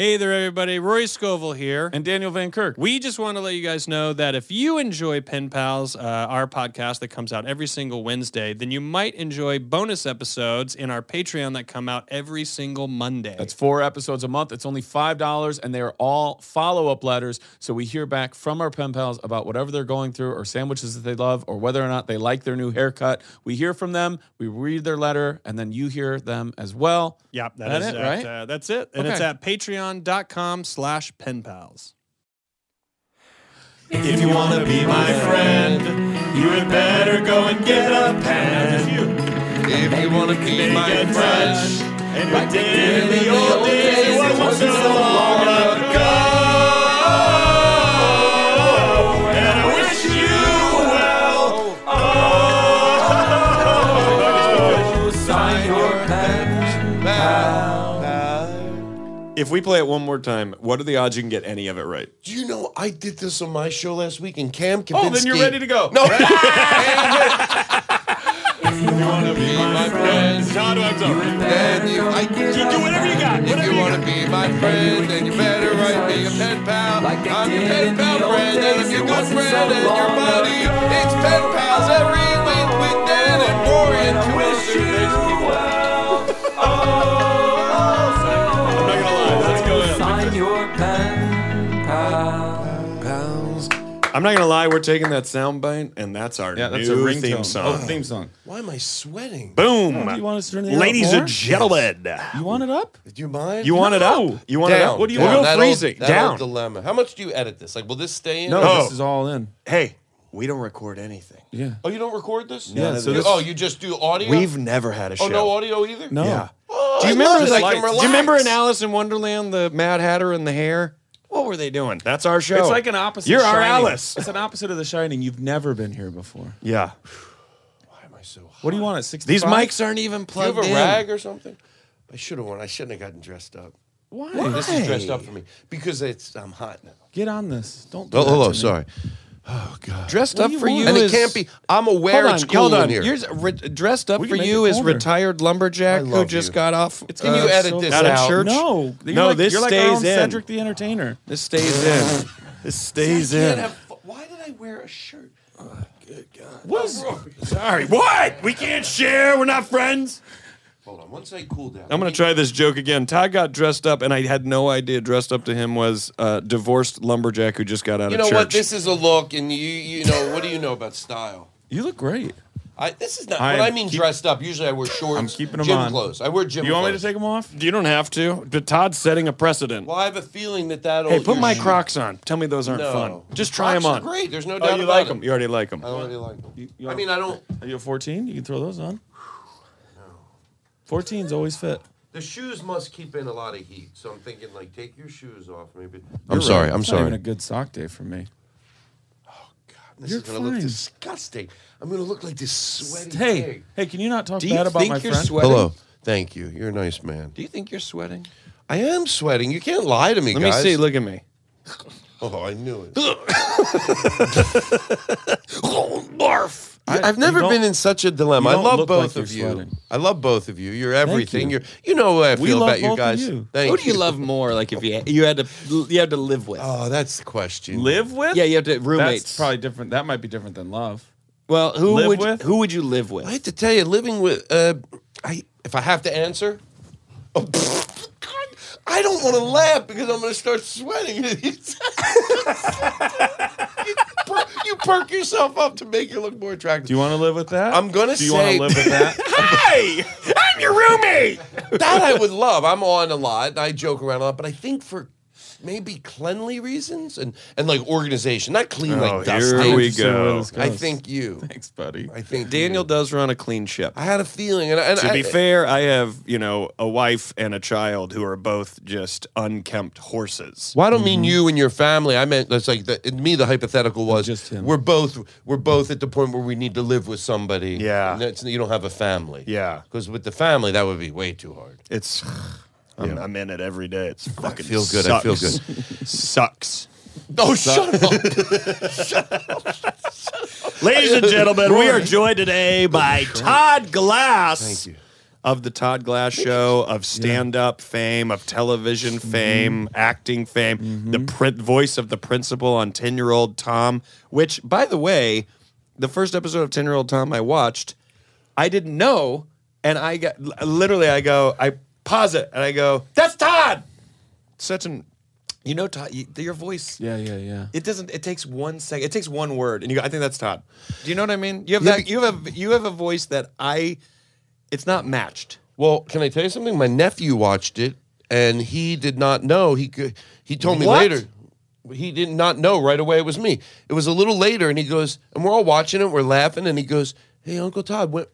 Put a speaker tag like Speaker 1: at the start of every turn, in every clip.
Speaker 1: Hey there, everybody. Roy Scoville here.
Speaker 2: and Daniel Van Kirk.
Speaker 1: We just want to let you guys know that if you enjoy Pen Pals, uh, our podcast that comes out every single Wednesday, then you might enjoy bonus episodes in our Patreon that come out every single Monday.
Speaker 2: That's four episodes a month. It's only $5, and they are all follow up letters. So we hear back from our pen pals about whatever they're going through, or sandwiches that they love, or whether or not they like their new haircut. We hear from them, we read their letter, and then you hear them as well.
Speaker 1: Yep,
Speaker 2: That
Speaker 1: is
Speaker 2: it,
Speaker 1: at,
Speaker 2: right?
Speaker 1: uh, that's it. And it's
Speaker 2: Okay.
Speaker 1: at patreon.com slash pen pals.
Speaker 3: If you want to be my friend, you had better go and get a pen.
Speaker 4: If you want to keep
Speaker 3: They
Speaker 4: my
Speaker 3: get fresh,
Speaker 4: fresh,
Speaker 3: and back then in the old days, it wasn't so long ago. And I wish you well. Oh, sign your pen.
Speaker 2: If we play it one more time, what are the odds you can get any of it right?
Speaker 4: do you know I did this on my show last week and Cam Kavinsky?
Speaker 2: Oh, then you're ready to go.
Speaker 4: No,
Speaker 3: You want to be my friend?
Speaker 4: then you, I,
Speaker 3: You do whatever you got.
Speaker 4: If
Speaker 3: Whatever
Speaker 4: you
Speaker 3: you
Speaker 4: want to be my friend, then you better write me a pen pal. I'm your pen pal friend, and I'm your good friend, and your buddy. It's pen pals every week with Dan and Rory and two wish you
Speaker 3: I'm not gonna lie. Let's go in.
Speaker 4: pals.
Speaker 2: I'm not going to lie, we're taking that sound bite, and that's our
Speaker 5: Yeah, that's a
Speaker 2: new
Speaker 5: ringtone.
Speaker 2: theme song.
Speaker 5: Oh, theme song.
Speaker 4: Why am I sweating?
Speaker 2: Boom.
Speaker 5: Oh, do you want us to turn it up
Speaker 2: Ladies
Speaker 5: more?
Speaker 2: and gentlemen,
Speaker 5: You want it up?
Speaker 4: Do you mind?
Speaker 2: you want it up? You want it
Speaker 4: down.
Speaker 2: up? What do you
Speaker 4: down.
Speaker 2: want? We'll
Speaker 4: That
Speaker 2: go freezing.
Speaker 4: Old, that
Speaker 2: down.
Speaker 4: Old dilemma. How much do you edit this? Like, will this stay in?
Speaker 5: No,
Speaker 2: No.
Speaker 5: this is all in.
Speaker 2: hey, we don't record anything.
Speaker 5: Yeah.
Speaker 4: Oh, you don't record this?
Speaker 5: Yeah, so
Speaker 4: You-
Speaker 5: this-
Speaker 4: oh, you just do audio.
Speaker 2: We've never had a show.
Speaker 4: oh, no audio either.
Speaker 5: No.
Speaker 2: Yeah.
Speaker 4: Oh,
Speaker 2: Do you
Speaker 4: I
Speaker 2: remember
Speaker 4: love
Speaker 2: the
Speaker 4: this. I can
Speaker 2: Do you remember
Speaker 4: relax.
Speaker 2: in Alice in Wonderland the Mad Hatter and the Hare? What were they doing? That's our show.
Speaker 5: It's like an opposite.
Speaker 2: You're our
Speaker 5: Shining.
Speaker 2: Alice.
Speaker 5: It's an opposite of The Shining. You've never been here before.
Speaker 2: Yeah.
Speaker 5: What do you want at 65?
Speaker 2: These mics aren't even
Speaker 4: Do you have
Speaker 2: plugged
Speaker 4: a
Speaker 2: in.
Speaker 4: rag or something? I should have worn. I shouldn't have gotten dressed up. Why? This is dressed up for me because it's I'm hot now.
Speaker 5: Get on this. Don't do
Speaker 4: Oh,
Speaker 5: that
Speaker 4: hello,
Speaker 5: to me.
Speaker 4: sorry. Oh,
Speaker 2: Dressed up
Speaker 5: do you
Speaker 2: for you,
Speaker 5: want?
Speaker 4: and
Speaker 2: is,
Speaker 4: it can't be. I'm
Speaker 2: Hold
Speaker 4: aware
Speaker 2: on,
Speaker 4: it's cool
Speaker 2: hold on.
Speaker 4: in here.
Speaker 2: You're re- dressed up
Speaker 5: We
Speaker 2: for
Speaker 5: can make
Speaker 2: you
Speaker 5: it
Speaker 2: is
Speaker 5: colder.
Speaker 2: retired lumberjack who
Speaker 4: love
Speaker 2: just
Speaker 4: you.
Speaker 2: got off.
Speaker 4: Can you edit this
Speaker 2: out of
Speaker 4: out?
Speaker 2: church?
Speaker 5: No. You're
Speaker 2: No,
Speaker 5: like,
Speaker 2: this
Speaker 5: you're like
Speaker 2: stays
Speaker 5: our own
Speaker 2: in.
Speaker 5: Cedric the Entertainer.
Speaker 2: This stays in. This stays
Speaker 4: I
Speaker 2: in.
Speaker 4: can't have fu- why did I wear a shirt?
Speaker 5: What's
Speaker 2: Sorry. What? We can't share. We're not friends.
Speaker 4: Hold on. Once I cool down,
Speaker 2: I'm gonna try this joke again. Todd got dressed up, and I had no idea dressed up to him was uh, divorced lumberjack who just got out
Speaker 4: You
Speaker 2: of
Speaker 4: know
Speaker 2: church.
Speaker 4: what? This is a look, and you you know what do you know about style?
Speaker 5: You look great.
Speaker 4: I, this is not
Speaker 5: I'm
Speaker 4: when I mean
Speaker 5: keep-
Speaker 4: dressed up. Usually I wear shorts,
Speaker 5: I'm keeping 'em
Speaker 4: gym
Speaker 5: on.
Speaker 4: clothes. I wear gym.
Speaker 5: You want me to
Speaker 4: clothes.
Speaker 5: take them off?
Speaker 2: you don't have to, but Todd's setting a precedent.
Speaker 4: Well, I have a feeling that that'll.
Speaker 2: Hey, put
Speaker 4: your
Speaker 2: my
Speaker 4: shoe-
Speaker 2: Crocs on. Tell me those aren't
Speaker 4: No.
Speaker 2: fun. Just try
Speaker 4: Crocs
Speaker 2: them
Speaker 4: are
Speaker 2: on.
Speaker 4: great. There's no
Speaker 2: Oh,
Speaker 4: doubt
Speaker 2: you
Speaker 4: about
Speaker 2: like
Speaker 4: it.
Speaker 2: them. You already like them.
Speaker 4: I don't really like them.
Speaker 5: you
Speaker 4: I
Speaker 5: are-
Speaker 4: mean, I don't.
Speaker 5: Are you a 14? You can throw those on. 14s always fit.
Speaker 4: The shoes must keep in a lot of heat, so I'm thinking like, take your shoes off, maybe.
Speaker 5: You're right. It's Not even a good sock day for me.
Speaker 4: This
Speaker 5: You're
Speaker 4: is gonna look
Speaker 5: fine.
Speaker 4: disgusting. I'm gonna look like this sweaty.
Speaker 5: Hey,
Speaker 4: pig.
Speaker 5: hey, can you not talk
Speaker 2: Do you
Speaker 5: bad about
Speaker 2: think
Speaker 5: my
Speaker 2: you're
Speaker 5: friend?
Speaker 2: sweating?
Speaker 4: Thank you. You're a nice man.
Speaker 2: Do you think you're sweating?
Speaker 4: I am sweating. You can't lie to me,
Speaker 5: Let me
Speaker 4: guys.
Speaker 5: see. Look at me.
Speaker 4: Oh, I knew it. oh, barf.
Speaker 6: I-
Speaker 4: I've never
Speaker 6: you don't-
Speaker 4: been in such a dilemma. I
Speaker 6: you don't
Speaker 4: love
Speaker 6: look
Speaker 4: both
Speaker 6: like
Speaker 4: of you.
Speaker 6: you're sweating.
Speaker 4: I love both of you. You're everything.
Speaker 6: you.
Speaker 4: You. are you know what I
Speaker 6: We
Speaker 4: feel
Speaker 6: love
Speaker 4: about
Speaker 6: both
Speaker 4: you
Speaker 6: of
Speaker 4: guys.
Speaker 6: you.
Speaker 4: Thank
Speaker 1: Who do you love more? Like if you you had to you had to live with.
Speaker 4: Oh, that's the question.
Speaker 2: Live with?
Speaker 1: yeah, you have to
Speaker 2: That's
Speaker 1: roommates.
Speaker 2: probably different. That might be different than love.
Speaker 1: well, who
Speaker 2: Live
Speaker 1: would
Speaker 2: with?
Speaker 1: who would you live
Speaker 4: I
Speaker 1: with?
Speaker 4: have to tell you, living with, uh, I if I have to answer, oh, pfft, God, I don't want to laugh because I'm going to start sweating. you, per- you perk yourself up to make you look more attractive.
Speaker 2: Do you want to live with that?
Speaker 4: I'm gonna
Speaker 2: Do you want
Speaker 4: say-
Speaker 2: to live with that?
Speaker 4: that I would love. I'm on a lot and I joke around a lot, but I think for maybe cleanly reasons and, and like organization, not clean
Speaker 5: Oh,
Speaker 4: like dusty.
Speaker 2: go.
Speaker 4: I think you.
Speaker 2: Thanks, buddy.
Speaker 4: I think
Speaker 1: Daniel
Speaker 4: You.
Speaker 1: does run a clean ship.
Speaker 4: I had a feeling, and, I- and
Speaker 5: To
Speaker 4: I,
Speaker 5: be fair, I have, you know, a wife and a child who are both just unkempt horses.
Speaker 4: Well, I don't mean you and your family. I meant that's like the, in me. The hypothetical was
Speaker 2: Just him.
Speaker 4: we're both we're both at the point where we need to live with somebody.
Speaker 5: Yeah.
Speaker 4: and that's, you don't have a family.
Speaker 5: Yeah.
Speaker 4: because with the family that would be way too hard.
Speaker 5: It's I'm, I'm in it every day. It's fucking
Speaker 4: feel good, I
Speaker 5: Sucks.
Speaker 4: feel
Speaker 5: good. sucks.
Speaker 4: Oh, shut up!
Speaker 5: Ladies and gentlemen, we are joined today by Todd Glass.
Speaker 4: Thank you.
Speaker 5: Of the Todd Glass Show, of stand up fame, of television fame, acting fame, the print voice of the principal on 10 year old Tom, which, by the way, the first episode of 10 year old Tom I watched, I didn't know. And I got l- literally, I go, I pause it and I go, that's Todd. Such an, you know, Todd, you, your voice.
Speaker 2: Yeah, yeah, yeah.
Speaker 5: It doesn't. It takes one second. It takes one word, and you. go, I think that's Todd. Do you know what I mean? You have
Speaker 4: Yeah,
Speaker 5: that.
Speaker 4: but-
Speaker 5: You have a, you have a voice that I. It's not matched.
Speaker 4: Well, can I tell you something? My nephew watched it, and he did not know. He could. He told me
Speaker 5: What?
Speaker 4: later. He did not know right away it was me. It was a little later, and he goes, and we're all watching it, we're laughing, and he goes, "Hey, Uncle Todd," when,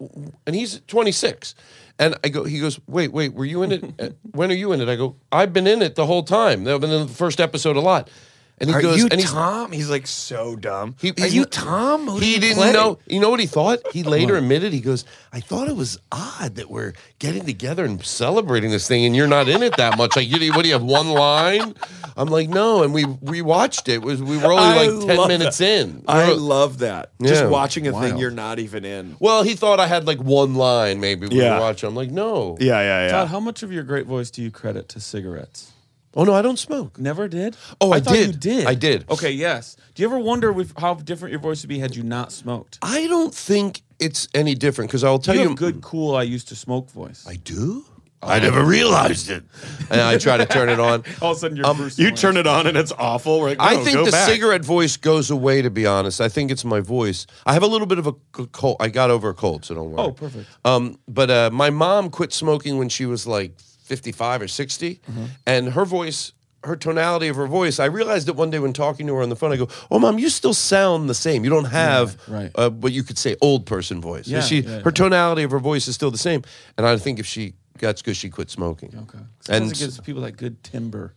Speaker 4: and he's 26, and I go, he goes, "Wait, wait, were you in it? Uh, when are you in it?" I go, "I've been in it the whole time. I've been in the first episode a lot." And he
Speaker 5: Are
Speaker 4: goes,
Speaker 5: you
Speaker 4: and he's,
Speaker 5: Tom? He's like so dumb.
Speaker 4: he-
Speaker 5: Are
Speaker 4: he's
Speaker 5: you
Speaker 4: not-
Speaker 5: Tom? Who do
Speaker 4: he
Speaker 5: you
Speaker 4: didn't
Speaker 5: play?
Speaker 4: know. You know what he thought? He later admitted. He goes, "I thought it was odd that we're getting together and celebrating this thing, and you're not in it that much. Like, you, what do you have one line?" I'm like, "No," and we we watched it. It Was we were
Speaker 5: I
Speaker 4: only like ten
Speaker 5: love
Speaker 4: minutes
Speaker 5: that.
Speaker 4: in.
Speaker 5: I
Speaker 4: We're-
Speaker 5: love that. Just
Speaker 4: Yeah.
Speaker 5: watching a thing you're not even in.
Speaker 4: well, he thought I had like one line maybe. We
Speaker 5: Yeah.
Speaker 4: were watching. I'm like, "No,
Speaker 5: Yeah, yeah,
Speaker 2: Todd, how much of your great voice do you credit to cigarettes?
Speaker 4: oh no, I don't smoke."
Speaker 2: Never did.
Speaker 4: Oh, I
Speaker 2: thought
Speaker 4: did.
Speaker 2: You did.
Speaker 4: I did.
Speaker 2: Okay. Yes. Do you ever wonder with how different your voice would be had you not smoked?
Speaker 4: I don't think it's any different because I'll tell
Speaker 2: you
Speaker 4: you,
Speaker 2: have good, cool. I used to smoke voice.
Speaker 4: I do. I never realized it, and I try to turn it on.
Speaker 2: All of a sudden, you're
Speaker 4: Um,
Speaker 2: Bruce
Speaker 5: You
Speaker 2: Willis.
Speaker 5: turn it on and it's awful. We're like,
Speaker 4: I
Speaker 5: no,
Speaker 4: think
Speaker 5: go
Speaker 4: the
Speaker 5: back.
Speaker 4: cigarette voice goes away. To be honest, I think it's my voice. I have a little bit of a c- cold. I got over a cold, so don't worry.
Speaker 2: Oh, perfect.
Speaker 4: Um, but uh, my mom quit smoking when she was like fifty-five or 60
Speaker 2: Mm-hmm.
Speaker 4: and her voice, her tonality of her voice. I realized it one day when talking to her on the phone. I go, "Oh, mom, you still sound the same. You don't have
Speaker 2: right.
Speaker 4: Uh, what you could say old person voice.
Speaker 2: Yeah,
Speaker 4: she,
Speaker 2: yeah,
Speaker 4: her tonality of her voice is still the same. And I think if she, that's because she quit smoking.
Speaker 2: Okay.
Speaker 4: And
Speaker 2: Sometimes it gives people that good timber.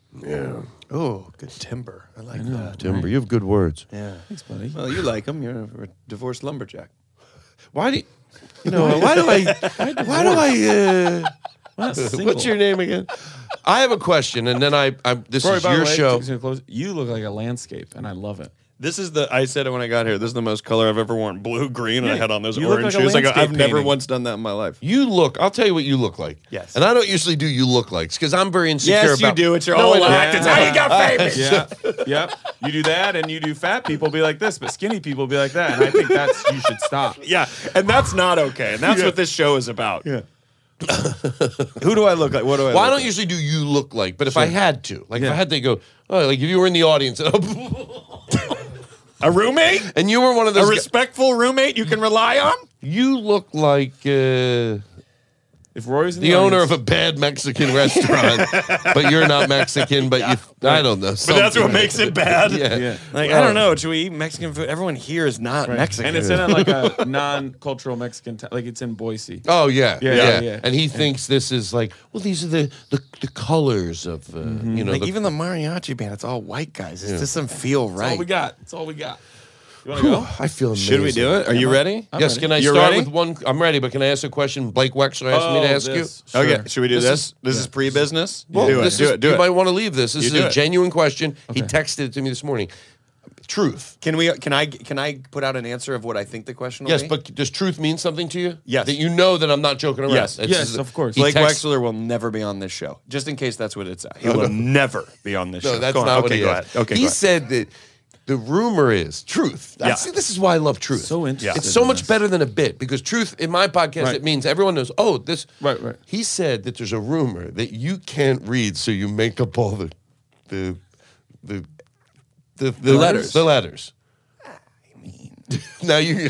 Speaker 5: Oh, good timber. I like that.
Speaker 4: Timber, you have good words.
Speaker 1: Yeah.
Speaker 2: Thanks, buddy.
Speaker 1: Well, you like him. You're a divorced lumberjack.
Speaker 4: Why do you, you know? Why do I? Why do I? Uh,
Speaker 2: Why not single?
Speaker 4: what's your name again? I have a question, and then I. I this
Speaker 2: Rory,
Speaker 4: is
Speaker 2: by the
Speaker 4: your
Speaker 2: way,
Speaker 4: show.
Speaker 2: just gonna close- You look like a landscape, and I love it.
Speaker 5: This is the I said it when I got here. This is the most color I've ever worn. Blue, green, and I
Speaker 2: Yeah.
Speaker 5: had on those
Speaker 2: You look
Speaker 5: orange
Speaker 2: like a
Speaker 5: shoes. I go, I've
Speaker 2: landscape
Speaker 5: never
Speaker 2: painting.
Speaker 5: once done that in my life.
Speaker 4: You look. I'll tell you what you look like.
Speaker 5: Yes.
Speaker 4: And I don't usually do you look likes because I'm very insecure.
Speaker 5: Yes, you
Speaker 4: about,
Speaker 5: do. It's your
Speaker 4: no,
Speaker 5: whole
Speaker 4: I don't.
Speaker 5: life. It's
Speaker 4: No.
Speaker 5: how you got famous.
Speaker 2: Yeah, yep. You do that, and you do fat people be like this, but skinny people be like that. And I think that's you should stop.
Speaker 5: Yeah, and that's not okay. And that's what this show is about. Yeah. Who do I look like? What do I?
Speaker 4: Well, I
Speaker 5: look
Speaker 4: don't
Speaker 5: like?
Speaker 4: usually do you look like, but if I had to, like if I had to go, oh, like if you were in the audience,
Speaker 5: a roommate?
Speaker 4: and you were one of
Speaker 5: A
Speaker 4: those, gu-
Speaker 5: respectful roommate you can rely on?
Speaker 4: you look like uh,
Speaker 2: If Rory's in the,
Speaker 4: the owner of
Speaker 2: audience-
Speaker 4: a bad Mexican restaurant, but you're not Mexican, but you, I don't know.
Speaker 5: But that's what makes it bad.
Speaker 4: Yeah.
Speaker 5: Like I don't know. Should we eat Mexican food? Everyone here is not Mexican.
Speaker 2: and it's in a, like a non-cultural Mexican, t- like it's in Boise.
Speaker 4: Oh yeah, yeah,
Speaker 2: Yeah, yeah, yeah.
Speaker 4: And he thinks this is like, well, these are the the, the colors of uh,
Speaker 5: Mm-hmm.
Speaker 4: you know.
Speaker 1: Like
Speaker 4: the,
Speaker 1: even the mariachi band, it's all white guys. It doesn't feel
Speaker 2: That's all
Speaker 1: right.
Speaker 2: we got. That's all we got. You want to go?
Speaker 7: I feel amazing.
Speaker 5: Should we do it? Are you ready?
Speaker 7: I'm Yeah.
Speaker 5: Yeah.
Speaker 4: yes,
Speaker 7: ready.
Speaker 4: can I
Speaker 5: You're
Speaker 4: start
Speaker 5: ready?
Speaker 4: with one? I'm ready, but can I ask a question? Blake Wexler asked me to
Speaker 2: Oh,
Speaker 4: ask
Speaker 2: this.
Speaker 4: you.
Speaker 2: Sure.
Speaker 5: Okay. Should we do
Speaker 7: This
Speaker 5: this?
Speaker 7: is-
Speaker 5: this is pre-business.
Speaker 4: Well,
Speaker 5: do it.
Speaker 4: this
Speaker 5: do
Speaker 4: is-
Speaker 5: it. Do
Speaker 4: you
Speaker 5: it.
Speaker 4: might want to leave this. This
Speaker 5: You
Speaker 4: is
Speaker 5: do
Speaker 4: a
Speaker 5: it.
Speaker 4: genuine question. He texted it to me this morning. Truth.
Speaker 5: Can we? Can I? Can I put out an answer of what I think the question? Will
Speaker 4: Yes,
Speaker 5: be?
Speaker 4: but does truth mean something to you?
Speaker 5: Yes.
Speaker 4: That you know that I'm not joking around.
Speaker 5: Yes.
Speaker 4: It's
Speaker 7: Yes,
Speaker 4: just-
Speaker 7: of course.
Speaker 4: he
Speaker 5: Blake
Speaker 4: texted-
Speaker 5: Wexler will never be on this show. Just in case that's what it's at. He will never be on this
Speaker 4: No,
Speaker 5: show.
Speaker 4: that's
Speaker 5: Go on.
Speaker 4: not
Speaker 5: okay,
Speaker 4: what he
Speaker 5: go
Speaker 4: asked.
Speaker 5: Ahead. Okay,
Speaker 4: he
Speaker 5: go ahead.
Speaker 4: said that the rumor is truth.
Speaker 5: Yeah.
Speaker 4: That's, this is why I love truth.
Speaker 7: So interested
Speaker 4: It's so
Speaker 7: in
Speaker 4: much
Speaker 7: this.
Speaker 4: better than a bit because truth in my podcast
Speaker 7: Right.
Speaker 4: it means everyone knows. Oh, this.
Speaker 7: Right, right.
Speaker 4: He said that there's a rumor that you can't read, so you make up all the, the, the, the, the letters. The letters. I mean. Now you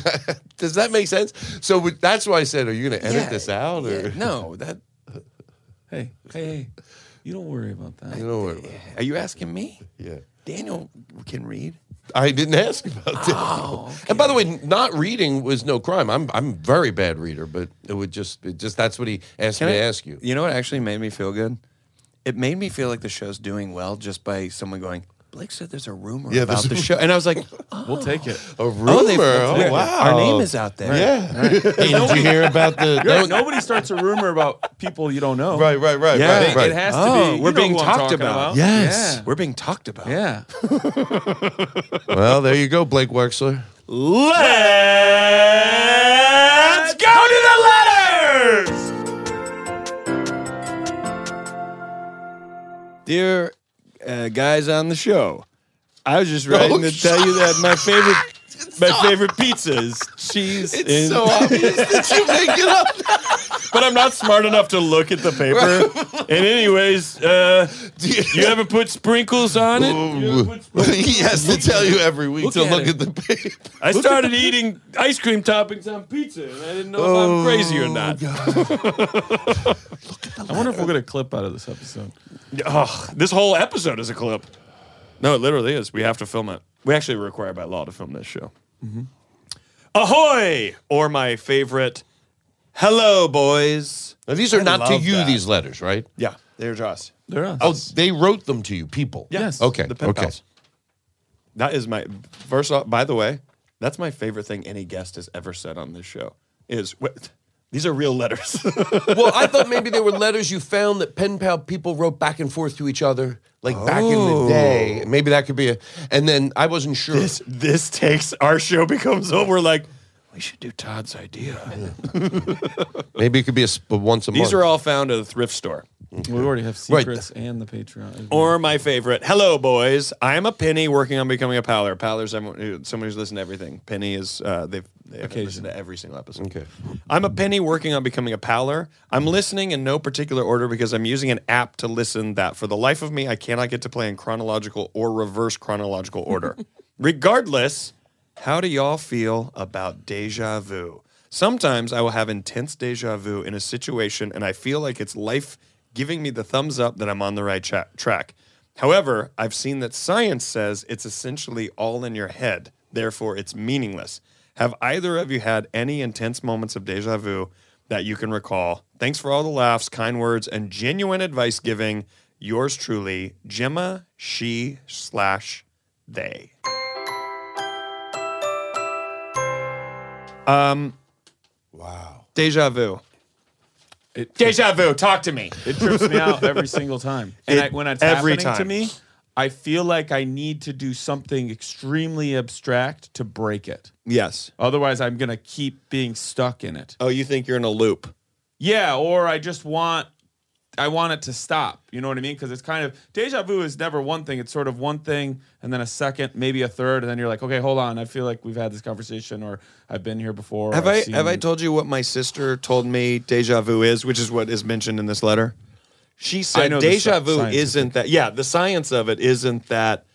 Speaker 4: does that make sense? So would- that's why I said, are you going to edit
Speaker 5: Yeah,
Speaker 4: this out or
Speaker 5: yeah, no, that.
Speaker 7: Hey, hey, hey. You don't worry about that.
Speaker 4: You know what?
Speaker 5: Are you asking me?
Speaker 4: Yeah.
Speaker 5: Daniel can read.
Speaker 4: I didn't ask about that. And by the way, not reading was no crime. I'm I'm a very bad reader, but it would just it just that's what he asked me to ask you.
Speaker 5: You know what actually made me feel good? It made me feel like the show's doing well just by someone going. Blake said there's a rumor
Speaker 4: Yeah,
Speaker 5: about
Speaker 4: there's a-
Speaker 5: the show, and I was like,
Speaker 2: We'll take it.
Speaker 4: A rumor.
Speaker 5: "Oh, they've-
Speaker 4: Oh, wow.
Speaker 5: our name is out there."
Speaker 4: Yeah. Hey, did you hear about the
Speaker 2: You're right. Nobody starts a rumor about people you don't know.
Speaker 4: Right, right, right,
Speaker 5: Yeah.
Speaker 4: right, right.
Speaker 2: It has to
Speaker 5: Oh,
Speaker 2: be.
Speaker 5: we're
Speaker 2: you know
Speaker 5: being
Speaker 2: who I'm
Speaker 5: talked
Speaker 2: talking
Speaker 5: about.
Speaker 4: Yes.
Speaker 5: We're being talked about.
Speaker 2: Yeah. Yeah.
Speaker 4: well, there you go, Blake Wexler.
Speaker 5: Let's go to the letters! Dear uh, guys on the show, I was just writing to tell you that my favorite my favorite pizza is cheese. It's
Speaker 4: So obvious that you make it up.
Speaker 5: but I'm not smart enough to look at the paper. and anyways, uh, you ever put sprinkles on it?
Speaker 4: he has to tell you every week to look at the paper.
Speaker 5: I started eating ice cream toppings on pizza, and I didn't know if I'm crazy or not.
Speaker 2: I wonder if we'll get a clip out of this episode.
Speaker 5: Ugh, this whole episode is a clip. No, it literally is. We have to film it. We actually are required by law to film this show. Mm-hmm. Ahoy! Or my favorite, hello, boys.
Speaker 4: Now, these are not to
Speaker 5: love
Speaker 4: you.
Speaker 5: that.
Speaker 4: These letters, right?
Speaker 5: Yeah, there's us.
Speaker 2: They're us.
Speaker 4: Oh, they wrote them to you, people.
Speaker 2: Yes.
Speaker 4: Okay.
Speaker 5: The pen
Speaker 4: okay.
Speaker 5: pals. That is my first off. By the way, that's my favorite thing any guest has ever said on this show. Is what these are real letters.
Speaker 4: well, I thought maybe they were letters you found that pen pal people wrote back and forth to each other, like back in the day. Maybe that could be a. And then I wasn't sure.
Speaker 5: Oh. this this takes our show becomes over. We're like we should do Todd's idea.
Speaker 4: Maybe it could be a, s- a once a month.
Speaker 5: These are all found at a thrift store.
Speaker 2: We already have
Speaker 4: Right.
Speaker 2: secrets and the Patreon.
Speaker 5: Or my favorite, hello boys. I am a penny working on becoming a Powler. Powler's everyone, who- someone who's listened to everything. Penny is uh, they've they haven't listened to every single episode.
Speaker 4: Okay.
Speaker 5: I'm a penny working on becoming a Powler. I'm listening in no particular order because I'm using an app to listen that for the life of me I cannot get to play in chronological or reverse chronological order. Regardless, how do y'all feel about deja vu? Sometimes I will have intense deja vu in a situation and I feel like it's life giving me the thumbs up that I'm on the right cha- track. However, I've seen that science says it's essentially all in your head, therefore, it's meaningless. Have either of you had any intense moments of deja vu that you can recall? Thanks for all the laughs, kind words, and genuine advice giving. Yours truly, Gemma, she slash they. Um, wow. Deja vu.
Speaker 2: It-
Speaker 5: Deja vu, talk to me.
Speaker 2: It trips me out every single time. And
Speaker 5: It-
Speaker 2: I, when it's
Speaker 5: every
Speaker 2: happening to
Speaker 5: time.
Speaker 2: me, I feel like I need to do something extremely abstract to break it.
Speaker 5: Yes.
Speaker 2: Otherwise, I'm going to keep being stuck in it.
Speaker 5: Oh, you think you're in a loop?
Speaker 2: Yeah, or I just want I want it to stop. You know what I mean? Because it's kind of deja vu is never one thing. It's sort of one thing and then a second, maybe a third, and then you're like, okay, hold on. I feel like we've had this conversation, or I've been here before. or
Speaker 5: Have
Speaker 2: I've
Speaker 5: I
Speaker 2: seen-
Speaker 5: have I told you what my sister told me deja vu is, which is what is mentioned in this letter? She
Speaker 2: I
Speaker 5: said
Speaker 2: know the
Speaker 5: deja
Speaker 2: sci-
Speaker 5: vu
Speaker 2: scientific-
Speaker 5: isn't that. Yeah, the science of it isn't that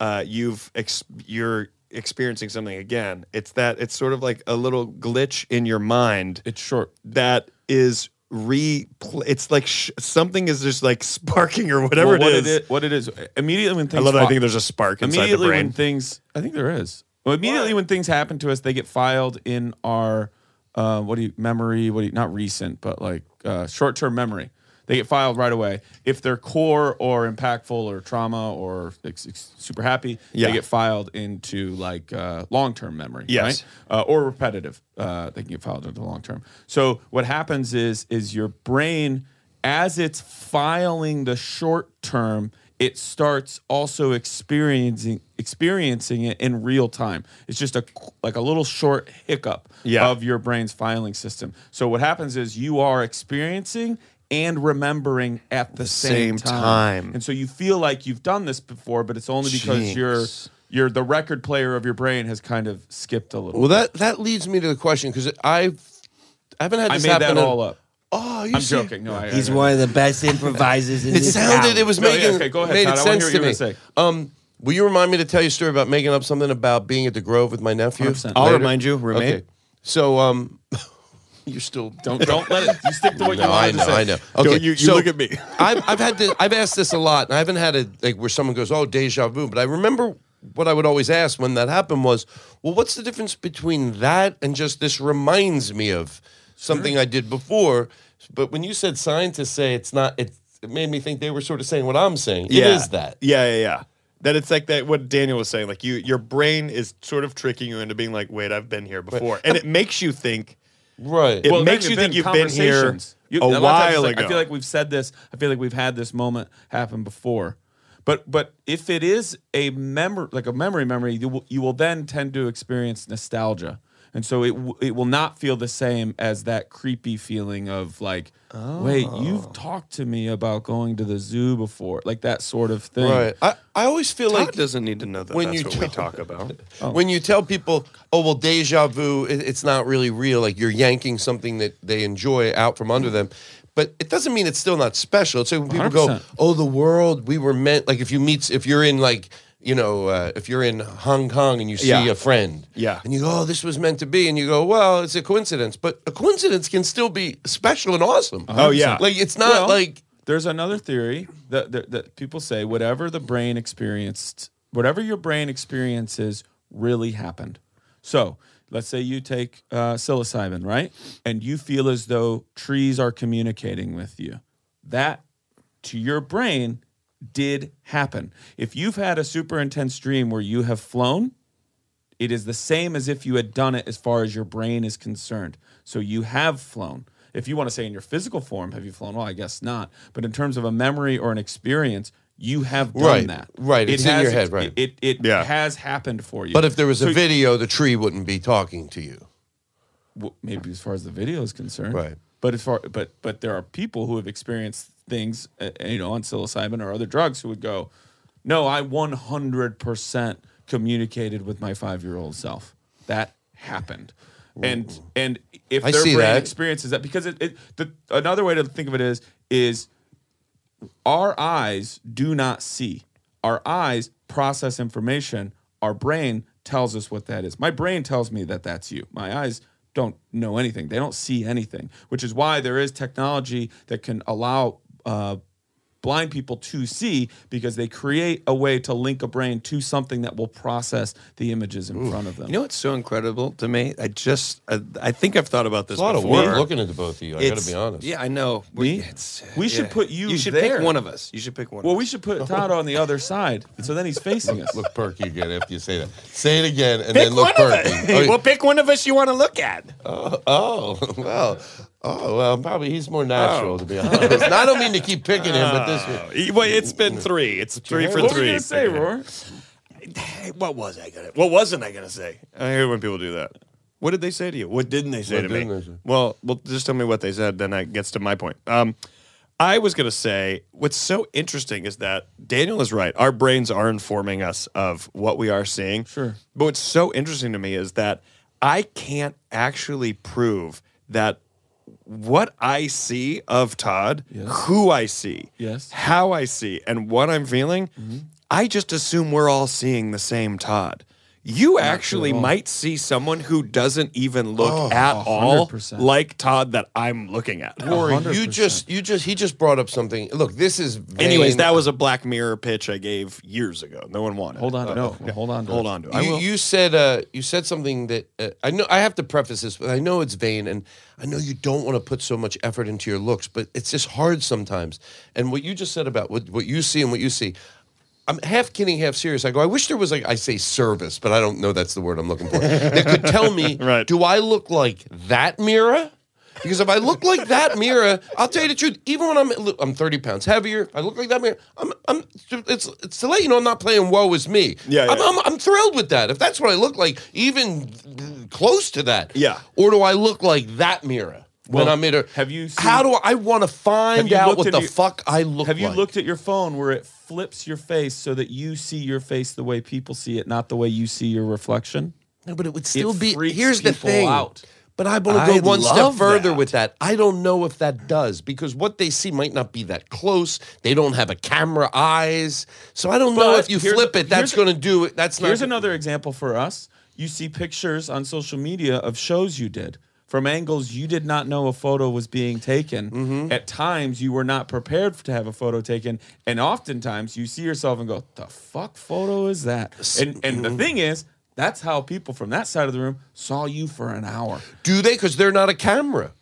Speaker 5: uh, you've ex- you're experiencing something again. It's that it's sort of like a little glitch in your mind
Speaker 2: It's short.
Speaker 5: that is re. It's like sh- something is just like sparking or whatever
Speaker 2: Well, what
Speaker 5: it is.
Speaker 2: What it is? Immediately when
Speaker 5: I
Speaker 2: things
Speaker 5: love. That I
Speaker 2: pop-
Speaker 5: think there's a spark inside the
Speaker 2: immediately
Speaker 5: brain.
Speaker 2: when things i think there is well, immediately when things happen to us they get filed in our uh, what do you memory what do you not recent but like uh, short-term memory they get filed right away. If they're core or impactful or trauma or ex- ex- super happy,
Speaker 5: Yeah.
Speaker 2: they get filed into like uh, long term memory.
Speaker 5: Yes.
Speaker 2: right? Uh, or repetitive. Uh, they can get filed into long term. So what happens is is your brain, as it's filing the short term, it starts also experiencing experiencing it in real time. It's just a qu- like a little short hiccup
Speaker 5: Yeah.
Speaker 2: of your brain's filing system. So what happens is you are experiencing and remembering at the,
Speaker 5: same
Speaker 2: same,
Speaker 5: time.
Speaker 2: And so you feel like you've done this before, but it's only because
Speaker 5: Jinx.
Speaker 2: you're you're the record player of your brain has kind of skipped a little.
Speaker 4: Well,
Speaker 2: bit.
Speaker 4: that that leads me to the question because I haven't had
Speaker 2: I
Speaker 4: this
Speaker 2: made
Speaker 4: happen.
Speaker 2: that
Speaker 4: in-
Speaker 2: all up.
Speaker 4: Oh, you
Speaker 2: I'm
Speaker 4: see-
Speaker 2: joking. No, I,
Speaker 8: He's
Speaker 2: I,
Speaker 8: one of the best improvisers in
Speaker 4: It
Speaker 8: this
Speaker 4: sounded.
Speaker 8: town.
Speaker 4: It was
Speaker 2: No, yeah,
Speaker 4: making.
Speaker 2: okay, go ahead,
Speaker 4: Made
Speaker 2: Todd.
Speaker 4: it
Speaker 2: I wanna
Speaker 4: sense
Speaker 2: hear
Speaker 4: to
Speaker 2: what
Speaker 4: me.
Speaker 2: you were
Speaker 4: Um, will you remind me to tell you a story about making up something about being at the Grove with my nephew?
Speaker 2: 100%.
Speaker 5: I'll
Speaker 4: later?
Speaker 5: remind you, roommate.
Speaker 4: Okay. So, um, you're still
Speaker 2: don't don't let it. You stick to what you
Speaker 4: no, I
Speaker 2: wanted
Speaker 4: know,
Speaker 2: to say.
Speaker 4: I know. Okay,
Speaker 5: you- you look at me.
Speaker 4: I've, I've had this, I've asked this a lot, and I haven't had a like where someone goes, "Oh, deja vu," but I remember what I would always ask when that happened was, "Well, what's the difference between that and just this reminds me of something I did before?" But when you said scientists say it's not, it, it made me think they were sort of saying what I'm saying. It is that.
Speaker 5: Yeah, yeah, yeah. That it's like that what Daniel was saying. Like you your brain is sort of tricking you into being like, wait, I've been here before. And it makes you think
Speaker 4: Right.
Speaker 5: it
Speaker 2: Well,
Speaker 5: makes
Speaker 2: then
Speaker 5: you
Speaker 2: you've
Speaker 5: think
Speaker 2: been
Speaker 5: you've been here
Speaker 2: conversations. You-
Speaker 5: a
Speaker 2: lot of times it's
Speaker 5: while
Speaker 2: like,
Speaker 5: ago.
Speaker 2: I feel like we've said this. I feel like we've had this moment happen before. But but if it is a memory, like a memory memory, you will, you will then tend to experience nostalgia, and so it w- it will not feel the same as that creepy feeling of like, wait,
Speaker 5: Oh.
Speaker 2: you've talked to me about going to the zoo before, like that sort of thing.
Speaker 4: right. I, I always feel
Speaker 5: Todd
Speaker 4: like
Speaker 5: doesn't need to know that
Speaker 4: when
Speaker 5: that's
Speaker 4: you
Speaker 5: what we
Speaker 4: talk-
Speaker 5: talk about.
Speaker 4: When you tell people, oh, well, deja vu, it, it's not really real, like you're yanking something that they enjoy out from under them. But it doesn't mean it's still not special. It's like when people go,
Speaker 2: 100%.
Speaker 4: oh, the world, we were meant, like if you meet, if you're in like, you know, uh, if you're in Hong Kong and you see
Speaker 5: Yeah.
Speaker 4: a friend,
Speaker 5: Yeah.
Speaker 4: and you go, "Oh, this was meant to be," and you go, "Well, it's a coincidence," but a coincidence can still be special and awesome.
Speaker 5: Oh, yeah.
Speaker 4: like it's not
Speaker 2: Well,
Speaker 4: like
Speaker 2: there's another theory that, that that people say whatever the brain experienced, whatever your brain experiences, really happened. So let's say you take uh, psilocybin, right, and you feel as though trees are communicating with you. That to your brain did happen. If you've had a super intense dream where you have flown, it is the same as if you had done it as far as your brain is concerned. So you have flown. If you want to say in your physical form, have you flown? Well, I guess not. But in terms of a memory or an experience, you have done
Speaker 4: Right,
Speaker 2: that.
Speaker 4: right. It's in your head, right.
Speaker 2: It it,
Speaker 5: Yeah.
Speaker 2: has happened for you.
Speaker 4: But if there was a
Speaker 2: So-
Speaker 4: video, the tree wouldn't be talking to you.
Speaker 2: w- maybe as far as the video is concerned,
Speaker 4: Right.
Speaker 2: But as far but but there are people who have experienced things, uh, you know, on psilocybin or other drugs who would go, "No, I 100% communicated with my five year old self. That happened." And and if
Speaker 4: I
Speaker 2: their
Speaker 4: see
Speaker 2: brain
Speaker 4: that.
Speaker 2: experiences that, because it, it the, another way to think of it is is our eyes do not see. Our eyes process information. Our brain tells us what that is. My brain tells me that that's you. My eyes don't know anything. They don't see anything, which is why there is technology that can allow uh, blind people to see because they create a way to link a brain to something that will process the images in front of them.
Speaker 5: You know what's so incredible to me? I just I, I think I've thought about this
Speaker 4: It's a lot of
Speaker 5: before.
Speaker 4: work looking at the both of you. I got to
Speaker 5: It's-
Speaker 4: be honest.
Speaker 5: Yeah, I know.
Speaker 2: Me? We should put you
Speaker 5: You should
Speaker 2: there.
Speaker 5: pick one of us. You should pick one.
Speaker 2: well,
Speaker 5: of
Speaker 2: we should put Todd on the other side, so then he's facing us.
Speaker 4: Look perky again after you say that. Say it again and
Speaker 5: us.
Speaker 4: then look perky. Oh, you-
Speaker 5: well, pick one of us you want to look at.
Speaker 4: oh, well. Oh, well, probably he's more natural, to be honest. And I don't mean to keep picking him, but this
Speaker 5: Oh, e- well, it's been three. It's three for
Speaker 2: what were
Speaker 5: three.
Speaker 2: you gonna say, Roar?
Speaker 5: Hey, what was I gonna? What wasn't I gonna say? I hate when people do that. What did they say to you? What didn't they say
Speaker 4: What
Speaker 5: to me?
Speaker 4: didn't they say?
Speaker 5: Well, well, just tell me what they said. Then that gets to my point. Um, I was gonna say what's so interesting is that Daniel is right. Our brains are informing us of what we are seeing.
Speaker 2: Sure.
Speaker 5: But what's so interesting to me is that I can't actually prove that what I see of Todd, who I see,
Speaker 2: Yes.
Speaker 5: how I see, and what I'm feeling, I just assume we're all seeing the same Todd. you actually might see someone who doesn't even look at all
Speaker 2: 100%.
Speaker 5: like Todd that I'm looking at.
Speaker 4: Rory, you just, you just, he just brought up something. Look, this is. Vain.
Speaker 5: Anyways, that was a Black Mirror pitch I gave years ago. No one wanted.
Speaker 2: Hold on,
Speaker 5: it. Uh,
Speaker 2: to no, hold on, to
Speaker 5: Hold
Speaker 2: it.
Speaker 5: on to it.
Speaker 4: You, you said uh, you said something that uh, I know. I have to preface this, but I know it's vain, and I know you don't want to put so much effort into your looks, but it's just hard sometimes. And what you just said about what, what you see and what you see, I'm half kidding, half serious. I go, I wish there was like I say service, but I don't know that's the word I'm looking for. that could tell me,
Speaker 5: Right.
Speaker 4: do I look like that mirror? Because if I look like that mirror, I'll tell you the truth. Even when I'm look, I'm 30 pounds heavier, I look like that mirror. I'm I'm it's it's to let you know I'm not playing woe is me.
Speaker 5: Yeah, yeah.
Speaker 4: I'm, I'm I'm thrilled with that. If that's what I look like, even close to that.
Speaker 5: Yeah.
Speaker 4: Or do I look like that mirror when
Speaker 2: Well,
Speaker 4: I'm in a?
Speaker 2: have you seen-
Speaker 4: how do I, I want to
Speaker 2: Have
Speaker 4: find
Speaker 2: you
Speaker 4: out
Speaker 2: looked
Speaker 4: what the
Speaker 2: into-
Speaker 4: fuck I look?
Speaker 2: Have you
Speaker 4: like?
Speaker 2: looked at your phone where it flips your face so that you see your face the way people see it, not the way you see your reflection?
Speaker 4: No, but it would still be.
Speaker 2: freaks
Speaker 4: Here's the
Speaker 2: people
Speaker 4: thing.
Speaker 2: out.
Speaker 4: But I want
Speaker 5: I
Speaker 4: to go one step
Speaker 5: love
Speaker 4: further
Speaker 5: that.
Speaker 4: with that. I don't know if that does because what they see might not be that close. They don't have a camera eyes, so I don't know
Speaker 2: But
Speaker 4: if you
Speaker 2: here's-
Speaker 4: flip it, that's
Speaker 2: here's-
Speaker 4: going to do it. That's not.
Speaker 2: Here's another example for us. You see pictures on social media of shows you did from angles you did not know a photo was being taken.
Speaker 4: Mm-hmm.
Speaker 2: At times, you were not prepared to have a photo taken, and oftentimes you see yourself and go, "The fuck photo is that?" And and
Speaker 4: mm-hmm.
Speaker 2: the thing is, that's how people from that side of the room saw you for an hour.
Speaker 4: Do they? Because they're not a camera.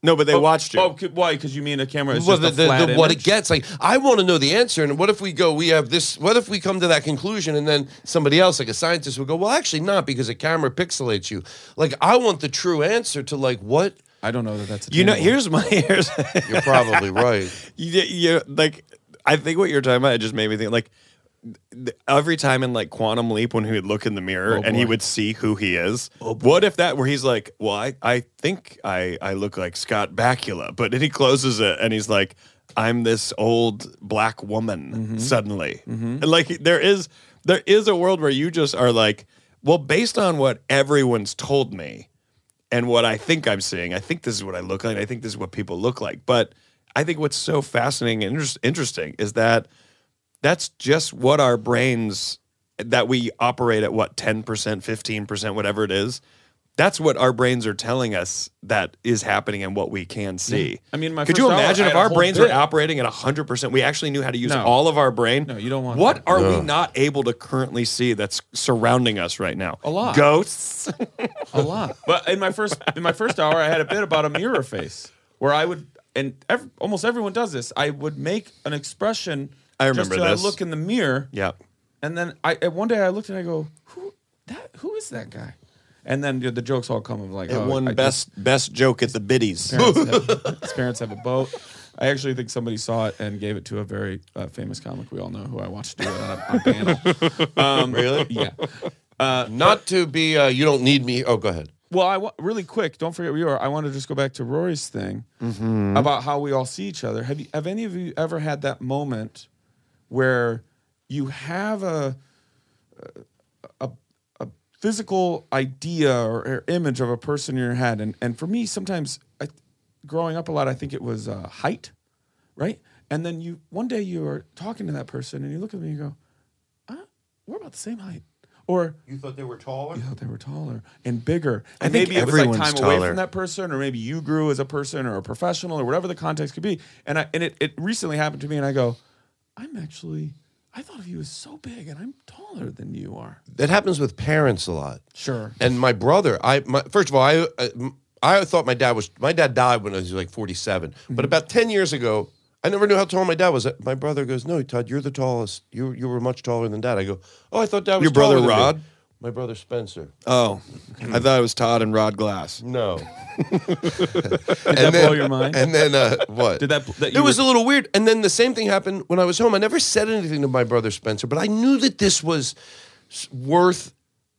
Speaker 5: no, but they watched you.
Speaker 2: Oh, c- why? Because you mean a camera is
Speaker 4: Well,
Speaker 2: just
Speaker 4: the,
Speaker 2: a flat
Speaker 4: the, the, what it
Speaker 2: image?
Speaker 4: gets like i want to know the answer and what if we go we have this what if we come to that conclusion and then somebody else like a scientist will go well actually not because a camera pixelates you like i want the true answer to like what
Speaker 2: I don't know that that's.
Speaker 5: you know,
Speaker 2: attainable.
Speaker 5: here's my here's
Speaker 4: you're probably right
Speaker 5: you, you like I think what you're talking about it just made me think like th- every time in like Quantum Leap when he would look in the mirror and he would see who he is. what if that where he's like, well, I, I think I I look like Scott Bakula, but then he closes it and he's like, I'm this old black woman suddenly, and like there is there is a world where you just are like, well, based on what everyone's told me, and what I think I'm seeing. I think this is what I look like. I think this is what people look like. But I think what's so fascinating and inter- interesting is that that's just what our brains that we operate at what 10%, 15%, whatever it is. That's what our brains are telling us that is happening and what we can see.
Speaker 2: I mean, my
Speaker 5: could
Speaker 2: first
Speaker 5: you
Speaker 2: hour,
Speaker 5: imagine
Speaker 2: I
Speaker 5: if
Speaker 2: had a
Speaker 5: our
Speaker 2: whole
Speaker 5: brains
Speaker 2: bit.
Speaker 5: were operating at 100%? We actually knew how to use
Speaker 2: No.
Speaker 5: all of our brain.
Speaker 2: No, you don't want
Speaker 5: What
Speaker 2: that.
Speaker 5: are we not able to currently see that's surrounding us right now? A
Speaker 2: lot.
Speaker 5: Ghosts.
Speaker 2: a lot. But in my first in my first hour, I had a bit about a mirror face where I would, and ev- almost everyone does this. I would make an expression.
Speaker 5: I remember
Speaker 2: just so
Speaker 5: this.
Speaker 2: I look in the mirror.
Speaker 5: yeah.
Speaker 2: And then I and one day I looked and I go, who that? Who is that guy? And then the, the jokes all come of like,
Speaker 5: It
Speaker 2: oh,
Speaker 5: won
Speaker 2: I just-
Speaker 5: best best joke at the biddies.
Speaker 2: parents have, his parents have a boat. I actually think somebody saw it and gave it to a very uh, famous comic we all know who I watched do it on, on panel. Um, really? Yeah.
Speaker 4: not to be uh, you don't need me oh go ahead
Speaker 2: Well, I wa- really quick. Don't forget where you are. I want to just go back to Rory's thing about how we all see each other. Have you? Have any of you ever had that moment where you have a a, a physical idea or, or image of a person in your head? And and for me, sometimes I, growing up a lot, I think it was uh, height, right? And then you one day you are talking to that person and you look at me and you go, ah, we're about the same height, or
Speaker 4: you thought they were taller
Speaker 2: you thought they were taller and bigger. And
Speaker 5: think
Speaker 2: maybe it was like
Speaker 5: everyone's
Speaker 2: time away
Speaker 5: taller.
Speaker 2: from that person, or maybe you grew as a person or a professional or whatever the context could be. And I and it, it recently happened to me and I go, I'm actually I thought of you as so big and I'm taller than you are.
Speaker 4: that happens with parents a lot
Speaker 2: Sure.
Speaker 4: And my brother, I my, first of all, I uh, I thought my dad was my dad died when I was like 47, but about 10 years ago, I never knew how tall my dad was. Uh, My brother goes, "No, Todd, you're the tallest. You you were much taller than dad." I go, "Oh, I thought dad was
Speaker 5: Your brother
Speaker 4: taller than me."
Speaker 5: Rod?
Speaker 4: My brother Spencer.
Speaker 5: Oh, I thought it was Todd and Rod Glass.
Speaker 4: No.
Speaker 2: Did that blow your mind?
Speaker 4: And then uh, what?
Speaker 2: Did that- that you
Speaker 4: it was
Speaker 2: were-
Speaker 4: a little weird. And then the same thing happened when I was home. I never said anything to my brother Spencer, but I knew that this was s- worth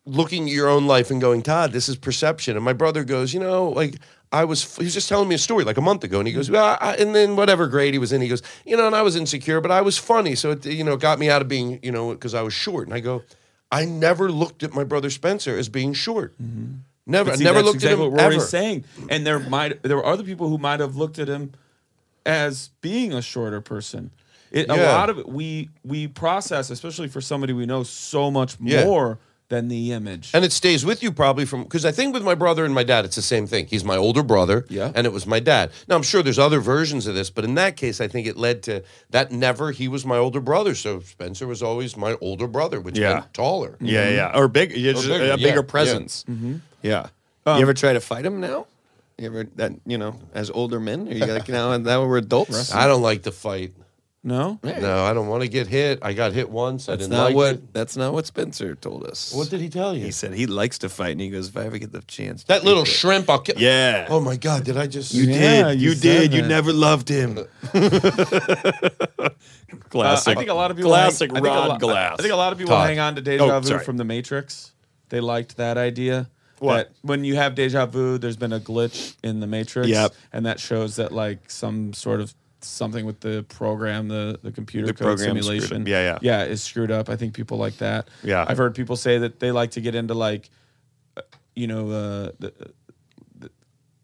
Speaker 4: looking at your own life and going, Todd, this is perception. And my brother goes, you know, like. I was, f- he was just telling me a story like a month ago, and he goes, well, I, and then whatever grade he was in, he goes, you know, and I was insecure, but I was funny. So, it, you know, it got me out of being, you know, because I was short. And I go, I never looked at my brother Spencer as being short. Never, I
Speaker 2: Mm-hmm. But see,
Speaker 4: never
Speaker 2: that's
Speaker 4: looked
Speaker 2: exactly
Speaker 4: at him
Speaker 2: what Rory's
Speaker 4: ever.
Speaker 2: saying. And there might there were other people who might have looked at him as being a shorter person. It, A
Speaker 4: Yeah.
Speaker 2: lot of it we we process, especially for somebody we know so much
Speaker 4: Yeah.
Speaker 2: more than the image.
Speaker 4: And it stays with you probably from because I think with my brother and my dad, it's the same thing. He's my older brother,
Speaker 2: Yeah.
Speaker 4: and it was my dad. Now I'm sure there's other versions of this, but in that case, I think it led to that. Never, he was my older brother, so Spencer was always my older brother, which
Speaker 5: Yeah.
Speaker 4: meant taller.
Speaker 5: Yeah, yeah. Or big, yeah,
Speaker 4: Or
Speaker 5: just
Speaker 4: bigger,
Speaker 5: a
Speaker 4: yeah,
Speaker 5: bigger
Speaker 4: yeah.
Speaker 5: presence. Yeah.
Speaker 2: Mm-hmm.
Speaker 5: Um, you ever try to fight him now? You ever that you know as older men? Are you like now and now we're adults?
Speaker 4: I don't like to fight.
Speaker 2: No?
Speaker 4: No, I don't want to get hit. I got hit once. I
Speaker 5: That's
Speaker 4: didn't
Speaker 5: not
Speaker 4: like
Speaker 5: what.
Speaker 4: it.
Speaker 5: That's not what Spencer told us.
Speaker 4: What did he tell you?
Speaker 5: He said he likes to fight, and he goes, "If I ever get the chance, to
Speaker 4: that
Speaker 5: do
Speaker 4: little
Speaker 5: it."
Speaker 4: shrimp. I'll kill.
Speaker 5: Yeah,
Speaker 4: Oh my god! Did I just?
Speaker 5: you
Speaker 2: Yeah,
Speaker 5: did.
Speaker 2: you
Speaker 5: You,
Speaker 2: said
Speaker 5: did. You
Speaker 2: that.
Speaker 5: never loved him.
Speaker 2: Uh, I
Speaker 5: Classic.
Speaker 2: think a lot of people
Speaker 5: Classic
Speaker 2: hang- I think a
Speaker 5: Rod
Speaker 2: lo-
Speaker 5: Glass.
Speaker 2: I think a lot of people
Speaker 4: Todd.
Speaker 2: hang on to deja
Speaker 5: Oh,
Speaker 2: vu
Speaker 5: sorry.
Speaker 2: from the Matrix. They liked that idea.
Speaker 5: What?
Speaker 2: That when you have deja vu, there's been a glitch in the Matrix,
Speaker 5: Yep.
Speaker 2: and that shows that like some sort of something with the program, the the computer
Speaker 5: The
Speaker 2: code
Speaker 5: program screwed
Speaker 2: simulation,
Speaker 5: up. Yeah,
Speaker 2: yeah, is screwed up. I think people like that.
Speaker 5: Yeah.
Speaker 2: I've heard people say that they like to get into like, uh, you know, uh, the,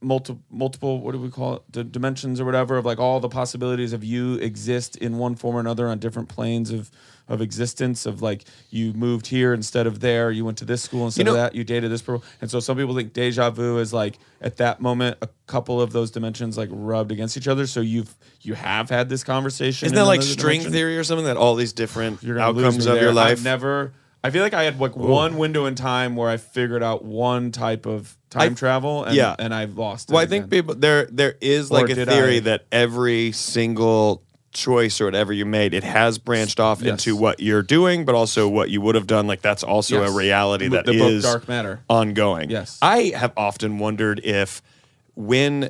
Speaker 2: multiple multiple what do we call it D- dimensions or whatever of like all the possibilities of you exist in one form or another on different planes of of existence of like you moved here instead of there you went to this school instead of
Speaker 5: know-
Speaker 2: that you dated this person and so some people think deja vu is like at that moment a couple of those dimensions like rubbed against each other so you've you have had this conversation
Speaker 5: Isn't
Speaker 2: in
Speaker 5: that like
Speaker 2: another
Speaker 5: string
Speaker 2: dimension.
Speaker 5: theory or something? That all these different
Speaker 2: You're gonna lose
Speaker 5: outcomes
Speaker 2: me
Speaker 5: of
Speaker 2: there.
Speaker 5: your life.
Speaker 2: I've never I feel like I had like one window in time where I figured out one type of time
Speaker 5: I-
Speaker 2: travel and,
Speaker 5: yeah.
Speaker 2: and I've lost it
Speaker 5: Well, I think
Speaker 2: again.
Speaker 5: people there there is
Speaker 2: Or
Speaker 5: like a
Speaker 2: did
Speaker 5: theory
Speaker 2: I-
Speaker 5: that every single choice or whatever you made, it has branched off
Speaker 2: Yes.
Speaker 5: into what you're doing, but also what you would have done. Like that's also
Speaker 2: Yes.
Speaker 5: a reality
Speaker 2: The-
Speaker 5: that
Speaker 2: the
Speaker 5: is
Speaker 2: book Dark Matter.
Speaker 5: ongoing.
Speaker 2: Yes.
Speaker 5: I have often wondered if when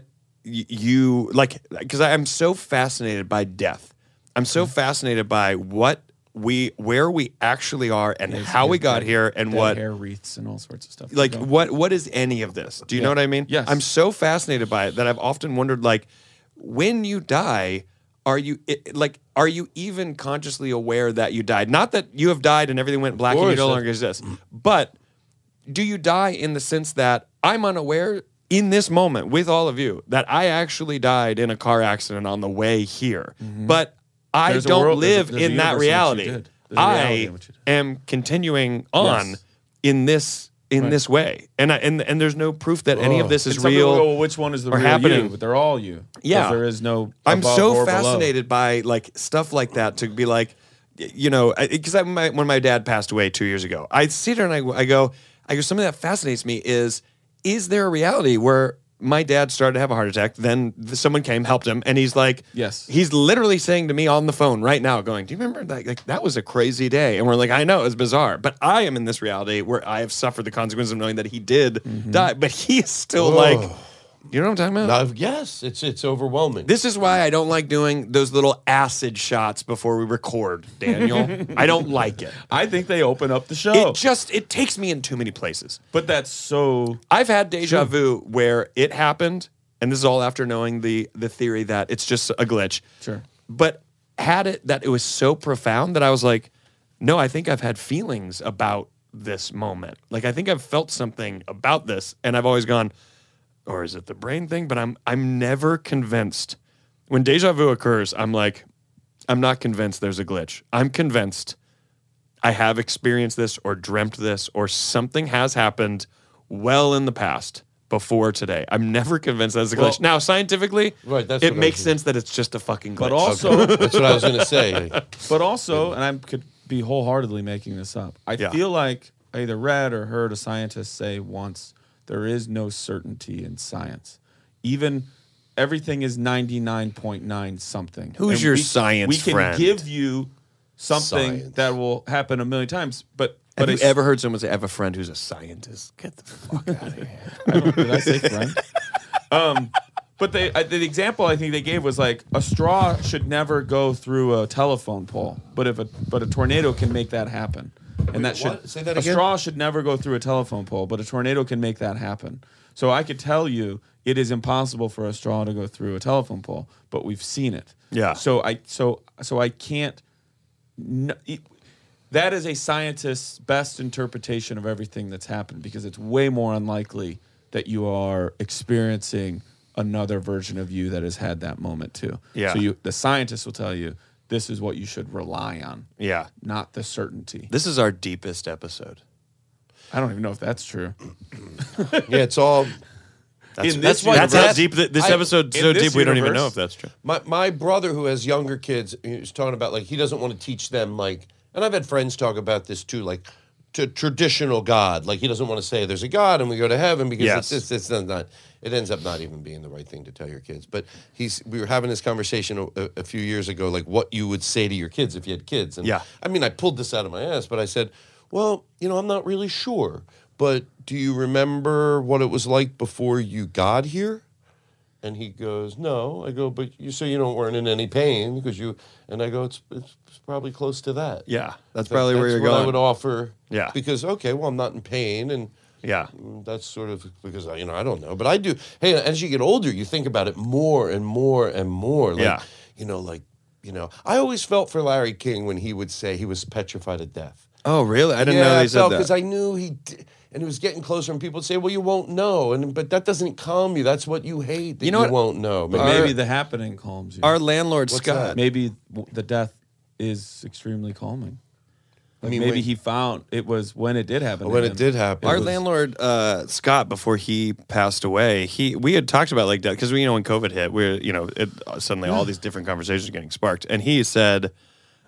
Speaker 5: y- you like because I'm so fascinated by death. I'm so fascinated by what we where we actually are and how we got here and
Speaker 2: dead
Speaker 5: what
Speaker 2: hair wreaths and all sorts of stuff.
Speaker 5: like
Speaker 2: Yeah.
Speaker 5: what what is any of this do you know what i mean
Speaker 2: Yes.
Speaker 5: i'm so fascinated by it that i've often wondered like when you die are you it, like are you even consciously aware that you died not that you have died and everything went black and you
Speaker 4: course,
Speaker 5: no
Speaker 4: that-
Speaker 5: longer exist but do you die in the sense that i'm unaware in this moment with all of you that i actually died in a car accident on the way here but i
Speaker 2: Mm-hmm. There's a
Speaker 5: don't
Speaker 2: world- there's a-
Speaker 5: live
Speaker 2: there's a
Speaker 5: in that
Speaker 2: universe in which you
Speaker 5: reality,
Speaker 2: did. There's a reality
Speaker 5: i
Speaker 2: in which you did.
Speaker 5: am continuing on
Speaker 2: Yes.
Speaker 5: in this in this way, and I, and and there's no proof that any of this
Speaker 2: And
Speaker 5: is
Speaker 2: some people
Speaker 5: real.
Speaker 2: go, well, oh, which one is the
Speaker 5: or
Speaker 2: real
Speaker 5: happening.
Speaker 2: you? But they're all you. 'Cause
Speaker 5: Yeah.
Speaker 2: there is no.
Speaker 5: I'm
Speaker 2: above
Speaker 5: so
Speaker 2: or below.
Speaker 5: fascinated by like stuff like that to be like, y- you know, because I, my, when my dad passed away two years ago, I sit there and I, I go, I go. Something that fascinates me is, is there a reality where my dad started to have a heart attack, then th- someone came, helped him, and he's like,
Speaker 2: Yes.
Speaker 5: he's literally saying to me on the phone right now, going, do you remember that? Like that was a crazy day, and we're like, I know it was bizarre, but I am in this reality where I have suffered the consequences of knowing that he did
Speaker 2: Mm-hmm.
Speaker 5: die, but he is still like. You know what I'm talking about?
Speaker 4: Uh, yes, it's it's overwhelming.
Speaker 5: This is why I don't like doing those little acid shots before we record, Daniel. I don't like it.
Speaker 2: I think they open up the show.
Speaker 5: It just it takes me in too many places.
Speaker 2: but that's so.
Speaker 5: I've had deja vu where it happened, and this is all after knowing the the theory that it's just a glitch.
Speaker 2: Sure.
Speaker 5: But had it that it was so profound that I was like, no, I think I've had feelings about this moment. Like I think I've felt something about this, and I've always gone, or is it the brain thing? But I'm I'm never convinced. When deja vu occurs, I'm like, I'm not convinced there's a glitch. I'm convinced I have experienced this or dreamt this or something has happened well in the past before today. I'm never convinced that's a glitch. now, scientifically,
Speaker 4: Right, that's what
Speaker 5: it
Speaker 4: I
Speaker 5: makes
Speaker 4: was-
Speaker 5: sense that it's just a fucking glitch.
Speaker 2: But also,
Speaker 4: That's what I was gonna say.
Speaker 2: but also, and I could be wholeheartedly making this up. I
Speaker 5: Yeah.
Speaker 2: feel like I either read or heard a scientist say once there is no certainty in science. Even everything is 99.9 something.
Speaker 5: Who's your science
Speaker 2: We can
Speaker 5: friend?
Speaker 2: give you something
Speaker 4: Science.
Speaker 2: that will happen a million times, but
Speaker 5: have
Speaker 2: but
Speaker 5: you
Speaker 2: it's-
Speaker 5: ever heard someone say, I have a friend who's a scientist? Get the fuck out of here.
Speaker 2: I don't, did I say friend? um, but they, I, the example I think they gave was like a straw should never go through a telephone pole, but if a but a tornado can make that happen, and that should
Speaker 4: what? Say that
Speaker 2: a
Speaker 4: again?
Speaker 2: straw should never go through a telephone pole, but a tornado can make that happen. So I could tell you it is impossible for a straw to go through a telephone pole, but we've seen it.
Speaker 5: Yeah.
Speaker 2: So I so so I can't no, it- that is a scientist's best interpretation of everything that's happened because it's way more unlikely that you are experiencing another version of you that has had that moment too.
Speaker 5: Yeah.
Speaker 2: So you, the scientist will tell you this is what you should rely on,
Speaker 5: Yeah.
Speaker 2: not the certainty.
Speaker 5: This is our deepest episode.
Speaker 2: I don't even know if that's true.
Speaker 4: yeah, it's all.
Speaker 5: That's, that's why that's how deep th- this
Speaker 4: I-
Speaker 5: episode
Speaker 4: in
Speaker 5: so deep
Speaker 4: this
Speaker 5: we don't even
Speaker 4: universe-
Speaker 5: know if that's true.
Speaker 4: My my brother who has younger kids he was talking about like he doesn't want to teach them like and I've had friends talk about this too like to traditional God like he doesn't want to say there's a God and we go to heaven because
Speaker 5: Yes.
Speaker 4: it's this it's not, not it ends up not even being the right thing to tell your kids but he's we were having this conversation a- a, a few years ago like what you would say to your kids if you had kids and
Speaker 5: Yeah.
Speaker 4: I mean I pulled this out of my ass but I said well you know I'm not really sure but do you remember what it was like before you got here and he goes, "No." I go, "But you so you don't weren't in any pain because you." And I go, "It's it's probably close to that."
Speaker 5: Yeah, that's
Speaker 4: That-
Speaker 5: probably where
Speaker 4: that's
Speaker 5: you're
Speaker 4: what
Speaker 5: going.
Speaker 4: I would offer.
Speaker 5: Yeah.
Speaker 4: Because okay, well, I'm not in pain, and
Speaker 5: yeah,
Speaker 4: that's sort of because I, you know I don't know, but I do. Hey, as you get older, you think about it more and more and more. Like,
Speaker 5: Yeah.
Speaker 4: You know, like you know, I always felt for Larry King when he would say he was petrified of death.
Speaker 5: Oh, really? I didn't know
Speaker 4: yeah,
Speaker 5: they
Speaker 4: I
Speaker 5: said
Speaker 4: felt because
Speaker 5: that.
Speaker 4: I knew he. D- and it was getting closer, and people would say, "Well, you won't know," and but that doesn't calm you. That's what you hate. That
Speaker 5: You know what?
Speaker 4: won't know.
Speaker 2: But maybe the happening calms you.
Speaker 9: Our landlord
Speaker 4: What's
Speaker 9: Scott.
Speaker 4: that?
Speaker 2: maybe w- the death is extremely calming. Like
Speaker 4: mean,
Speaker 2: maybe
Speaker 4: wait.
Speaker 2: he found it was when it did happen. to
Speaker 4: when
Speaker 2: him.
Speaker 4: it did happen,
Speaker 5: Our landlord uh, Scott, before he passed away, he we had talked about like that because we you know when COVID hit, we're you know it, uh, suddenly all these different conversations are getting sparked, and he said,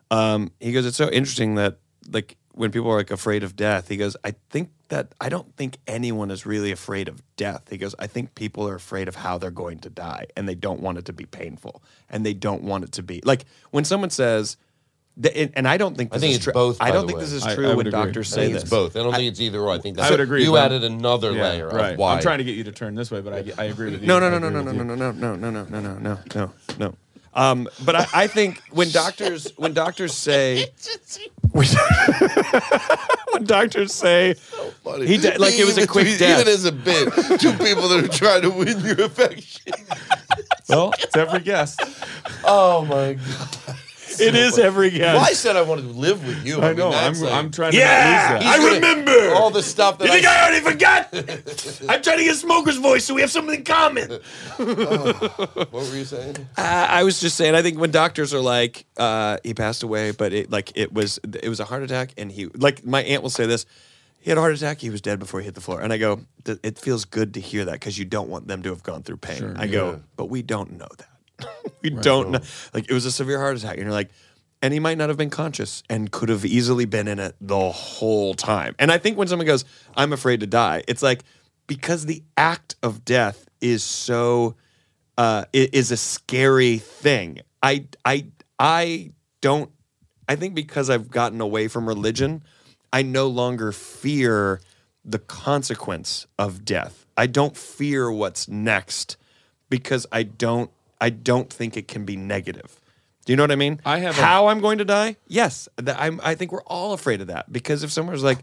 Speaker 5: um, he goes, it's so interesting that like when people are like afraid of death, he goes, I think that I don't think anyone is really afraid of death. He goes, I think people are afraid of how they're going to die, and they don't want it to be painful, and they don't want it to be like when someone says. th- And and I don't think
Speaker 4: I
Speaker 5: this
Speaker 4: think
Speaker 5: is
Speaker 4: it's
Speaker 5: true.
Speaker 4: both,
Speaker 5: I
Speaker 4: by
Speaker 5: don't
Speaker 4: the
Speaker 5: think
Speaker 4: way.
Speaker 5: this is
Speaker 2: I- I
Speaker 5: true
Speaker 2: would
Speaker 5: when
Speaker 2: agree.
Speaker 5: doctors
Speaker 4: I
Speaker 5: say
Speaker 4: think
Speaker 5: this.
Speaker 4: it's both. I don't think it's either or. I think that's
Speaker 2: I would agree,
Speaker 4: You
Speaker 2: but-
Speaker 4: added another
Speaker 2: Yeah,
Speaker 4: layer
Speaker 2: right.
Speaker 4: of why.
Speaker 2: I'm trying to get you to turn this way, but I, I agree with you.
Speaker 5: No, no,
Speaker 2: I
Speaker 5: no, no,
Speaker 2: agree
Speaker 5: no,
Speaker 2: with
Speaker 5: no,
Speaker 2: you.
Speaker 5: no, no, no, no, no, no, no, no, no, no, no. Um, but I, I think when doctors when doctors say when, when doctors say
Speaker 4: Funny.
Speaker 5: he di- like it was a
Speaker 4: Even-
Speaker 5: quick death.
Speaker 4: Even as a bit, two people that are trying to win your affection.
Speaker 2: Well, it's every guest.
Speaker 4: Oh my god!
Speaker 5: it is every guest.
Speaker 4: Well, I said I wanted to live with you.
Speaker 2: I know. I'm,
Speaker 4: that's like-
Speaker 2: I'm trying to
Speaker 5: Yeah,
Speaker 2: not lose that.
Speaker 4: He's
Speaker 5: I
Speaker 4: gonna-
Speaker 5: remember.
Speaker 4: all the stuff that
Speaker 5: you think
Speaker 4: I.
Speaker 5: I already forgot? I'm trying to get Smoker's voice so we have something in common.
Speaker 4: what were you saying?
Speaker 5: I, I was just saying. I think when doctors are like, uh, he passed away, but it like it was it was a heart attack, and he like my aunt will say this. He had a heart attack. He was dead before he hit the floor. And I go, "Th- it feels good to hear that because you don't want them to have gone through pain. I go, but we don't know that. we don't know. Like it was a severe heart attack, and you're like, and he might not have been conscious and could have easily been in it the whole time. And I think when someone goes, I'm afraid to die, it's like because the act of death is so uh, i- is a scary thing. I I I don't. I think because I've gotten away from religion, I no longer fear the consequence of death. I don't fear what's next because I don't. I don't think it can be negative. Do you know what I mean?
Speaker 2: I have a-
Speaker 5: how i I'm going to die. Yes, that I'm, I think we're all afraid of that because if someone's like.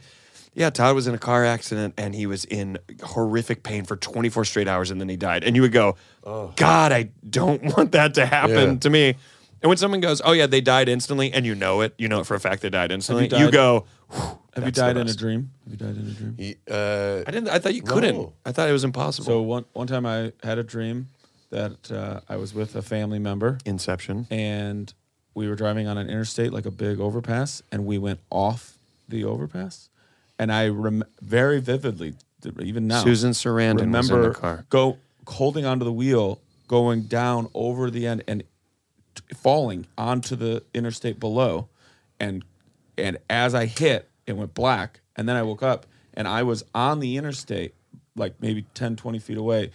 Speaker 5: Yeah, Todd was in a car accident and he was in horrific pain for 24 straight hours and then he died. And you would go, God, I don't want that to happen
Speaker 4: Yeah.
Speaker 5: to me. And when someone goes, Oh, yeah, they died instantly, and you know it, you know it for a fact they died instantly, you,
Speaker 2: died-
Speaker 5: go,
Speaker 2: Have you
Speaker 5: That's the
Speaker 2: died in a
Speaker 5: best.
Speaker 2: dream? Have you died in a dream?
Speaker 4: He, uh,
Speaker 5: I didn't, I thought you couldn't.
Speaker 4: No.
Speaker 5: I thought it was impossible.
Speaker 2: So one one time I had a dream that uh, I was with a family member
Speaker 5: Inception.
Speaker 2: and we were driving on an interstate like a big overpass and we went off the overpass and i rem- very vividly th- even now
Speaker 5: Susan Sarandon was in
Speaker 2: remember
Speaker 5: the car.
Speaker 2: go holding onto the wheel going down over the end and t- falling onto the interstate below and and as i hit it went black and then i woke up and i was on the interstate like maybe 10 20 feet away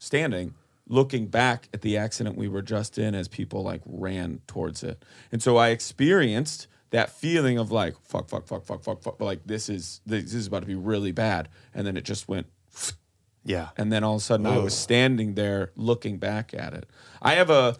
Speaker 2: standing looking back at the accident we were just in as people like ran towards it and so i experienced that feeling of like fuck fuck fuck fuck fuck fuck like this is this is about to be really bad and then it just went
Speaker 5: Yeah.
Speaker 2: and then all of a sudden I was standing there looking back at it. I have a,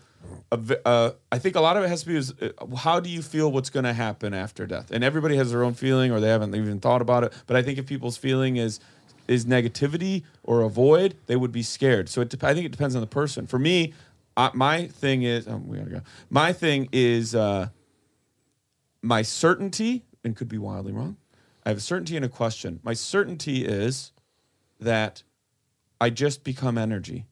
Speaker 2: a v- uh, I think a lot of it has to be is uh, how do you feel what's going to happen after death? And everybody has their own feeling, or they haven't even thought about it. But I think if people's feeling is is negativity or avoid, they would be scared. So it dep I think it depends on the person. For me, I, my thing is oh, we gotta go. My thing is. Uh, my certainty, and could be wildly wrong, I have a certainty and a question. My certainty is that I just become energy.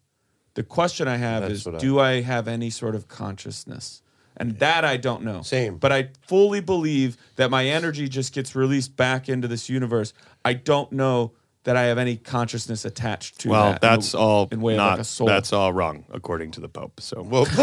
Speaker 2: The question I have
Speaker 4: That's
Speaker 2: is
Speaker 4: what I-
Speaker 2: do I have any sort of consciousness? And that I don't know.
Speaker 4: Same.
Speaker 2: But I fully believe that my energy just gets released back into this universe. I don't know that I have any consciousness attached to
Speaker 5: well,
Speaker 2: that. in a-
Speaker 5: that's all
Speaker 2: in way of
Speaker 5: not.
Speaker 2: like a soul.
Speaker 5: That's all wrong, according to the Pope. So
Speaker 4: Well,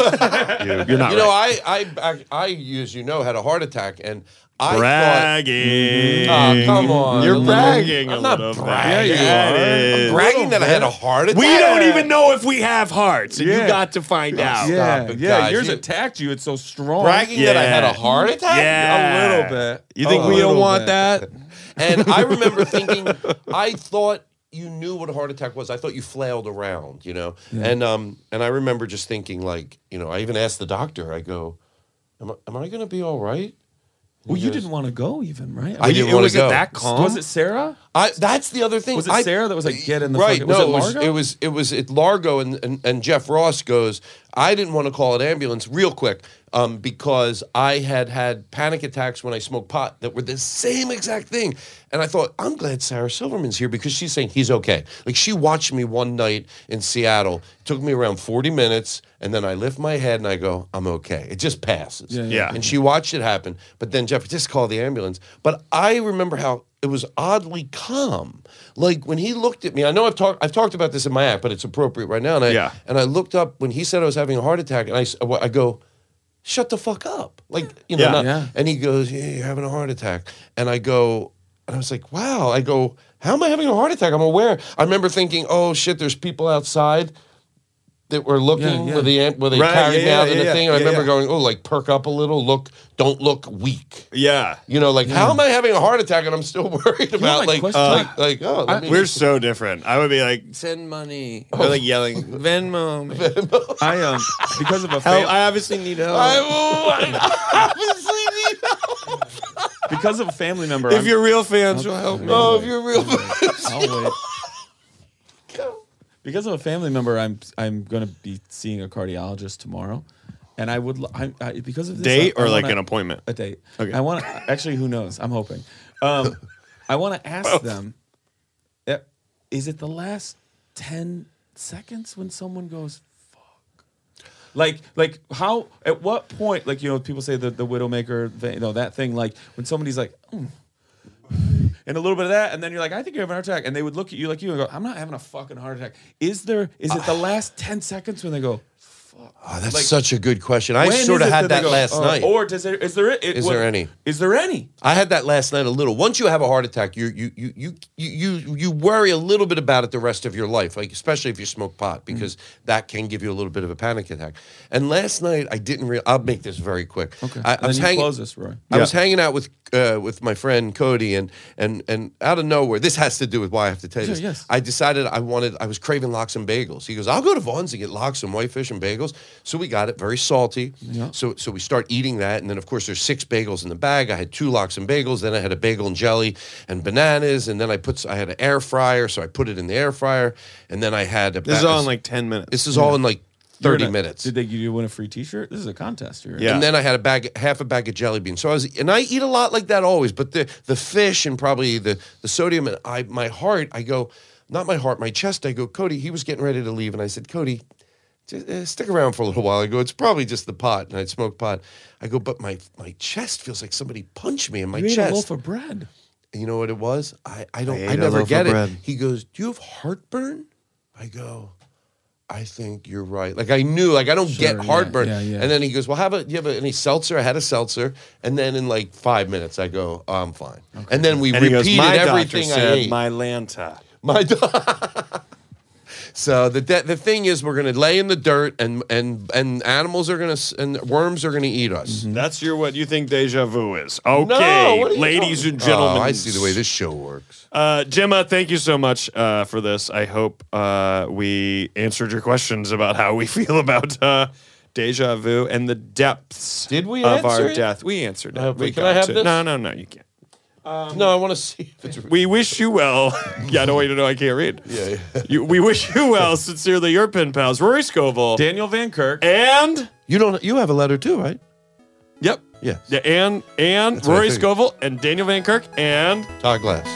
Speaker 5: you, are not
Speaker 4: you know,
Speaker 5: right.
Speaker 4: I, I, I, I, as you know, had a heart attack, and I
Speaker 5: bragging.
Speaker 4: thought, oh, come on,
Speaker 5: You're
Speaker 4: I'm
Speaker 5: bragging a
Speaker 4: I'm not
Speaker 5: little bit.
Speaker 4: bragging.
Speaker 5: Yeah, you are.
Speaker 4: I'm bragging that I had a heart attack.
Speaker 5: We don't even know if we have hearts, and
Speaker 2: Yeah.
Speaker 5: you got to find out.
Speaker 2: yeah,
Speaker 4: Stop it,
Speaker 2: yeah.
Speaker 4: guys.
Speaker 2: Yours
Speaker 4: You-
Speaker 2: attacked you. It's so strong.
Speaker 4: bragging that I had a heart attack.
Speaker 5: Yeah.
Speaker 2: A little bit.
Speaker 5: You think
Speaker 2: A
Speaker 5: we don't
Speaker 2: little
Speaker 5: want
Speaker 2: bit.
Speaker 5: that?
Speaker 4: And I remember thinking, I thought you knew what a heart attack was. I thought you flailed around, you know. And um, and I remember just thinking, like, you know, I even asked the doctor. I go, "Am I, am I going to be all right?"
Speaker 2: Well, you
Speaker 4: Because-
Speaker 2: didn't want to go even, right?
Speaker 4: I didn't
Speaker 5: It
Speaker 4: wanna
Speaker 5: was
Speaker 4: go.
Speaker 5: it that calm?
Speaker 2: Was it Sarah?
Speaker 4: I, that's the other thing.
Speaker 2: Was it
Speaker 4: I-
Speaker 2: Sarah that was like, get in the
Speaker 4: right?
Speaker 2: fucking- was
Speaker 4: no,
Speaker 2: it Largo?
Speaker 4: it was it was at Largo, and, and and Jeff Ross goes. I didn't want to call an ambulance real quick um, because I had had panic attacks when I smoked pot that were the same exact thing, and I thought I'm glad Sarah Silverman's here because she's saying he's okay. Like she watched me one night in Seattle. It took me around 40 minutes, and then I lift my head and I go, I'm okay. It just passes.
Speaker 5: yeah.
Speaker 4: And she watched it happen. But then Jeff just called the ambulance. But I remember how it was oddly calm. Like when he looked at me, I know I've talked I've talked about this in my act, but it's appropriate right now. And I,
Speaker 5: Yeah.
Speaker 4: and I looked up when he said I was having a heart attack, and I, s- I go, shut the fuck up. Like, you know,
Speaker 5: Yeah.
Speaker 4: not-
Speaker 2: Yeah.
Speaker 4: and he goes, yeah, you're having a heart attack. And I go, and I was like, wow. I go, how am I having a heart attack? I'm aware. I remember thinking, oh shit, there's people outside that were looking
Speaker 2: yeah.
Speaker 4: where the where they
Speaker 5: Right,
Speaker 4: carried me
Speaker 5: yeah,
Speaker 4: out
Speaker 5: yeah,
Speaker 4: in the
Speaker 5: yeah,
Speaker 4: thing. And I
Speaker 5: yeah,
Speaker 4: remember
Speaker 5: yeah.
Speaker 4: going, oh, like perk up a little, look, don't look weak.
Speaker 5: Yeah.
Speaker 4: You know, like how am I having a heart attack and I'm still worried
Speaker 2: my
Speaker 4: about Mm. like,
Speaker 2: question-
Speaker 4: like like oh let me-
Speaker 5: We're so different. I would be like,
Speaker 9: Send money.
Speaker 5: or like yelling, Venmo. me."
Speaker 2: I um because of a
Speaker 5: Help,
Speaker 2: fam-
Speaker 5: I obviously need help.
Speaker 4: I will- I obviously need
Speaker 2: because of a family member.
Speaker 5: if
Speaker 2: I'm-
Speaker 5: you're real fans, you'll help me.
Speaker 4: Oh, if you're real.
Speaker 2: I'll wait. because of a family member, I'm I'm gonna be seeing a cardiologist tomorrow, and I would l- I, I because of this,
Speaker 5: Date
Speaker 2: I- I
Speaker 5: or like
Speaker 2: wanna-
Speaker 5: an appointment?
Speaker 2: A date.
Speaker 5: Okay.
Speaker 2: I want to actually. Who knows? I'm hoping. Um, I want to ask them. eh, Is it the last ten seconds when someone goes? "Fuck"? Like, like, how? At what point? Like, you know, people say the the widowmaker, thing, you know, that thing. Like, when somebody's like, "Mm," and a little bit of that, and then you're like, I think you have a heart attack, and they would look at you like you and go, I'm not having a fucking heart attack. Is there? Is it the last ten seconds when they go?
Speaker 4: Oh, that's
Speaker 2: Like,
Speaker 4: such a good question. I
Speaker 2: "When
Speaker 4: sort
Speaker 2: is
Speaker 4: of
Speaker 2: it
Speaker 4: had
Speaker 2: they
Speaker 4: that
Speaker 2: go,
Speaker 4: last
Speaker 2: "Oh,"
Speaker 4: night.
Speaker 2: Or does there? Is there? It,
Speaker 4: Is there any?
Speaker 2: Is there any?
Speaker 4: I had that last night a little. Once you have a heart attack, you you you you you you- you worry a little bit about it the rest of your life, like especially if you smoke pot, because that can give you a little bit of a panic attack. And last night I didn't real. I'll make this very quick. Okay. I, I
Speaker 2: And then
Speaker 4: was
Speaker 2: you
Speaker 4: hanging.
Speaker 2: close this, Roy.
Speaker 4: I was hanging out with uh, with my friend Cody, and and and out of nowhere, this has to do with why I have to tell you
Speaker 2: Sure,
Speaker 4: this.
Speaker 2: yes.
Speaker 4: I decided I wanted. I was craving lox and bagels. He goes, "I'll go to Vaughn's and get lox and whitefish and bagels." So we got it, very salty. So so we start eating that, and then of course there's six bagels in the bag. I had two lox and bagels, then I had a bagel and jelly and bananas, and then I put s- I had an air fryer, so I put it in the air fryer, and then I had a.
Speaker 5: This is
Speaker 4: ba-
Speaker 5: all in like 10 minutes.
Speaker 4: This is all in like
Speaker 2: You're
Speaker 4: 30
Speaker 2: gonna-
Speaker 4: minutes.
Speaker 2: Did they give you win a free T-shirt? This is a contest here.
Speaker 5: Mm-hmm. Yeah.
Speaker 4: And then I had a bag, half a bag of jelly beans. So I was, and I eat a lot like that always. But the the fish and probably the the sodium and I my heart, I go, not my heart, my chest. I go, Cody. He was getting ready to leave, and I said, Cody, just, uh, stick around for a little while. I go, it's probably just the pot, and I'd smoke pot. I go, but my my chest feels like somebody punched me in my
Speaker 2: You ate
Speaker 4: chest.
Speaker 2: a loaf of bread.
Speaker 4: And you know what it was? I, I don't
Speaker 5: I ate
Speaker 4: I,
Speaker 5: a
Speaker 4: never
Speaker 5: loaf
Speaker 4: get
Speaker 5: of
Speaker 4: it.
Speaker 5: bread.
Speaker 4: He goes, Do you have heartburn? I go, I think you're right. Like I knew, like I don't get
Speaker 2: yeah,
Speaker 4: heartburn.
Speaker 2: yeah, yeah.
Speaker 4: And then he goes, Well, have a do you have any seltzer? I had a seltzer. And then in like five minutes I go, oh, I'm fine. And then we
Speaker 5: and he goes,
Speaker 4: repeated
Speaker 5: my doctor
Speaker 4: everything I
Speaker 5: said,
Speaker 4: ate. Mm-hmm.
Speaker 5: my Lanta.
Speaker 4: My dog. so the de- the thing is, we're gonna lay in the dirt, and and and animals are gonna s- and worms are gonna eat us.
Speaker 5: That's your what you think deja vu is. Mm-hmm. Okay,
Speaker 4: what are you
Speaker 5: ladies
Speaker 4: talking-
Speaker 5: and gentlemen.
Speaker 4: Oh, I see the way this show works.
Speaker 5: Uh, Gemma, thank you so much uh, for this. I hope uh, we answered your questions about how we feel about uh, deja vu and the depths
Speaker 4: Did we
Speaker 5: of our
Speaker 4: answer it?
Speaker 5: death. We answered it.
Speaker 4: hope
Speaker 5: we
Speaker 4: we- can I have
Speaker 5: to-
Speaker 4: this?
Speaker 5: No, no, no, you can't.
Speaker 4: Um, no, I want to see if it's
Speaker 5: We wish you well. yeah, I don't want you to know I can't read.
Speaker 4: yeah.
Speaker 5: You, we wish you well. Sincerely, your pen pals, Rory Scovel.
Speaker 2: Daniel Van Kirk.
Speaker 5: and,
Speaker 4: You don't. You have a letter too, right?
Speaker 5: yep.
Speaker 4: Yes.
Speaker 5: Yeah, and, and
Speaker 4: what I
Speaker 5: Rory
Speaker 4: figured.
Speaker 5: Scovel and Daniel Van Kirk and
Speaker 4: Todd Glass.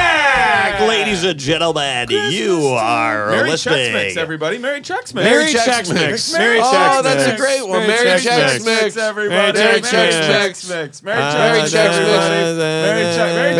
Speaker 9: and gentlemen, you are
Speaker 2: Mary Chex Mix,
Speaker 9: listening.
Speaker 2: everybody. Mary Chex Mix.
Speaker 5: Mary Chex Mix. Mary Chex
Speaker 4: Oh, that's a
Speaker 5: Mix.
Speaker 4: great one.
Speaker 5: Mary
Speaker 4: Mary Chex
Speaker 5: Chex
Speaker 4: Mix.
Speaker 2: everybody.
Speaker 4: Mary
Speaker 2: Mary
Speaker 4: Chex Mix.
Speaker 2: Chex Mix. Mary
Speaker 4: Mary
Speaker 2: Chex Mix.
Speaker 4: Chex Mix.
Speaker 2: everybody. Mary Chex Mary
Speaker 4: Mary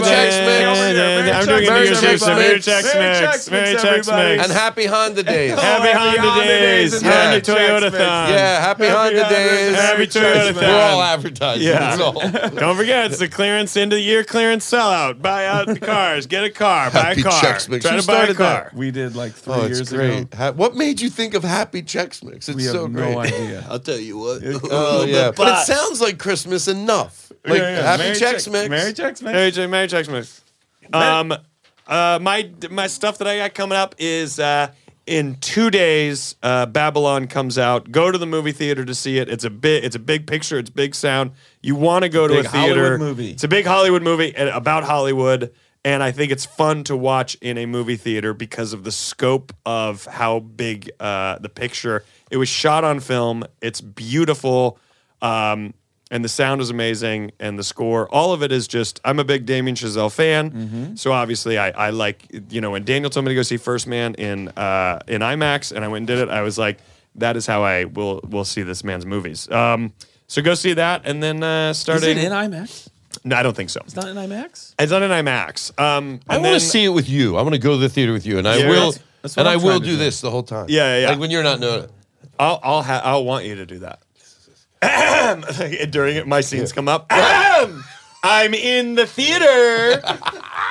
Speaker 2: Chex Mix.
Speaker 4: Chex
Speaker 2: everybody.
Speaker 4: Mix.
Speaker 2: Over there. Mary
Speaker 5: I'm
Speaker 2: Chex
Speaker 5: doing a New
Speaker 2: Mix,
Speaker 5: Year's Eve, so
Speaker 2: everybody.
Speaker 5: Mary Chex Mix. Mary Chex
Speaker 2: everybody.
Speaker 5: Mix.
Speaker 4: And happy Honda days.
Speaker 5: Happy
Speaker 2: Happy
Speaker 5: Honda
Speaker 2: Honda
Speaker 5: days.
Speaker 2: days.
Speaker 5: Honda
Speaker 4: Yeah.
Speaker 5: Toyota Thon.
Speaker 4: Yeah, happy, Honda,
Speaker 2: Honda
Speaker 4: days.
Speaker 2: days.
Speaker 5: Happy Toyota
Speaker 4: We're all
Speaker 5: Thon.
Speaker 4: advertising.
Speaker 5: Yeah.
Speaker 4: That's all.
Speaker 5: Don't forget, it's the clearance end of the year clearance sellout. Buy out the cars. Get a car. Buy
Speaker 4: Happy
Speaker 5: a car.
Speaker 4: Chex Mix.
Speaker 5: Try
Speaker 4: Who
Speaker 5: to buy a
Speaker 4: started that?
Speaker 5: car.
Speaker 2: We did like three
Speaker 4: Oh, it's
Speaker 2: years
Speaker 4: great.
Speaker 2: ago.
Speaker 4: Ha- what made you think of Happy Chex Mix? It's
Speaker 2: We have
Speaker 4: so great.
Speaker 2: no idea.
Speaker 9: I'll tell you what.
Speaker 4: Oh yeah, but it
Speaker 9: But-
Speaker 4: sounds like Christmas enough. Like
Speaker 2: Yeah, yeah.
Speaker 4: Happy
Speaker 2: Mary
Speaker 4: Chex Mix.
Speaker 2: Mary Chex Mix.
Speaker 5: Mary, J- Mary Chex Mix. Um, uh, my my stuff that I got coming up is uh, in two days. Uh, Babylon comes out. Go to the movie theater to see it. It's a big it's a big picture. It's big sound. You want to go to a
Speaker 2: Big Hollywood
Speaker 5: theater
Speaker 2: movie.
Speaker 5: It's a big Hollywood movie and about Hollywood. And I think it's fun to watch in a movie theater because of the scope of how big uh, the picture. It was shot on film. It's beautiful. Um, and the sound is amazing and the score all of it is just i'm a big damien chazelle fan
Speaker 2: Mm-hmm.
Speaker 5: so obviously I, I like you know when daniel told me to go see first man in uh, in imax and i went and did it i was like that is how i will will see this man's movies um, so go see that and then uh,
Speaker 2: Is
Speaker 5: starting
Speaker 2: it in IMAX?
Speaker 5: no i don't think so
Speaker 2: It's not in IMAX?
Speaker 5: it's not in imax um,
Speaker 4: I
Speaker 5: and
Speaker 4: want to
Speaker 5: then-
Speaker 4: see it with you. I want to go to the theater with you, and I
Speaker 5: Yeah,
Speaker 4: will.
Speaker 5: that's-
Speaker 2: that's what
Speaker 4: and i
Speaker 2: I'm
Speaker 4: will
Speaker 2: trying to
Speaker 4: do
Speaker 2: do.
Speaker 4: this the whole time.
Speaker 5: Yeah, yeah, yeah.
Speaker 4: Like when you're not knowing it.
Speaker 5: I'll I'll, ha- I'll want you to do that. During it, my scenes come up. I'm in the theater.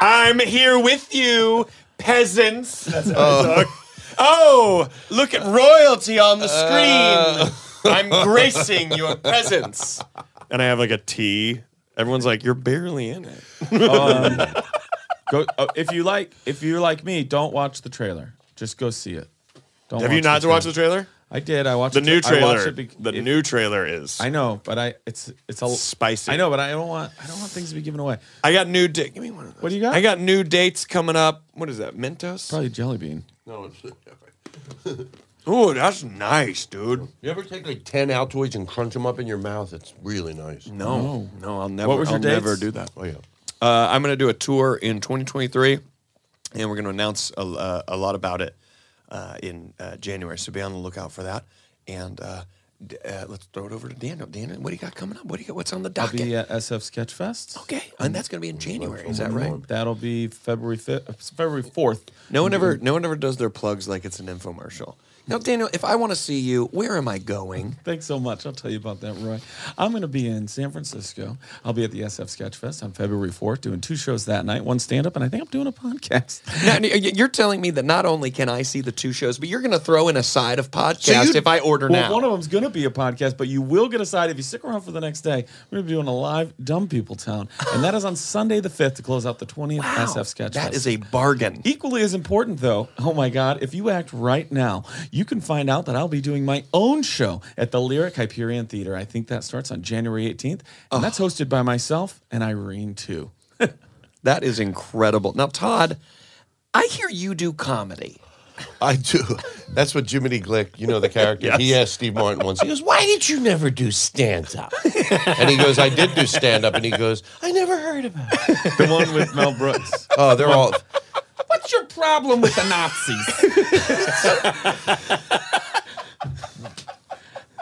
Speaker 5: I'm here with you, peasants. That's how I talk. Oh, look at royalty on the screen. I'm gracing your presence. And I have like a tea. Everyone's like, you're barely in it.
Speaker 4: Oh.
Speaker 2: Um, Go oh, if you like if you're like me, don't watch the trailer. Just go see it. Don't
Speaker 5: Have you not watched the trailer?
Speaker 2: I did. I watched
Speaker 5: The new
Speaker 2: tra- I watched
Speaker 5: trailer.
Speaker 2: it bec-
Speaker 5: The
Speaker 2: it-
Speaker 5: new trailer is
Speaker 2: I know, but I it's it's a
Speaker 5: spicy.
Speaker 2: I know, but I don't want I don't want things to be given away.
Speaker 5: I got new. Da- Give me one of those.
Speaker 2: What do you got?
Speaker 5: I got new dates coming up. What is that? Mentos.
Speaker 2: probably jelly bean.
Speaker 4: No, it's-
Speaker 5: Oh, that's nice, dude.
Speaker 4: you ever take like ten Altoids and crunch them up in your mouth? It's really nice.
Speaker 5: No, no, I'll never.
Speaker 2: What was your
Speaker 5: I'll never
Speaker 2: dates?
Speaker 5: do that.
Speaker 4: Oh yeah.
Speaker 5: Uh, I'm going to do a tour in 2023, and we're going to announce a, uh, a lot about it uh, in uh, January. So be on the lookout for that. And uh, d- uh, let's throw it over to Daniel. Daniel, what do you got coming up? What do you got? What's on the
Speaker 2: I'll
Speaker 5: docket?
Speaker 2: be uh, at SF Sketchfest. Mm-hmm.
Speaker 5: okay, and that's going to be in January. Is that right?
Speaker 2: That'll be February 5th, February 4th.
Speaker 5: No one ever, no one ever does their plugs like it's an infomercial. Now, Daniel, if I want to see you, where am I going?
Speaker 2: Thanks so much. I'll tell you about that, Roy. I'm going to be in San Francisco. I'll be at the SF Sketchfest on February 4th, doing two shows that night, one stand up, and I think I'm doing a podcast.
Speaker 9: Now, y- y- you're telling me that not only can I see the two shows, but you're going to throw in a side of podcast if I order
Speaker 2: well,
Speaker 9: now.
Speaker 2: one of them's going to be a podcast, but you will get a side if you stick around for the next day. We're going to be doing a live Dumb People Town, and that is on Sunday the 5th to close out the 20th SF Sketchfest.
Speaker 9: that is a bargain.
Speaker 2: Equally as important, though, oh my God, if you act right now, you can find out that I'll be doing my own show at the Lyric Hyperion Theater. I think that starts on January 18th, and that's hosted by myself and Irene, too.
Speaker 9: That is incredible. Now, Todd, I hear you do comedy.
Speaker 4: I do. That's what Jiminy Glick, you know the character. He asked Steve Martin once. He goes, "Why did you never do stand up?" and he goes, "I did do stand up." And he goes, "I never heard about." it.
Speaker 2: The one with Mel Brooks.
Speaker 4: Oh, they're all.
Speaker 2: What's your problem with the Nazis?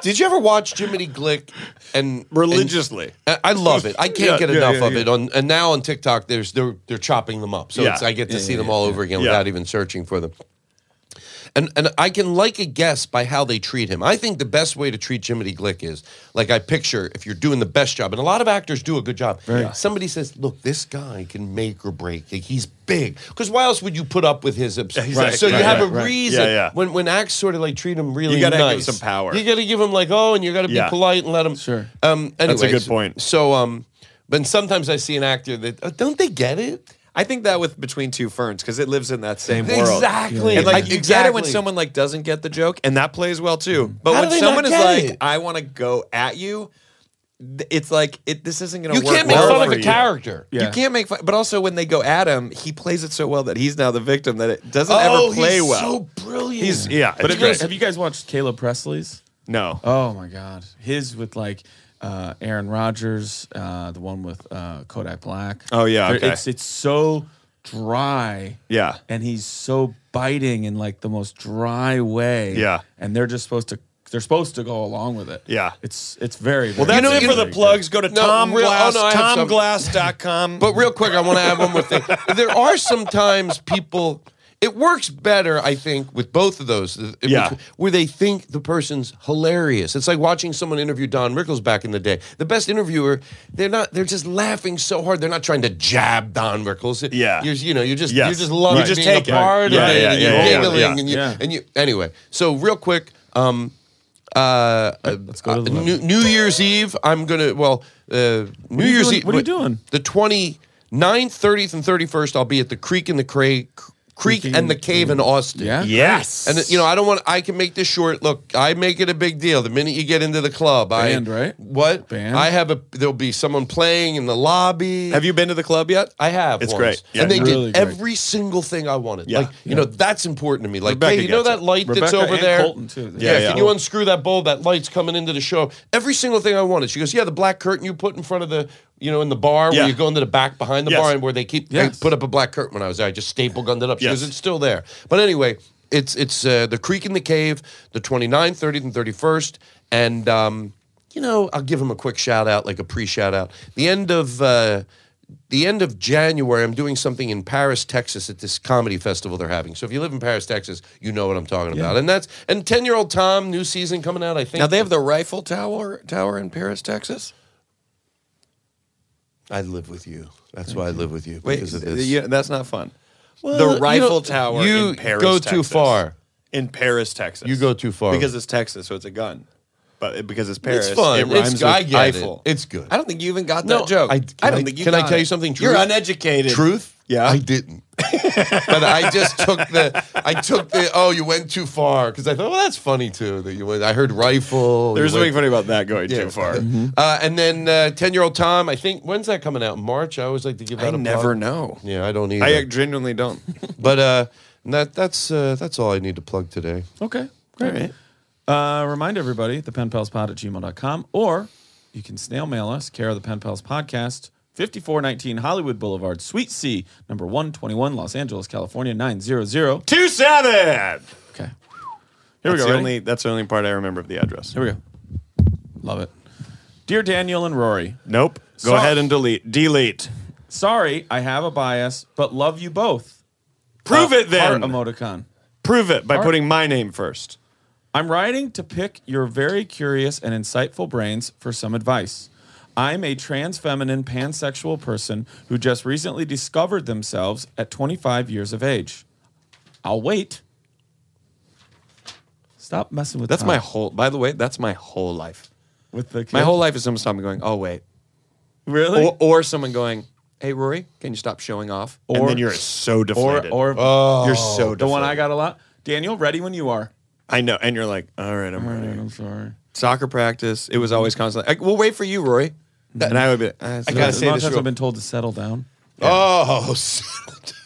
Speaker 4: Did you ever watch Jiminy Glick and
Speaker 5: Religiously.
Speaker 4: I I love it. I can't
Speaker 5: Yeah,
Speaker 4: get
Speaker 5: yeah,
Speaker 4: enough
Speaker 5: yeah,
Speaker 4: of
Speaker 5: yeah.
Speaker 4: it. On and now on TikTok, there's they're they're chopping them up, so
Speaker 5: Yeah.
Speaker 4: it's, I get to
Speaker 2: Yeah,
Speaker 4: see
Speaker 2: yeah,
Speaker 4: them
Speaker 2: yeah,
Speaker 4: all over again
Speaker 5: Yeah.
Speaker 4: without even searching for them. And and I can like a guess by how they treat him. I think the best way to treat Jiminy Glick is like I picture if you're doing the best job, and a lot of actors do a good job. Somebody says, "Look, this guy can make or break. Like, he's big." Because why else would you put up with his? Obs-
Speaker 5: Exactly.
Speaker 4: So you
Speaker 5: Right,
Speaker 4: have
Speaker 5: right,
Speaker 4: a
Speaker 5: right.
Speaker 4: reason
Speaker 5: Yeah, yeah.
Speaker 4: when when acts sort of like treat him really.
Speaker 5: gotta give him
Speaker 4: nice.
Speaker 5: some power.
Speaker 4: You got to give him like oh, and you got to be
Speaker 5: Yeah.
Speaker 4: polite and let him.
Speaker 2: Sure.
Speaker 4: Um.
Speaker 5: That's a
Speaker 4: anyways,
Speaker 5: good point.
Speaker 4: So um, but sometimes I see an actor that oh, don't they get it?
Speaker 5: I think that with between two ferns because it lives in that same world.
Speaker 4: Exactly.
Speaker 5: And like you get it when
Speaker 4: exactly.
Speaker 5: someone like doesn't get the joke, and that plays well too.
Speaker 9: Mm.
Speaker 5: But
Speaker 4: Mm-hmm. How do
Speaker 5: when
Speaker 4: they
Speaker 5: someone
Speaker 4: not
Speaker 5: is
Speaker 4: get
Speaker 5: like,
Speaker 4: it?
Speaker 5: "I want to go at you," th- it's like it. This isn't going
Speaker 4: you
Speaker 5: to work.
Speaker 4: can't make
Speaker 5: well
Speaker 4: fun
Speaker 5: for
Speaker 4: of a
Speaker 5: you.
Speaker 4: character.
Speaker 5: You
Speaker 2: Yeah.
Speaker 5: can't make fun. But also when they go at him, he plays it so well that he's now the victim that it doesn't ever play
Speaker 4: he's
Speaker 5: well.
Speaker 4: so brilliant.
Speaker 5: Oh, he's yeah.
Speaker 2: but have
Speaker 5: it's
Speaker 2: you, guys,
Speaker 5: great.
Speaker 2: have you guys watched Caleb Presley's?
Speaker 5: no.
Speaker 2: Oh my God, his with like uh, Aaron Rodgers, uh, the one with uh, Kodak Black.
Speaker 5: Oh, yeah,
Speaker 2: There-
Speaker 5: okay.
Speaker 2: it's it's so dry.
Speaker 5: Yeah.
Speaker 2: And he's so biting in like the most dry way.
Speaker 5: Yeah.
Speaker 2: And they're just supposed to they're supposed to go along with it.
Speaker 5: Yeah.
Speaker 2: It's it's very,
Speaker 5: Well,
Speaker 2: very
Speaker 5: that's it
Speaker 2: good.
Speaker 5: for the plugs. Go to
Speaker 4: No,
Speaker 5: Tom
Speaker 4: real- oh,
Speaker 5: Glass,
Speaker 4: no, I have some.
Speaker 5: tomglass.com.
Speaker 4: But real quick, I want to add one more thing. There are sometimes people. It works better, I think, with both of those. uh,
Speaker 5: Yeah.
Speaker 4: Where they think the person's hilarious. It's like watching someone interview Don Rickles back in the day. The best interviewer, they're not. They're just laughing so hard. They're not trying to jab Don Rickles. It-
Speaker 5: Yeah.
Speaker 4: You're, you know, you're just
Speaker 5: Yes.
Speaker 4: you're just loving
Speaker 5: You just
Speaker 4: being
Speaker 5: take it.
Speaker 4: a part
Speaker 5: Yeah,
Speaker 4: of it.
Speaker 5: yeah,
Speaker 4: and
Speaker 5: yeah,
Speaker 4: you're
Speaker 5: yeah,
Speaker 4: giggling
Speaker 5: yeah.
Speaker 4: and you
Speaker 2: Yeah.
Speaker 4: and you. Anyway, so real quick. Um, uh, Let's
Speaker 2: go to the
Speaker 4: New, New Year's Eve. I'm gonna. Well, uh,
Speaker 2: you
Speaker 4: New Year's
Speaker 2: doing-
Speaker 4: Eve.
Speaker 2: what are you doing?
Speaker 4: wait, The 29th, 30th, and 31st. I'll be at the Creek and the Cray, Creek and the Cave in Austin.
Speaker 2: Yeah.
Speaker 5: Yes.
Speaker 4: And you know, I don't want. I can make this short. Look, I make it a big deal. The minute you get into the club,
Speaker 2: Band,
Speaker 4: I
Speaker 2: right?
Speaker 4: What
Speaker 2: Band.
Speaker 4: I have a. There'll be someone playing in the lobby.
Speaker 5: have you been to the club yet?
Speaker 4: I have.
Speaker 5: It's
Speaker 4: once.
Speaker 5: great. Yeah.
Speaker 4: and they
Speaker 2: Really
Speaker 4: did
Speaker 2: great.
Speaker 4: every single thing I wanted.
Speaker 5: Yeah.
Speaker 4: Like you know, that's important to me. Like,
Speaker 5: Rebecca
Speaker 4: hey, you know
Speaker 5: gets
Speaker 4: that
Speaker 5: it.
Speaker 4: light that's
Speaker 2: Rebecca
Speaker 4: over
Speaker 2: and
Speaker 4: there.
Speaker 2: Colton, too.
Speaker 4: Yeah,
Speaker 5: Yeah,
Speaker 4: can
Speaker 5: yeah.
Speaker 4: you unscrew that bulb? That light's coming into the show. Every single thing I wanted. She goes, yeah, the black curtain you put in front of the, you know, in the bar
Speaker 5: Yeah.
Speaker 4: where you go into the back behind the
Speaker 5: Yes.
Speaker 4: bar and where they keep they
Speaker 2: Yes.
Speaker 4: put up a black curtain when I was there. I just staple gunned it up. She
Speaker 5: Yes.
Speaker 4: goes, it's still there. But anyway, it's it's uh, the creek in the cave, the 29th, 30th, and 31st, and um, you know, I'll give them a quick shout out, like a pre shout out. The end of. Uh, the end of January, I'm doing something in Paris, Texas, at this comedy festival they're having. So if you live in Paris, Texas, you know what I'm talking about. And that's and ten year old Tom, new season coming out. I think
Speaker 9: Now they have the rifle tower tower in Paris, Texas.
Speaker 4: I live with you. That's why I live with you
Speaker 5: Wait,
Speaker 4: because of this.
Speaker 5: yeah, that's not fun.
Speaker 4: you
Speaker 5: the
Speaker 4: know,
Speaker 5: Rifle Tower
Speaker 4: you
Speaker 5: in Paris,
Speaker 4: go too
Speaker 5: Texas.
Speaker 4: far.
Speaker 5: In Paris, Texas.
Speaker 4: You go too far.
Speaker 5: Because it's Texas, so it's a gun. But it- because it's Paris,
Speaker 4: it's fun.
Speaker 5: it
Speaker 4: it's,
Speaker 5: rhymes with
Speaker 4: I get
Speaker 5: Eiffel.
Speaker 4: It. It's good.
Speaker 9: I don't think you even got
Speaker 4: No,
Speaker 9: that joke.
Speaker 4: I-
Speaker 9: I,
Speaker 4: can
Speaker 9: don't
Speaker 4: I-
Speaker 9: think you
Speaker 4: can I
Speaker 9: got
Speaker 4: tell you
Speaker 9: it.
Speaker 4: something,
Speaker 9: You're
Speaker 4: truth?
Speaker 9: uneducated.
Speaker 4: Truth?
Speaker 5: Yeah.
Speaker 4: I didn't. but I just took the I took the oh you went too far because I thought well that's funny too that you went I heard rifle you
Speaker 5: There's
Speaker 4: went-
Speaker 5: nothing funny about that going too far.
Speaker 4: Uh, and then ten year old Tom, I think when's that coming out? March. I always like to give
Speaker 5: I
Speaker 4: that. a
Speaker 5: never
Speaker 4: plug.
Speaker 5: know.
Speaker 4: Yeah, I don't either.
Speaker 5: I genuinely don't.
Speaker 4: but uh, that that's uh, that's all I need to plug today.
Speaker 2: Okay. Great. Uh, remind everybody, the penpalspod at gmail.com, or you can snail mail us, care of the Pen Pals Podcast, 5419 Hollywood Boulevard, Suite C, number 121, Los Angeles, California, 900.
Speaker 5: Two seven.
Speaker 2: Okay. we
Speaker 5: Here that's
Speaker 2: go,
Speaker 5: The
Speaker 2: ready?
Speaker 5: only, that's the only part I remember of the address.
Speaker 2: Here we go. Love it. Dear Daniel and Rory,
Speaker 5: Nope. Go
Speaker 2: Sorry.
Speaker 5: ahead and delete. Delete.
Speaker 2: sorry I have a bias, but love you both.
Speaker 5: Prove
Speaker 2: Uh,
Speaker 5: it then.
Speaker 2: Heart emoticon.
Speaker 5: Prove it by putting my name first.
Speaker 2: I'm writing to pick your very curious and insightful brains for some advice. I'm a trans feminine pansexual person who just recently discovered themselves at 25 years of age. I'll wait. Stop messing with
Speaker 5: That's
Speaker 2: Tom.
Speaker 5: my whole. By the way, that's my whole life.
Speaker 2: with the kid.
Speaker 5: My whole life is someone stopping going, "Oh wait,"
Speaker 2: really
Speaker 9: Or, or someone going, "Hey Rory, can you stop showing off?"
Speaker 5: and
Speaker 2: Or-
Speaker 5: then you're so
Speaker 2: or
Speaker 5: deflated. Oh.
Speaker 2: or
Speaker 5: you're so deflated.
Speaker 2: the one I got a lot. Daniel, ready when you are.
Speaker 5: I know, and you're like, "All right, I'm ready."
Speaker 2: I'm sorry.
Speaker 5: Soccer practice. It was always constantly. Like, we'll wait for you, Rory. and I would be. Like, "Ah, it's
Speaker 9: I
Speaker 5: okay."
Speaker 9: gotta
Speaker 2: As
Speaker 9: say
Speaker 2: long
Speaker 9: this
Speaker 2: as
Speaker 9: real-
Speaker 2: I've been told to settle down.
Speaker 4: Oh, so-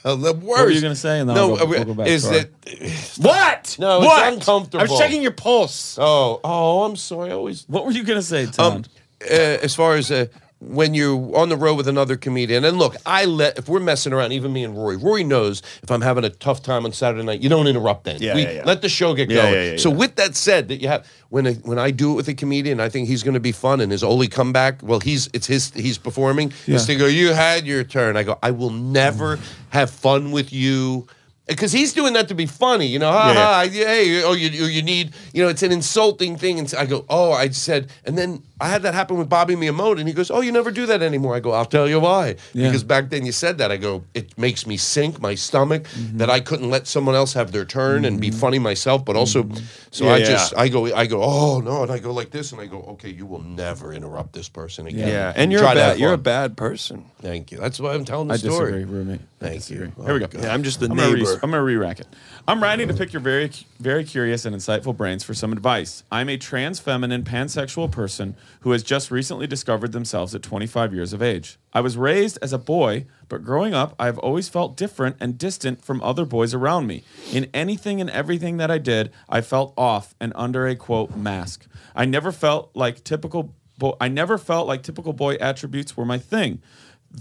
Speaker 4: the worst. What
Speaker 2: were you gonna say? And then
Speaker 4: no,
Speaker 2: I'll go-
Speaker 4: uh,
Speaker 2: we'll go back
Speaker 4: is
Speaker 2: to our-
Speaker 4: that?
Speaker 5: what?
Speaker 4: No, it's
Speaker 5: what?
Speaker 4: uncomfortable.
Speaker 5: I was checking your pulse.
Speaker 4: Oh, oh, I'm sorry. I always
Speaker 2: What were you gonna say, Tom?
Speaker 4: uh, as far as uh, when you're on the road with another comedian, and look, I let if we're messing around, even me and Rory, Rory knows if I'm having a tough time on Saturday night, you don't interrupt then.
Speaker 5: Yeah,
Speaker 4: we
Speaker 5: yeah, yeah.
Speaker 4: let the show get
Speaker 5: Yeah,
Speaker 4: going.
Speaker 5: yeah, yeah,
Speaker 4: so
Speaker 5: yeah.
Speaker 4: with that said, that you have when I, when I do it with a comedian, I think he's going to be fun and his only comeback. Well, he's it's his he's performing. Is to go, you had your turn. I go, I will never have fun with you. Because he's doing that to be funny, you know. Ha
Speaker 5: Yeah, yeah.
Speaker 4: ha! I- hey, oh, you, you you need, you know, it's an insulting thing. And so I go, oh, I said, and then I had that happen with Bobby Miyamoto, and he goes, oh, you never do that anymore. I go, I'll tell you why. Because back then you said that. I go, it makes me sink my stomach that I couldn't let someone else have their turn and be funny myself, but also, so
Speaker 5: Yeah,
Speaker 4: I
Speaker 5: yeah.
Speaker 4: just, I go, I go, oh no, and I go like this, and I go, okay, you will never interrupt this person again.
Speaker 5: Yeah, and you're a
Speaker 4: Try to have
Speaker 5: bad. You're a
Speaker 4: fun.
Speaker 5: bad person.
Speaker 4: Thank you. That's why I'm telling the
Speaker 2: I
Speaker 4: story.
Speaker 2: disagree, roommate. I
Speaker 4: Thank
Speaker 2: disagree.
Speaker 4: you.
Speaker 2: Here we go.
Speaker 4: Oh,
Speaker 5: Yeah, I'm just the
Speaker 2: I'm gonna,
Speaker 5: neighbor.
Speaker 2: re- I'm gonna re-rack it. I'm writing to pick your very, very curious and insightful brains for some advice. I'm a trans feminine pansexual person who has just recently discovered themselves at 25 years of age. I was raised as a boy, but growing up, I have always felt different and distant from other boys around me. In anything and everything that I did, I felt off and under a quote mask. I never felt like typical. Bo- I never felt like typical boy attributes were my thing.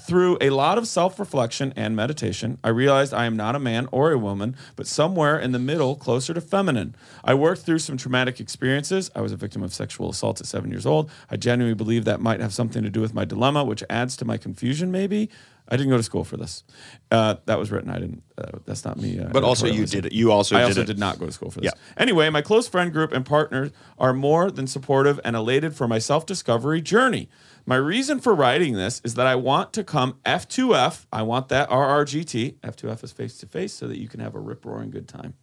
Speaker 2: Through a lot of self reflection and meditation, I realized I am not a man or a woman, but somewhere in the middle, closer to feminine. I worked through some traumatic experiences. I was a victim of sexual assault at seven years old. I genuinely believe that might have something to do with my dilemma, which adds to my confusion, maybe. I didn't go to school for this. Uh, that was written. I didn't. Uh, that's not me. Uh,
Speaker 5: But also you
Speaker 2: editorializing.
Speaker 5: did it. You also
Speaker 2: I
Speaker 5: did
Speaker 2: also
Speaker 5: it.
Speaker 2: did not go to school for this.
Speaker 5: Yeah.
Speaker 2: Anyway, my close friend group and partners are more than supportive and elated for my self discovery journey. My reason for writing this is that I want to come F2F. I want that RRGT. F2F is face to face so that you can have a rip roaring good time.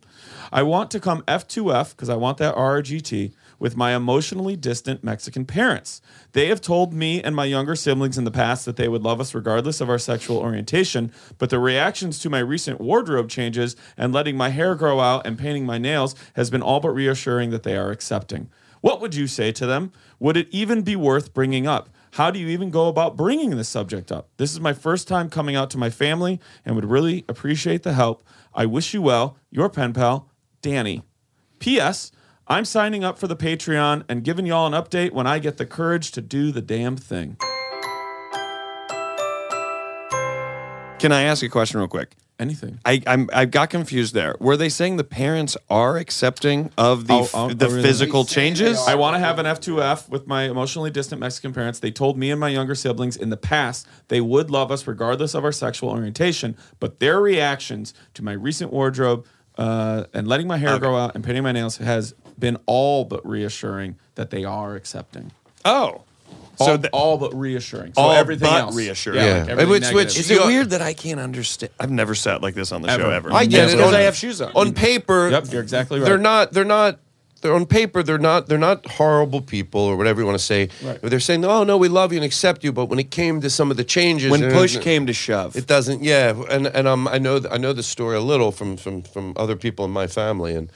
Speaker 2: I want to come F2F because I want that RRGT with my emotionally distant Mexican parents. They have told me and my younger siblings in the past that they would love us regardless of our sexual orientation, but the reactions to my recent wardrobe changes and letting my hair grow out and painting my nails has been all but reassuring that they are accepting. What would you say to them? Would it even be worth bringing up? How do you even go about bringing this subject up? This is my first time coming out to my family and would really appreciate the help. I wish you well. Your pen pal, Danny. P.S. I'm signing up for the Patreon and giving y'all an update when I get the courage to do the damn thing.
Speaker 5: Can I ask a question real quick?
Speaker 2: Anything.
Speaker 5: I I'm, I got confused there. Were they saying the parents are accepting of the
Speaker 2: Oh,
Speaker 5: f-
Speaker 2: oh,
Speaker 5: the
Speaker 2: oh, really?
Speaker 5: physical changes?
Speaker 2: I want to have an F2F with my emotionally distant Mexican parents. They told me and my younger siblings in the past they would love us regardless of our sexual orientation, but their reactions to my recent wardrobe uh, and letting my hair grow out and painting my nails has been all but reassuring that they are accepting.
Speaker 5: Oh.
Speaker 2: All,
Speaker 5: So
Speaker 2: so
Speaker 5: the-
Speaker 2: all but reassuring. So
Speaker 5: All
Speaker 2: everything
Speaker 5: but
Speaker 2: else.
Speaker 5: reassuring.
Speaker 2: Yeah,
Speaker 5: Yeah.
Speaker 2: like everything
Speaker 4: Which- which-
Speaker 2: negative.
Speaker 9: Is
Speaker 4: You-
Speaker 9: it weird that I can't understand?
Speaker 5: I've never sat like this on the show ever.
Speaker 4: I get it.
Speaker 5: because
Speaker 4: On-
Speaker 5: I have shoes on.
Speaker 4: On paper,
Speaker 2: Yep, you're exactly right.
Speaker 4: they're not. They're not. They're on paper. They're not. They're not horrible people or whatever you want to say.
Speaker 2: Right.
Speaker 4: They're saying, "Oh no, we love you and accept you." But when it came to some of the changes,
Speaker 5: when
Speaker 4: and-
Speaker 5: push came to shove,
Speaker 4: It doesn't, yeah, and and um, I know th- I know the story a little from from from other people in my family, and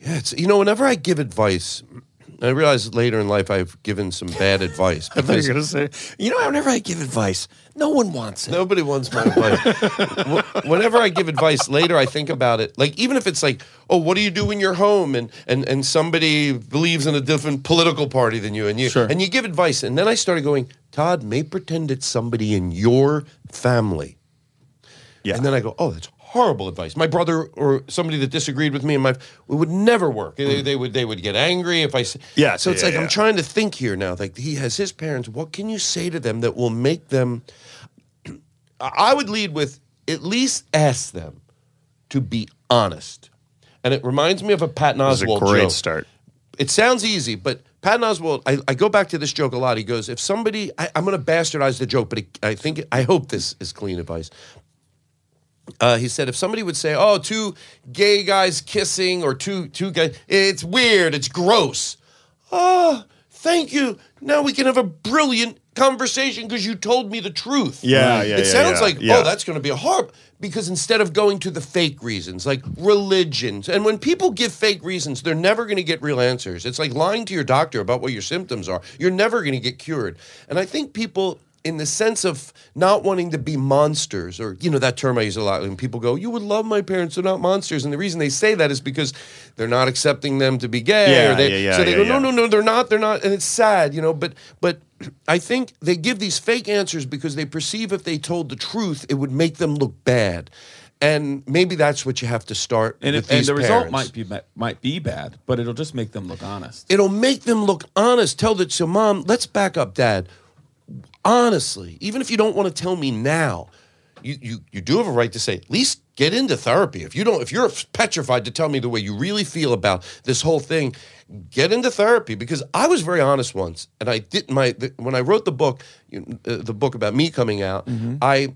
Speaker 4: yeah, it's you know whenever I give advice, I realize later in life I've given some bad advice because
Speaker 5: gonna say, you know, whenever I give advice, no one wants it.
Speaker 4: nobody wants my advice. Wh- whenever I give advice later, I think about it, like even if it's like, oh, what do you do when you're home, and and and somebody believes in a different political party than you, and you
Speaker 2: Sure.
Speaker 4: and you give advice, and then I started going, Todd may pretend it's somebody in your family.
Speaker 5: Yeah.
Speaker 4: And then I go, oh, that's horrible advice. My brother or somebody that disagreed with me and my it would never work. They, they would they would get angry if I s-
Speaker 5: Yeah,
Speaker 4: So it's
Speaker 5: yeah,
Speaker 4: like
Speaker 5: yeah.
Speaker 4: I'm trying to think here now. Like he has his parents. What can you say to them that will make them? I I would lead with at least ask them to be honest. And it reminds me of a Patton
Speaker 5: That was a
Speaker 4: Oswald
Speaker 5: great
Speaker 4: joke
Speaker 5: start.
Speaker 4: it sounds easy, but Patton Oswald, I, I go back to this joke a lot. He goes, if somebody, I, I'm going to bastardize the joke, but it, I think, I hope this is clean advice. Uh, he said, if somebody would say, oh, two gay guys kissing or two, two guys, it's weird, it's gross. Oh, thank you. Now we can have a brilliant conversation because you told me the truth.
Speaker 5: Yeah, yeah,
Speaker 4: It
Speaker 5: yeah,
Speaker 4: sounds
Speaker 5: yeah,
Speaker 4: like,
Speaker 5: yeah.
Speaker 4: oh, that's going to be a harp. Because instead of going to the fake reasons, like religions, and when people give fake reasons, they're never going to get real answers. It's like lying to your doctor about what your symptoms are. You're never going to get cured. And I think people, in the sense of not wanting to be monsters, or, you know, that term I use a lot when people go, you would love my parents, they're not monsters. And the reason they say that is because they're not accepting them to be gay.
Speaker 5: Yeah,
Speaker 4: or they,
Speaker 5: yeah, yeah,
Speaker 4: so they
Speaker 5: yeah,
Speaker 4: go,
Speaker 5: yeah.
Speaker 4: no, no, no, they're not, they're not, and it's sad, you know. But but I think they give these fake answers because they perceive if they told the truth, it would make them look bad, and maybe that's what you have to start.
Speaker 2: And,
Speaker 4: with
Speaker 2: if, and
Speaker 4: these
Speaker 2: the result
Speaker 4: parents.
Speaker 2: might be ba- might be bad, but it'll just make them look honest.
Speaker 4: It'll make them look honest. Tell that so, mom. Let's back up, dad. Honestly, even if you don't want to tell me now, you, you you do have a right to say. At least get into therapy. If you don't, if you're petrified to tell me the way you really feel about this whole thing, get into therapy. Because I was very honest once, and I did my the, when I wrote the book, you, uh, the book about me coming out. I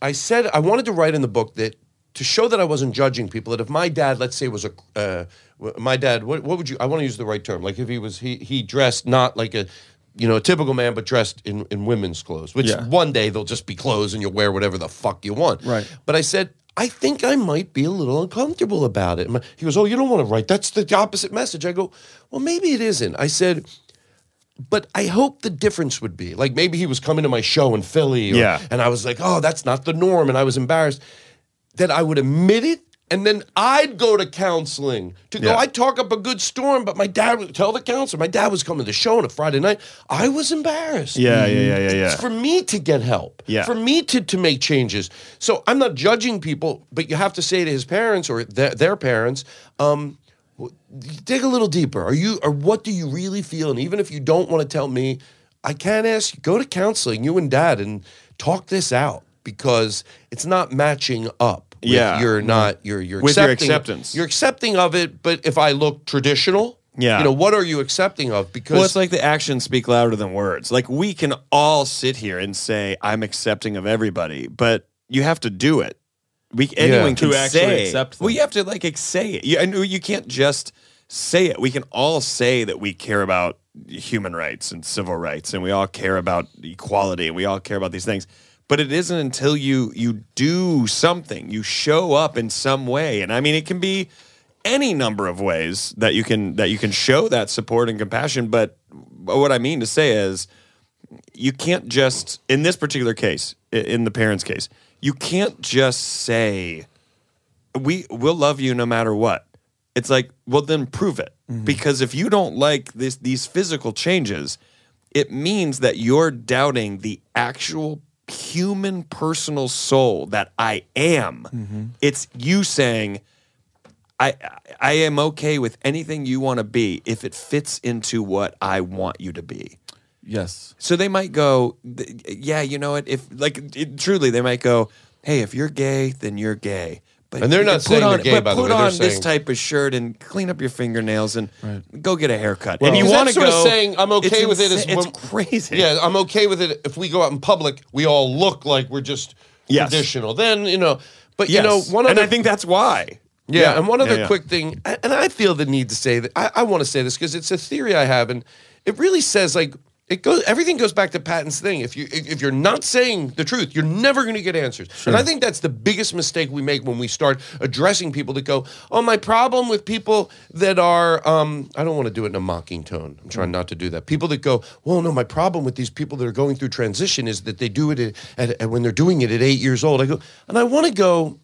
Speaker 4: I said I wanted to write in the book that to show that I wasn't judging people. That if my dad, let's say, was a uh, w- my dad, what, what would you? I want to use the right term. Like if he was he he dressed not like a you know a typical man, but dressed in in women's clothes. Which
Speaker 2: Yeah.
Speaker 4: one day they'll just be clothes and you'll wear whatever the fuck you want.
Speaker 2: Right.
Speaker 4: But I said. I think I might be a little uncomfortable about it. He goes, "Oh, you don't want to write. That's the opposite message." I go, "Well, maybe it isn't." I said, but I hope the difference would be like maybe he was coming to my show in Philly, or-
Speaker 5: Yeah.
Speaker 4: and I was like, oh, that's not the norm, and I was embarrassed that I would admit it And then I'd go to counseling to go.
Speaker 5: Yeah.
Speaker 4: I'd talk up a good storm, but my dad would tell the counselor. My dad was coming to the show on a Friday night. I was embarrassed.
Speaker 5: Yeah, yeah, yeah, yeah, yeah.
Speaker 4: It's for me to get help.
Speaker 5: Yeah.
Speaker 4: For me to, to make changes. So I'm not judging people, but you have to say to his parents or their, their parents, um, w- dig a little deeper. Are you or what do you really feel? And even if you don't want to tell me, I can't ask you, go to counseling, you and dad, and talk this out because it's not matching up. with
Speaker 5: Yeah. Mm-hmm.
Speaker 4: You're not you're you're
Speaker 5: With your
Speaker 4: accepting-
Speaker 5: acceptance.
Speaker 4: You're accepting of it, but if I look traditional,
Speaker 5: Yeah.
Speaker 4: you know, what are you accepting of? Because
Speaker 5: Well, it's like the actions speak louder than words. Like we can all sit here and say, "I'm accepting of everybody," but you have to do it. We anyone can
Speaker 2: To actually
Speaker 5: say.
Speaker 2: accept them.
Speaker 5: Well, you have to like ex- say it. You, and you can't just say it. We can all say that we care about human rights and civil rights, and we all care about equality, and we all care about these things. But it isn't until you you do something, you show up in some way, and I mean, it can be any number of ways that you can that you can show that support and compassion but what i mean to say is you can't just in this particular case i- in the parents case you can't just say we will love you no matter what it's like well then prove it because if you don't like this these physical changes it means that you're doubting the actual human personal soul that i am it's you saying I I am okay with anything you want to be if it fits into what I want you to be.
Speaker 2: Yes.
Speaker 5: So they might go, th- yeah, you know what? If like it, truly, they might go, hey, if you're gay, then you're gay. But
Speaker 4: And they're not
Speaker 5: put
Speaker 4: saying they're
Speaker 5: on-
Speaker 4: gay,
Speaker 5: But
Speaker 4: by the
Speaker 5: put
Speaker 4: way. They're
Speaker 5: on this
Speaker 4: saying-
Speaker 5: type of shirt and clean up your fingernails and go get a haircut.
Speaker 4: Well,
Speaker 5: and you
Speaker 4: Because
Speaker 5: want
Speaker 4: that's
Speaker 5: to
Speaker 4: sort
Speaker 5: go
Speaker 4: of saying I'm
Speaker 5: it's
Speaker 4: okay with it
Speaker 5: insa-
Speaker 4: as
Speaker 5: It's crazy.
Speaker 4: Yeah, I'm okay with it if we go out in public, we all look like we're just
Speaker 5: Yes.
Speaker 4: traditional. Then, you know, but
Speaker 5: Yes.
Speaker 4: you know, one
Speaker 5: and
Speaker 4: other
Speaker 5: I think that's why.
Speaker 4: yeah, and one
Speaker 5: Yeah,
Speaker 4: other
Speaker 5: yeah.
Speaker 4: quick thing, a- and I feel the need to say that I, I want to say this because it's a theory I have, and it really says like it goes. Everything goes back to Patton's thing. If you if if you're not saying the truth, you're never going to get answers. And I think that's the biggest mistake we make when we start addressing people that go, "Oh, my problem with people that are," um, I don't want to do it in a mocking tone. I'm trying not to do that. People that go, "Well, no, my problem with these people that are going through transition is that they do it at, at, at when they're doing it at eight years old." I go, and I want to go.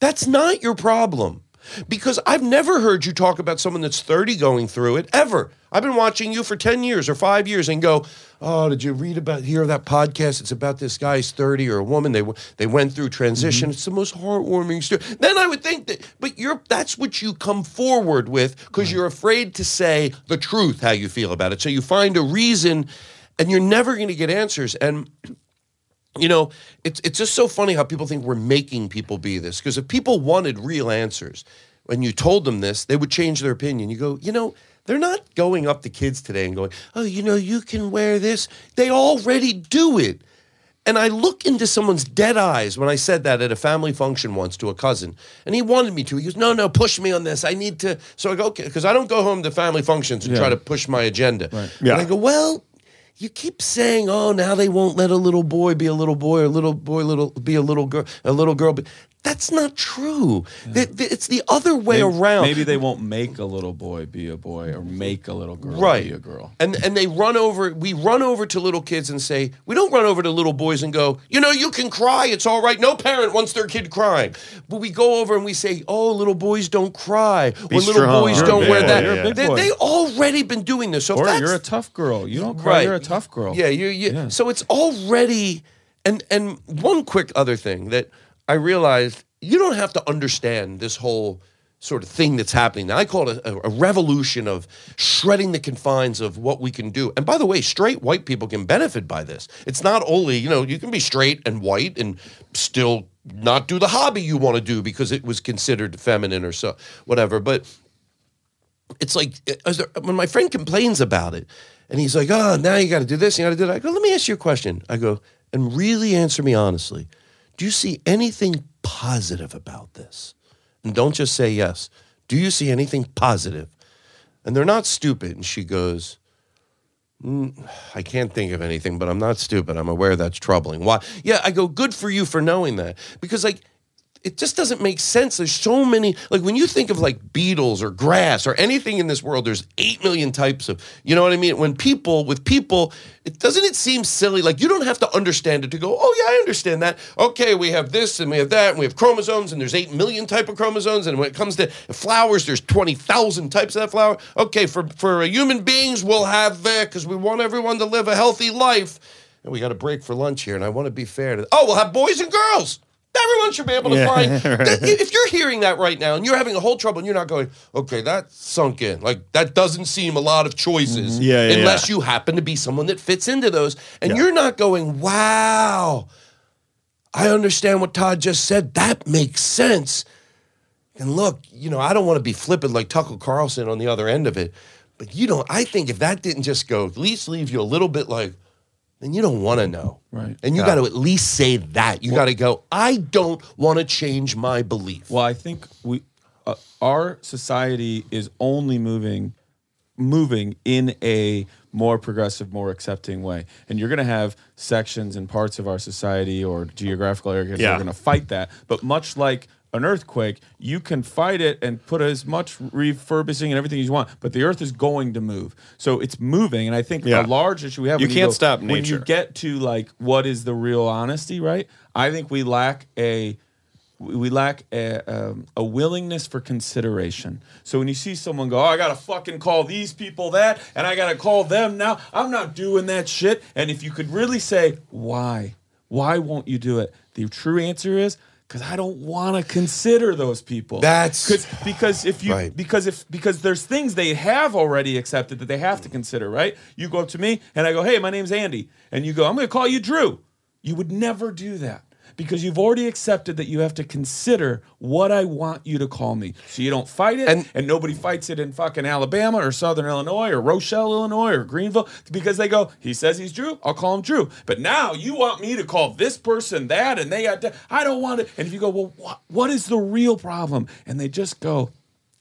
Speaker 4: That's not your problem. Because I've never heard you talk about someone that's 30 going through it ever. I've been watching you for 10 years or five years and go, Oh, did you read about, hear that podcast? It's about this guy's 30 or a woman. They, w- they went through transition. It's the most heartwarming story. Then I would think that, but you're, that's what you come forward with because you're afraid to say the truth, how you feel about it. So you find a reason and you're never going to get answers. And you know, it's it's just so funny how people think we're making people be this. Because if people wanted real answers, when you told them this, they would change their opinion. You go, you know, they're not going up to kids today and going, oh, you know, you can wear this. They already do it. And I look into someone's dead eyes when I said that at a family function once to a cousin, and he wanted me to. He goes, "No, no, push me on this. I need to." So I go, "Okay," because I don't go home to family functions and try to push my agenda.
Speaker 5: Yeah.
Speaker 4: And I go, "Well, you keep saying, oh, now they won't let a little boy be a little boy, or little boy little be a little girl, a little girl." But that's not true. Th- th- it's the other way around.
Speaker 2: Maybe they won't make a little boy be a boy or make a little girl
Speaker 4: right.
Speaker 2: be a girl.
Speaker 4: And and they run over. We run over to little kids and say, we don't run over to little boys and go, you know, you can cry. It's all right. No parent wants their kid crying. But we go over and we say, oh, little boys don't cry, or little
Speaker 5: strong.
Speaker 4: boys
Speaker 5: You're a
Speaker 4: don't
Speaker 5: big
Speaker 4: wear
Speaker 5: boy.
Speaker 4: that.
Speaker 5: You're a big
Speaker 4: they,
Speaker 2: boy.
Speaker 4: they already been doing this. So if
Speaker 2: Or
Speaker 4: that's
Speaker 2: you're a tough girl. You don't cry.
Speaker 4: Right.
Speaker 2: You're a tough girl.
Speaker 4: yeah, you, you So it's already, and and one quick other thing that I realized you don't have to understand this whole sort of thing that's happening. Now, I call it a, a revolution of shredding the confines of what we can do. And by the way, straight white people can benefit by this. It's not only you know you can be straight and white and still not do the hobby you want to do because it was considered feminine or so whatever, but it's like uh, is there- when my friend complains about it and he's like, oh, now you got to do this, you got to do that. I go, let me ask you a question. I go, and really answer me honestly. Do you see anything positive about this? And don't just say yes. Do you see anything positive? And they're not stupid. And she goes, "Mm, I can't think of anything, but I'm not stupid. I'm aware that's troubling. Why? Yeah, I go, good for you for knowing that. Because, like, it just doesn't make sense. There's so many like when you think of like beetles or grass or anything in this world, there's eight million types of you know what I mean? When people with people, it doesn't it seem silly? Like you don't have to understand it to go, oh yeah, I understand that. Okay, we have this and we have that, and we have chromosomes, and there's eight million type of chromosomes, and when it comes to flowers, there's twenty thousand types of that flower. Okay, for for uh, human beings, we'll have that because we want everyone to live a healthy life. And we got a break for lunch here, and I want to be fair to. Oh, we'll have boys and girls. Everyone should be able to
Speaker 5: Yeah,
Speaker 4: find.
Speaker 5: right.
Speaker 4: Th- If you're hearing that right now and you're having a whole trouble and you're not going, okay, that sunk in. Like that doesn't seem a lot of choices,
Speaker 5: Yeah, yeah,
Speaker 4: unless
Speaker 5: yeah.
Speaker 4: you happen to be someone that fits into those, and you're not going, wow, I understand what Todd just said. That makes sense. And look, you know, I don't want to be flippant like Tucker Carlson on the other end of it, but you don't. I think if that didn't just go, at least leave you a little bit like, then you don't want to know.
Speaker 2: Right.
Speaker 4: And you
Speaker 2: Yeah.
Speaker 4: got to at least say that. You got to go, I don't want to change my belief.
Speaker 2: Well, I think we uh, our society is only moving moving in a more progressive, more accepting way. And you're going to have sections and parts of our society or geographical areas that
Speaker 5: Yeah.
Speaker 2: are going to fight that. But much like an earthquake, you can fight it and put as much refurbishing and everything you want, but the earth is going to move. So it's moving. And I think
Speaker 5: Yeah.
Speaker 2: the large issue we have
Speaker 5: You
Speaker 2: when
Speaker 5: can't
Speaker 2: go-
Speaker 5: stop
Speaker 2: When you
Speaker 5: nature.
Speaker 2: get to like what is the real honesty, right? I think we lack a we we lack a, um, a willingness for consideration. So when you see someone go, oh, I gotta fucking call these people that, and I gotta call them now. I'm not doing that shit. And if you could really say why, why won't you do it? The true answer is because I don't want to consider those people.
Speaker 4: That's-
Speaker 2: 'Cause- because if you
Speaker 4: Right.
Speaker 2: because if because there's things they have already accepted that they have to consider, right? You go up to me and I go, "Hey, my name's Andy," and you go, "I'm going to call you Drew." You would never do that because you've already accepted that you have to consider what I want you to call me, so you don't fight it, and, nobody fights it in fucking Alabama or Southern Illinois or Rochelle, Illinois or Greenville because they go, "He says he's Drew, I'll call him Drew." But now you want me to call this person that, and they got that. I don't want it. And if you go, "Well, what, what is the real problem?" and they just go.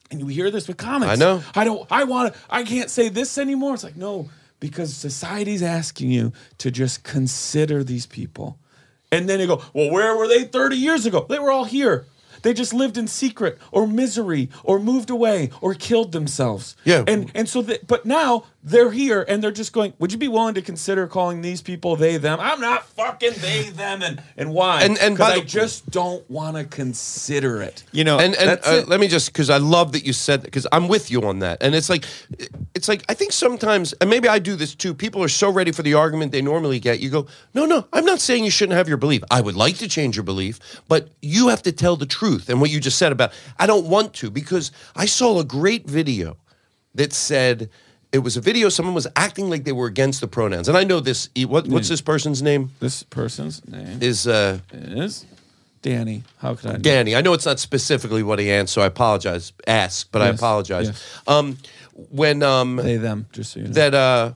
Speaker 2: And you hear this with comics.
Speaker 4: I know.
Speaker 2: I don't. I want to. I can't say this anymore. It's like no, because society's asking you to just consider these people, and then you go, well, where were they 30 years ago? They were all here. They just lived in secret or misery or moved away or killed themselves.
Speaker 4: Yeah.
Speaker 2: And and so that but now they're here and they're just going, would you be willing to consider calling these people they them? I'm not fucking they them and and why?
Speaker 4: And- and
Speaker 2: 'Cause
Speaker 4: by
Speaker 2: I
Speaker 4: the-
Speaker 2: just don't want to consider it.
Speaker 5: You know,
Speaker 4: and and
Speaker 2: that's
Speaker 4: uh,
Speaker 2: it.
Speaker 4: let me just because I love that you said that because I'm with you on that. And it's like, it's like I think sometimes, and maybe I do this too. People are so ready for the argument they normally get. You go, no, no, I'm not saying you shouldn't have your belief. I would like to change your belief, but you have to tell the truth. And what you just said about, I don't want to because I saw a great video that said. It was a video. Someone was acting like they were against the pronouns, and I know this. e, What, what's this person's name?
Speaker 2: This person's name
Speaker 4: Is uh,
Speaker 2: is Danny. How could I? know?
Speaker 4: Danny, I know it's not specifically what he asked, so I apologize. Ask, but I
Speaker 2: Yes,
Speaker 4: apologize.
Speaker 2: yes.
Speaker 4: Um, when um,
Speaker 2: They them. Just so you know.
Speaker 4: that uh,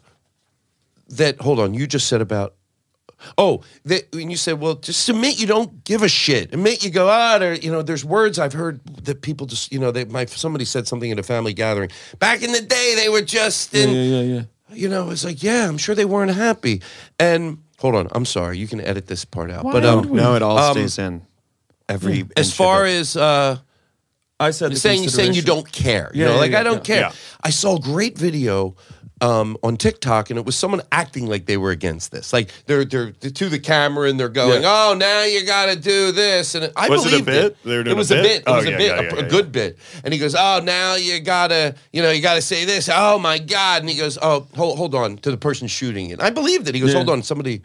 Speaker 4: that hold on, you just said about oh that when you said well just admit you don't give a shit admit you go ah there you know there's words I've heard that people just you know they my somebody said something at a family gathering back in the day they were just in
Speaker 2: yeah, yeah, yeah.
Speaker 4: you know it's like yeah I'm sure they weren't happy and hold on I'm sorry you can edit this part out but
Speaker 5: no,
Speaker 4: um,
Speaker 5: no, it all
Speaker 4: Um,
Speaker 5: stays in. Every
Speaker 4: as far as uh.
Speaker 2: I said the
Speaker 4: saying saying you
Speaker 2: consideration.
Speaker 4: don't care. You
Speaker 2: Yeah,
Speaker 4: know,
Speaker 2: yeah,
Speaker 4: like
Speaker 2: yeah,
Speaker 4: I don't
Speaker 2: yeah.
Speaker 4: care.
Speaker 5: Yeah.
Speaker 4: I saw a great video um, on TikTok, and it was someone acting like they were against this. Like they're they're, they're to the camera and they're going,
Speaker 2: Yeah.
Speaker 4: "Oh, now you got to do this." And I
Speaker 5: Was it a
Speaker 4: believed
Speaker 5: bit? They were doing
Speaker 4: it
Speaker 5: a
Speaker 4: was a
Speaker 5: bit?
Speaker 4: bit. It
Speaker 5: Oh,
Speaker 4: was a
Speaker 5: yeah,
Speaker 4: bit,
Speaker 5: yeah,
Speaker 4: a,
Speaker 5: yeah,
Speaker 4: a
Speaker 5: yeah.
Speaker 4: good bit. And he goes, "Oh, now you got to, you know, you got to say this." Oh my god! And he goes, "Oh, hold, hold on to the person shooting it." I believed it. He goes,
Speaker 2: Yeah.
Speaker 4: "Hold on, somebody."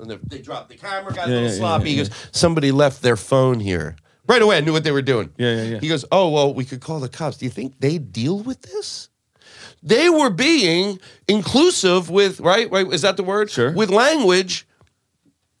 Speaker 4: And they- they dropped the camera, got a
Speaker 2: Yeah,
Speaker 4: little
Speaker 2: yeah, yeah,
Speaker 4: sloppy.
Speaker 2: yeah,
Speaker 4: he
Speaker 2: yeah.
Speaker 4: goes, somebody left their phone here. Right away, I knew what they were doing.
Speaker 2: Yeah, yeah, yeah.
Speaker 4: He goes, Oh, well, we could call the cops. Do you think they deal with this? They were being inclusive with, right? Right? Is that the word?
Speaker 2: Sure.
Speaker 4: With language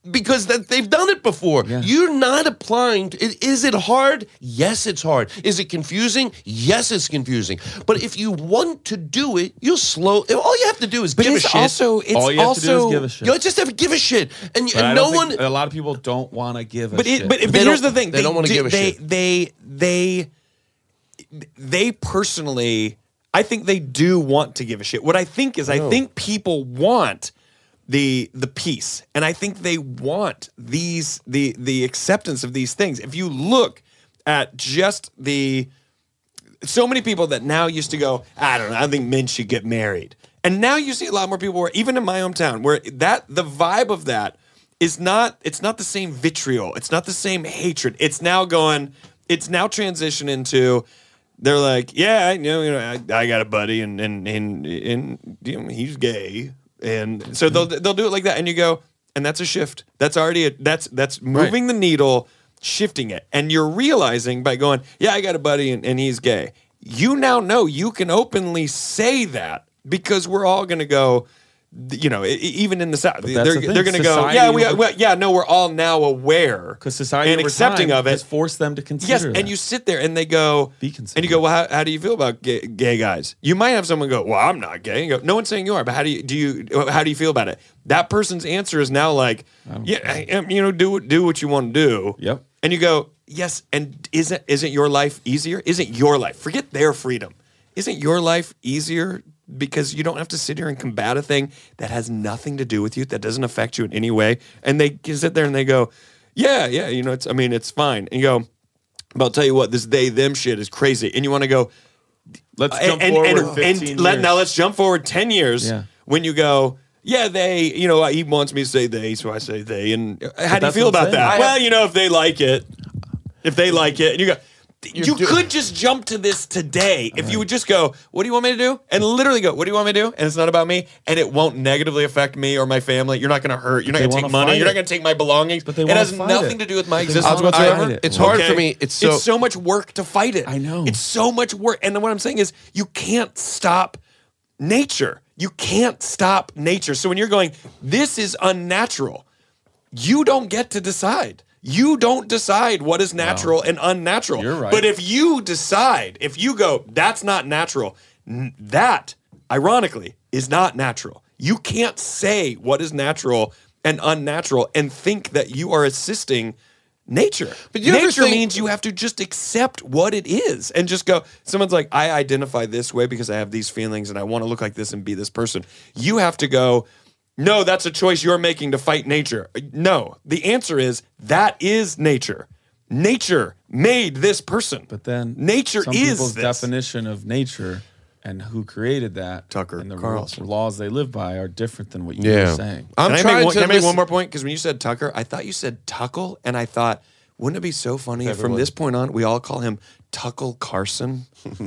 Speaker 4: because that they've done it before.
Speaker 2: Yeah.
Speaker 4: You're not applying. To, i- is it hard? Yes, it's hard. Is it confusing? Yes, it's confusing. But if you want to do it, you'll slow. All you have to do is
Speaker 9: But
Speaker 4: give a
Speaker 9: it's
Speaker 4: shit.
Speaker 9: also it's
Speaker 2: All you have to do is
Speaker 9: also
Speaker 2: give a shit.
Speaker 4: you just have to give a shit, and,
Speaker 2: But I
Speaker 4: and
Speaker 2: don't
Speaker 4: no
Speaker 2: think-
Speaker 4: one.
Speaker 2: A lot of people don't want to give. A
Speaker 9: But it,
Speaker 2: shit.
Speaker 9: but, but
Speaker 4: They
Speaker 9: here's
Speaker 4: don't-
Speaker 9: the thing:
Speaker 4: they don't wanna
Speaker 9: do-
Speaker 4: give a
Speaker 9: they,
Speaker 4: shit.
Speaker 9: They they they personally, I think they do want to give a shit. What I think is, I think people want
Speaker 5: the the peace. And I think they want these the the acceptance of these things. If you look at just the so many people that now used to go, I don't know, I think men should get married. And now you see a lot more people where even in my hometown where that the vibe of that is not it's not the same vitriol, it's not the same hatred. It's now going it's now transitioned into they're like, yeah, I you know, you know, I, I got a buddy and and and, and you know, he's gay. And so they'll they'll do it like that and you go and that's a shift. That's already a, that's that's moving the needle shifting it. And you're realizing by going, yeah, I got a buddy and, and he's gay. You now know you can openly say that because we're all going to go, th- you know, e- e- even in the South,
Speaker 2: But
Speaker 5: they're,
Speaker 2: that's the thing.
Speaker 5: they're going to go,
Speaker 2: Society
Speaker 5: yeah, we,
Speaker 2: over-
Speaker 5: well, yeah, no, we're all now aware
Speaker 2: because society
Speaker 5: and
Speaker 2: over
Speaker 5: accepting
Speaker 2: time
Speaker 5: of it
Speaker 2: has forced them to consider.
Speaker 5: Yes,
Speaker 2: that.
Speaker 5: and you sit there and they go, and you go, well, how, how do you feel about gay, gay guys? You might have someone go, well, I'm not gay. You go, no one's saying you are, but how do you do you how do you feel about it? That person's answer is now like, yeah, I am- you know, do do what you want to do. Yep. And you go, yes, and isn't isn't your life easier? Isn't your life? Forget their freedom. Isn't your life easier because you don't have to sit here and combat a thing that has nothing to do with you, that doesn't affect you in any way? And they sit there and they go, yeah, yeah, you know, it's I mean, it's fine. And you go, but I'll tell you what, this they them shit is crazy. And you want to go,
Speaker 2: Let's
Speaker 5: and-
Speaker 2: jump
Speaker 5: and,
Speaker 2: forward
Speaker 5: and-
Speaker 2: 15
Speaker 5: and let,
Speaker 2: years.
Speaker 5: now let's jump forward 10 years
Speaker 2: Yeah.
Speaker 5: when you go, yeah, they, you know, he wants me to say they, so I say they. And uh, how do you
Speaker 2: that's
Speaker 5: feel
Speaker 2: what I'm saying.
Speaker 5: about that?
Speaker 2: I
Speaker 5: well, you know, if they like it, if they like it, and you go, you could just jump to this today if you would just go, what do you want me to do? And literally go, what do you want me to do? And it's not about me, and it won't negatively affect me or my family. You're not going to hurt. You're
Speaker 4: But they
Speaker 5: not going to
Speaker 4: wanna
Speaker 5: take money.
Speaker 4: fight
Speaker 5: You're
Speaker 4: it.
Speaker 5: not going to take my belongings.
Speaker 4: But they
Speaker 5: it
Speaker 4: wanna
Speaker 5: has
Speaker 4: fight
Speaker 5: nothing
Speaker 4: it.
Speaker 5: to do with
Speaker 4: But
Speaker 5: my
Speaker 4: they
Speaker 5: existence
Speaker 4: wanna fight
Speaker 5: whatsoever.
Speaker 4: it. It's hard for me. It's so-
Speaker 5: much work to fight it. I know. It's so much work. And then what I'm saying is you can't stop nature. You can't stop nature. So when you're going, this is unnatural, you don't get to decide. You don't decide what is natural and unnatural. You're
Speaker 2: right.
Speaker 5: But if you decide, if you go, that's not natural, n- that, ironically, is not natural. You can't say what is natural and unnatural and think that you are assisting nature. But
Speaker 4: you ever
Speaker 5: nature
Speaker 4: think-
Speaker 5: means you have to just accept what it is and just go. Someone's like, I identify this way because I have these feelings and I want to look like this and be this person. You have to go. No, that's a choice you're making to fight nature. No, the answer is that is nature. Nature made this person. But
Speaker 2: then
Speaker 5: nature
Speaker 2: Some
Speaker 5: is
Speaker 2: people's
Speaker 5: this.
Speaker 2: definition of nature and who created that. Tucker and the rules, laws they live by are different than what you
Speaker 5: Yeah.
Speaker 2: were saying.
Speaker 5: Can I make one- Can I make one more point? Because when you said Tucker, I thought you said Tuckle, and I thought, wouldn't it be so funny if from
Speaker 2: Everyone-
Speaker 5: this point on we all call him Tuckle Carson?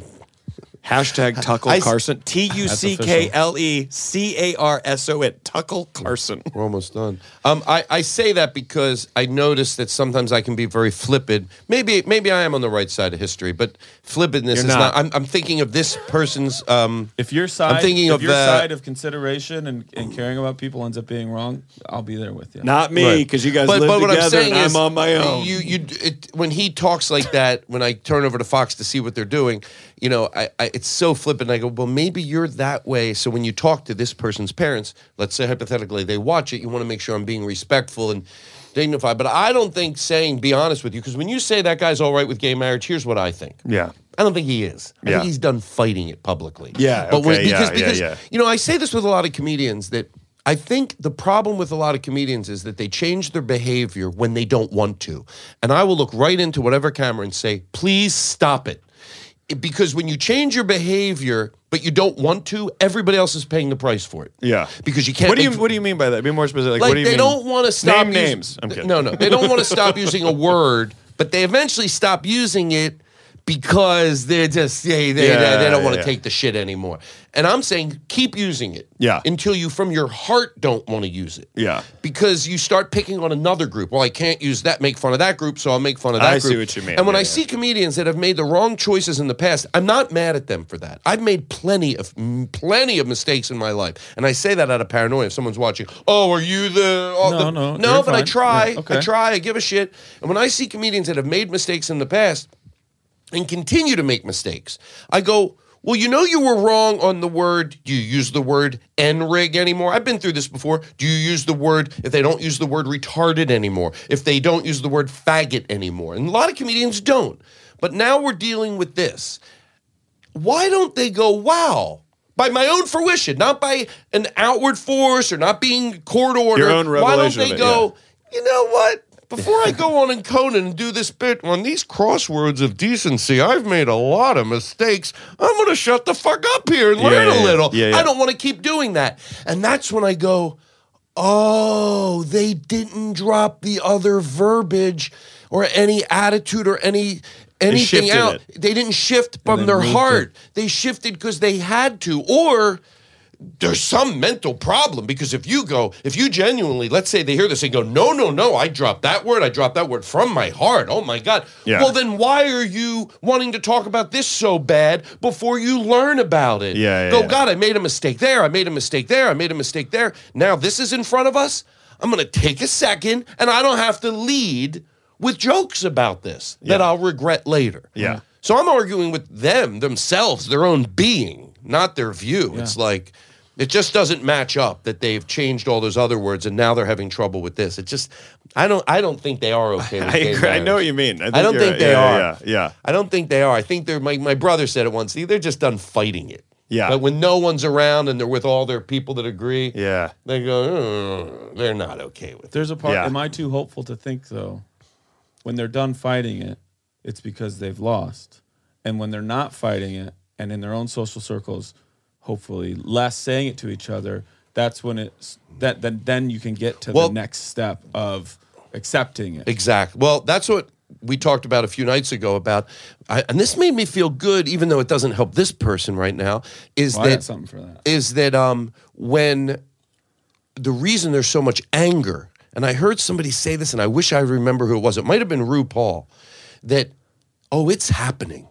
Speaker 5: Hashtag Tuckle
Speaker 4: I s-
Speaker 5: Carson. T U C K L E C A R S O N. Tuckle Carson.
Speaker 4: We're almost done. Um, I, I say that because I notice that sometimes I can be very flippant. Maybe maybe I am on the right side of history, but flippantness
Speaker 2: You're
Speaker 4: is
Speaker 2: not.
Speaker 4: not. I'm, I'm thinking of this person's. Um,
Speaker 2: If your side,
Speaker 4: I'm thinking
Speaker 2: if
Speaker 4: of
Speaker 2: your
Speaker 4: the-
Speaker 2: side of consideration and, and caring about people ends up being wrong, I'll be there with you.
Speaker 5: Not me, because you guys
Speaker 4: but,
Speaker 5: live
Speaker 4: but what
Speaker 5: together
Speaker 4: I'm saying
Speaker 5: and
Speaker 4: is,
Speaker 5: I'm on my own.
Speaker 4: You, you, it, when he talks like that, when I turn over to Fox to see what they're doing, you know, I, I, it's so flippant. I go, well, maybe you're that way. So when you talk to this person's parents, let's say hypothetically they watch it, you want to make sure I'm being respectful and dignified. But I don't think saying be honest with you, because when you say that guy's all right with gay marriage, here's what I think.
Speaker 5: Yeah.
Speaker 4: I don't think he is. I
Speaker 5: Yeah.
Speaker 4: think he's done fighting it publicly.
Speaker 5: Yeah, okay, yeah,
Speaker 4: because
Speaker 5: yeah,
Speaker 4: because
Speaker 5: yeah.
Speaker 4: you know, I say this with a lot of comedians that I think the problem with a lot of comedians is that they change their behavior when they don't want to. And I will look right into whatever camera and say, "Please stop it." It- Because when you change your behavior but you don't want to, everybody else is paying the price for it.
Speaker 5: Yeah.
Speaker 4: Because you can't
Speaker 5: What do you
Speaker 4: make-
Speaker 5: What do you mean by that? Be more
Speaker 4: Like,
Speaker 5: specific. what do you
Speaker 4: they
Speaker 5: mean?
Speaker 4: don't want to stop
Speaker 5: Name
Speaker 4: us-
Speaker 5: names. I'm kidding.
Speaker 4: No, no, they don't want to stop using a word, but they eventually stop using it because they're just they they,
Speaker 5: Yeah,
Speaker 4: they, don't want to
Speaker 5: yeah.
Speaker 4: take the shit anymore. And I'm saying keep using it.
Speaker 5: Yeah.
Speaker 4: Until you from your heart don't want to use it.
Speaker 5: Yeah.
Speaker 4: Because you start picking on another group. Well, I can't use that, make fun of that group, so I'll make fun of that
Speaker 5: I see
Speaker 4: group.
Speaker 5: what you mean.
Speaker 4: And when
Speaker 5: Yeah,
Speaker 4: I
Speaker 5: yeah.
Speaker 4: see comedians that have made the wrong choices in the past, I'm not mad at them for that. I've made plenty of m- plenty of mistakes in my life, and I say that out of paranoia. If someone's watching, oh, are you the? Oh,
Speaker 2: No,
Speaker 4: the
Speaker 2: no,
Speaker 4: no.
Speaker 2: you're
Speaker 4: But I
Speaker 2: fine.
Speaker 4: try.
Speaker 2: Yeah, okay.
Speaker 4: I try. I give a shit. And when I see comedians that have made mistakes in the past and continue to make mistakes, I go. Well, you know you were wrong on the word. Do you use the word N-rig anymore? I've been through this before. Do you use the word if they don't use the word retarded anymore? If they don't use the word faggot anymore? And a lot of comedians don't. But now we're dealing with this why don't they go, wow, by my own fruition, not by an outward force or not being court ordered.
Speaker 5: own
Speaker 4: Why don't
Speaker 5: revelation of
Speaker 4: they
Speaker 5: it,
Speaker 4: go? You know what? Before I go on and Conan and do this bit on these crosswords of decency, I've made a lot of mistakes. I'm going to shut the fuck up here and
Speaker 5: Yeah,
Speaker 4: learn a
Speaker 5: yeah,
Speaker 4: little.
Speaker 5: yeah, yeah.
Speaker 4: I don't want to keep doing that. And that's when I go, oh, they didn't drop the other verbiage or any attitude or any anything
Speaker 5: shifted
Speaker 4: out.
Speaker 5: it.
Speaker 4: They didn't shift from
Speaker 2: then
Speaker 4: their
Speaker 2: moved
Speaker 4: heart. They shifted because they had to, or there's some mental problem because if you go, if you genuinely, let's say they hear this and go, no, no, no, I dropped that word, I dropped that word from my heart. Oh my God.
Speaker 5: Yeah.
Speaker 4: Well, then why are you wanting to talk about this so bad before you learn about it?
Speaker 5: Yeah, yeah,
Speaker 4: go,
Speaker 5: yeah.
Speaker 4: God, I made a mistake there, I made a mistake there, I made a mistake there. Now this is in front of us. I'm going to take a second and I don't have to lead with jokes about this that
Speaker 5: Yeah.
Speaker 4: I'll regret later.
Speaker 5: Yeah.
Speaker 4: So I'm arguing with them, themselves, their own being, not their view. It's like it just doesn't match up that they've changed all those other words and now they're having trouble with this. It just I don't I don't think they are okay with
Speaker 5: I
Speaker 4: gay
Speaker 5: agree. I know what
Speaker 4: marriage.
Speaker 5: you mean. I,
Speaker 4: I don't
Speaker 5: you're
Speaker 4: think
Speaker 5: right.
Speaker 4: they
Speaker 5: yeah,
Speaker 4: are.
Speaker 5: Yeah, yeah.
Speaker 4: I don't think they are. I think they're my, my brother said it once. They're just done fighting it.
Speaker 5: Yeah.
Speaker 4: But when no one's around and they're with all their people that agree,
Speaker 5: Yeah.
Speaker 4: they go, "Mm, they're not okay with it.
Speaker 2: There's a part.
Speaker 5: Yeah.
Speaker 2: Am I too hopeful to think though? When they're done fighting it, it's because they've lost, and when they're not fighting it, and in their own social circles, hopefully less saying it to each other. That's when it's that then then you can get to
Speaker 4: Well-
Speaker 2: the next step of accepting it.
Speaker 4: Exactly. Well, that's what we talked about a few nights ago about, I, and this made me feel good, even though it doesn't help this person right now. Is
Speaker 2: Well, I got
Speaker 4: that
Speaker 2: something for that.
Speaker 4: is that um, when the reason there's so much anger, and I heard somebody say this, and I wish I remember who it was. It might have been RuPaul. That oh, it's happening.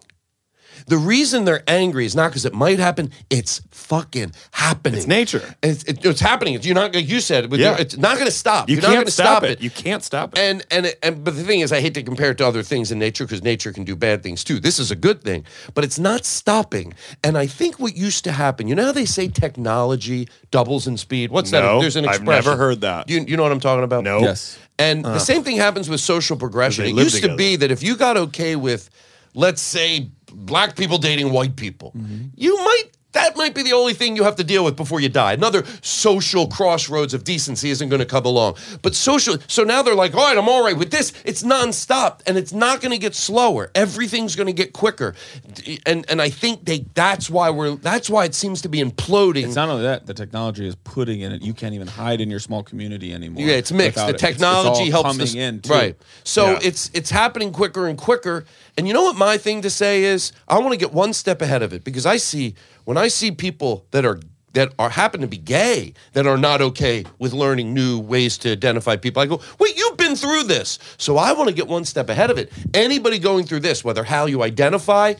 Speaker 4: The reason they're angry is not because it might happen. It's fucking happening. It's
Speaker 5: nature.
Speaker 4: It's, it- it's happening. It's, you're not like you said. With
Speaker 5: Yeah.
Speaker 4: your- it's not going to stop.
Speaker 5: You
Speaker 4: are not
Speaker 5: can't
Speaker 4: going to
Speaker 5: stop,
Speaker 4: stop
Speaker 5: it. You can't stop it.
Speaker 4: and and and but the thing is, I hate to compare it to other things in nature because nature can do bad things too. This is a good thing, but it's not stopping. And I think what used to happen, you know, how they say technology doubles in speed. What's that?
Speaker 5: No,
Speaker 4: There's an
Speaker 5: I've
Speaker 4: expression.
Speaker 5: never heard that.
Speaker 4: You you know what I'm talking about?
Speaker 5: No.
Speaker 2: Yes.
Speaker 4: And the same thing happens with social progression.
Speaker 5: They
Speaker 4: It
Speaker 5: live
Speaker 4: used to
Speaker 5: together.
Speaker 4: be that if you got okay with, let's say, black people dating white people, you might. That might be the only thing you have to deal with before you die. Another social crossroads of decency isn't going to come along. But social, so now they're like, all right, I'm all right with this. It's nonstop, and it's not going to get slower. Everything's going to get quicker, D- and and I think they that's why we're that's why it seems to be imploding.
Speaker 2: It's not only that the technology is putting in it. You can't even hide in your small community anymore.
Speaker 4: Yeah, it's mixed.
Speaker 2: without it.
Speaker 4: The
Speaker 2: It's- it's
Speaker 4: technology
Speaker 2: all
Speaker 4: helps
Speaker 2: coming
Speaker 4: this-
Speaker 2: in too.
Speaker 4: right. So
Speaker 5: Yeah.
Speaker 4: it's it's happening quicker and quicker. And you know what my thing to say is, I want to get one step ahead of it because I see when I see people that are that are happen to be gay that are not okay with learning new ways to identify people. I go, wait, you've been through this, so I want to get one step ahead of it. Anybody going through this, whether how you identify.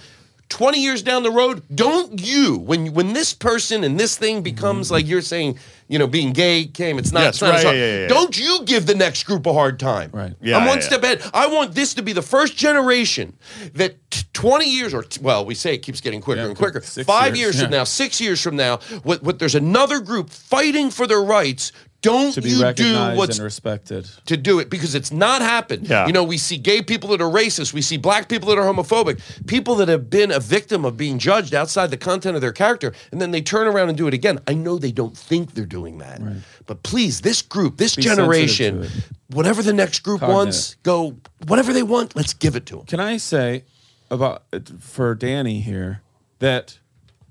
Speaker 4: 20 years down the road, don't you, when when this person and this thing becomes like you're saying, you know, being gay came, it's not,
Speaker 5: Yes,
Speaker 4: it's not a
Speaker 5: right,
Speaker 4: song.
Speaker 5: yeah, yeah, yeah.
Speaker 4: don't you give the next group a hard time.
Speaker 2: Right.
Speaker 5: Yeah,
Speaker 4: I'm one
Speaker 5: yeah,
Speaker 4: step ahead. I want this to be the first generation that t- 20 years or, t- well, we say it keeps getting quicker
Speaker 2: Yeah,
Speaker 4: and quicker.
Speaker 2: six
Speaker 4: Five years,
Speaker 2: years,
Speaker 4: from now, six years from now, what, what, there's another group fighting for their rights. Don't
Speaker 2: To be
Speaker 4: you do
Speaker 2: recognized
Speaker 4: what's
Speaker 2: and respected.
Speaker 4: to do it because it's not happened.
Speaker 5: Yeah.
Speaker 4: You know, we see gay people that are racist, we see black people that are homophobic, people that have been a victim of being judged outside the content of their character, and then they turn around and do it again. I know they don't think they're doing that. But please, this group, this
Speaker 2: sensitive
Speaker 4: generation,
Speaker 2: to it.
Speaker 4: whatever the next group
Speaker 2: Cognate.
Speaker 4: wants, go whatever they want, let's give it to them.
Speaker 2: Can I say about for Danny here that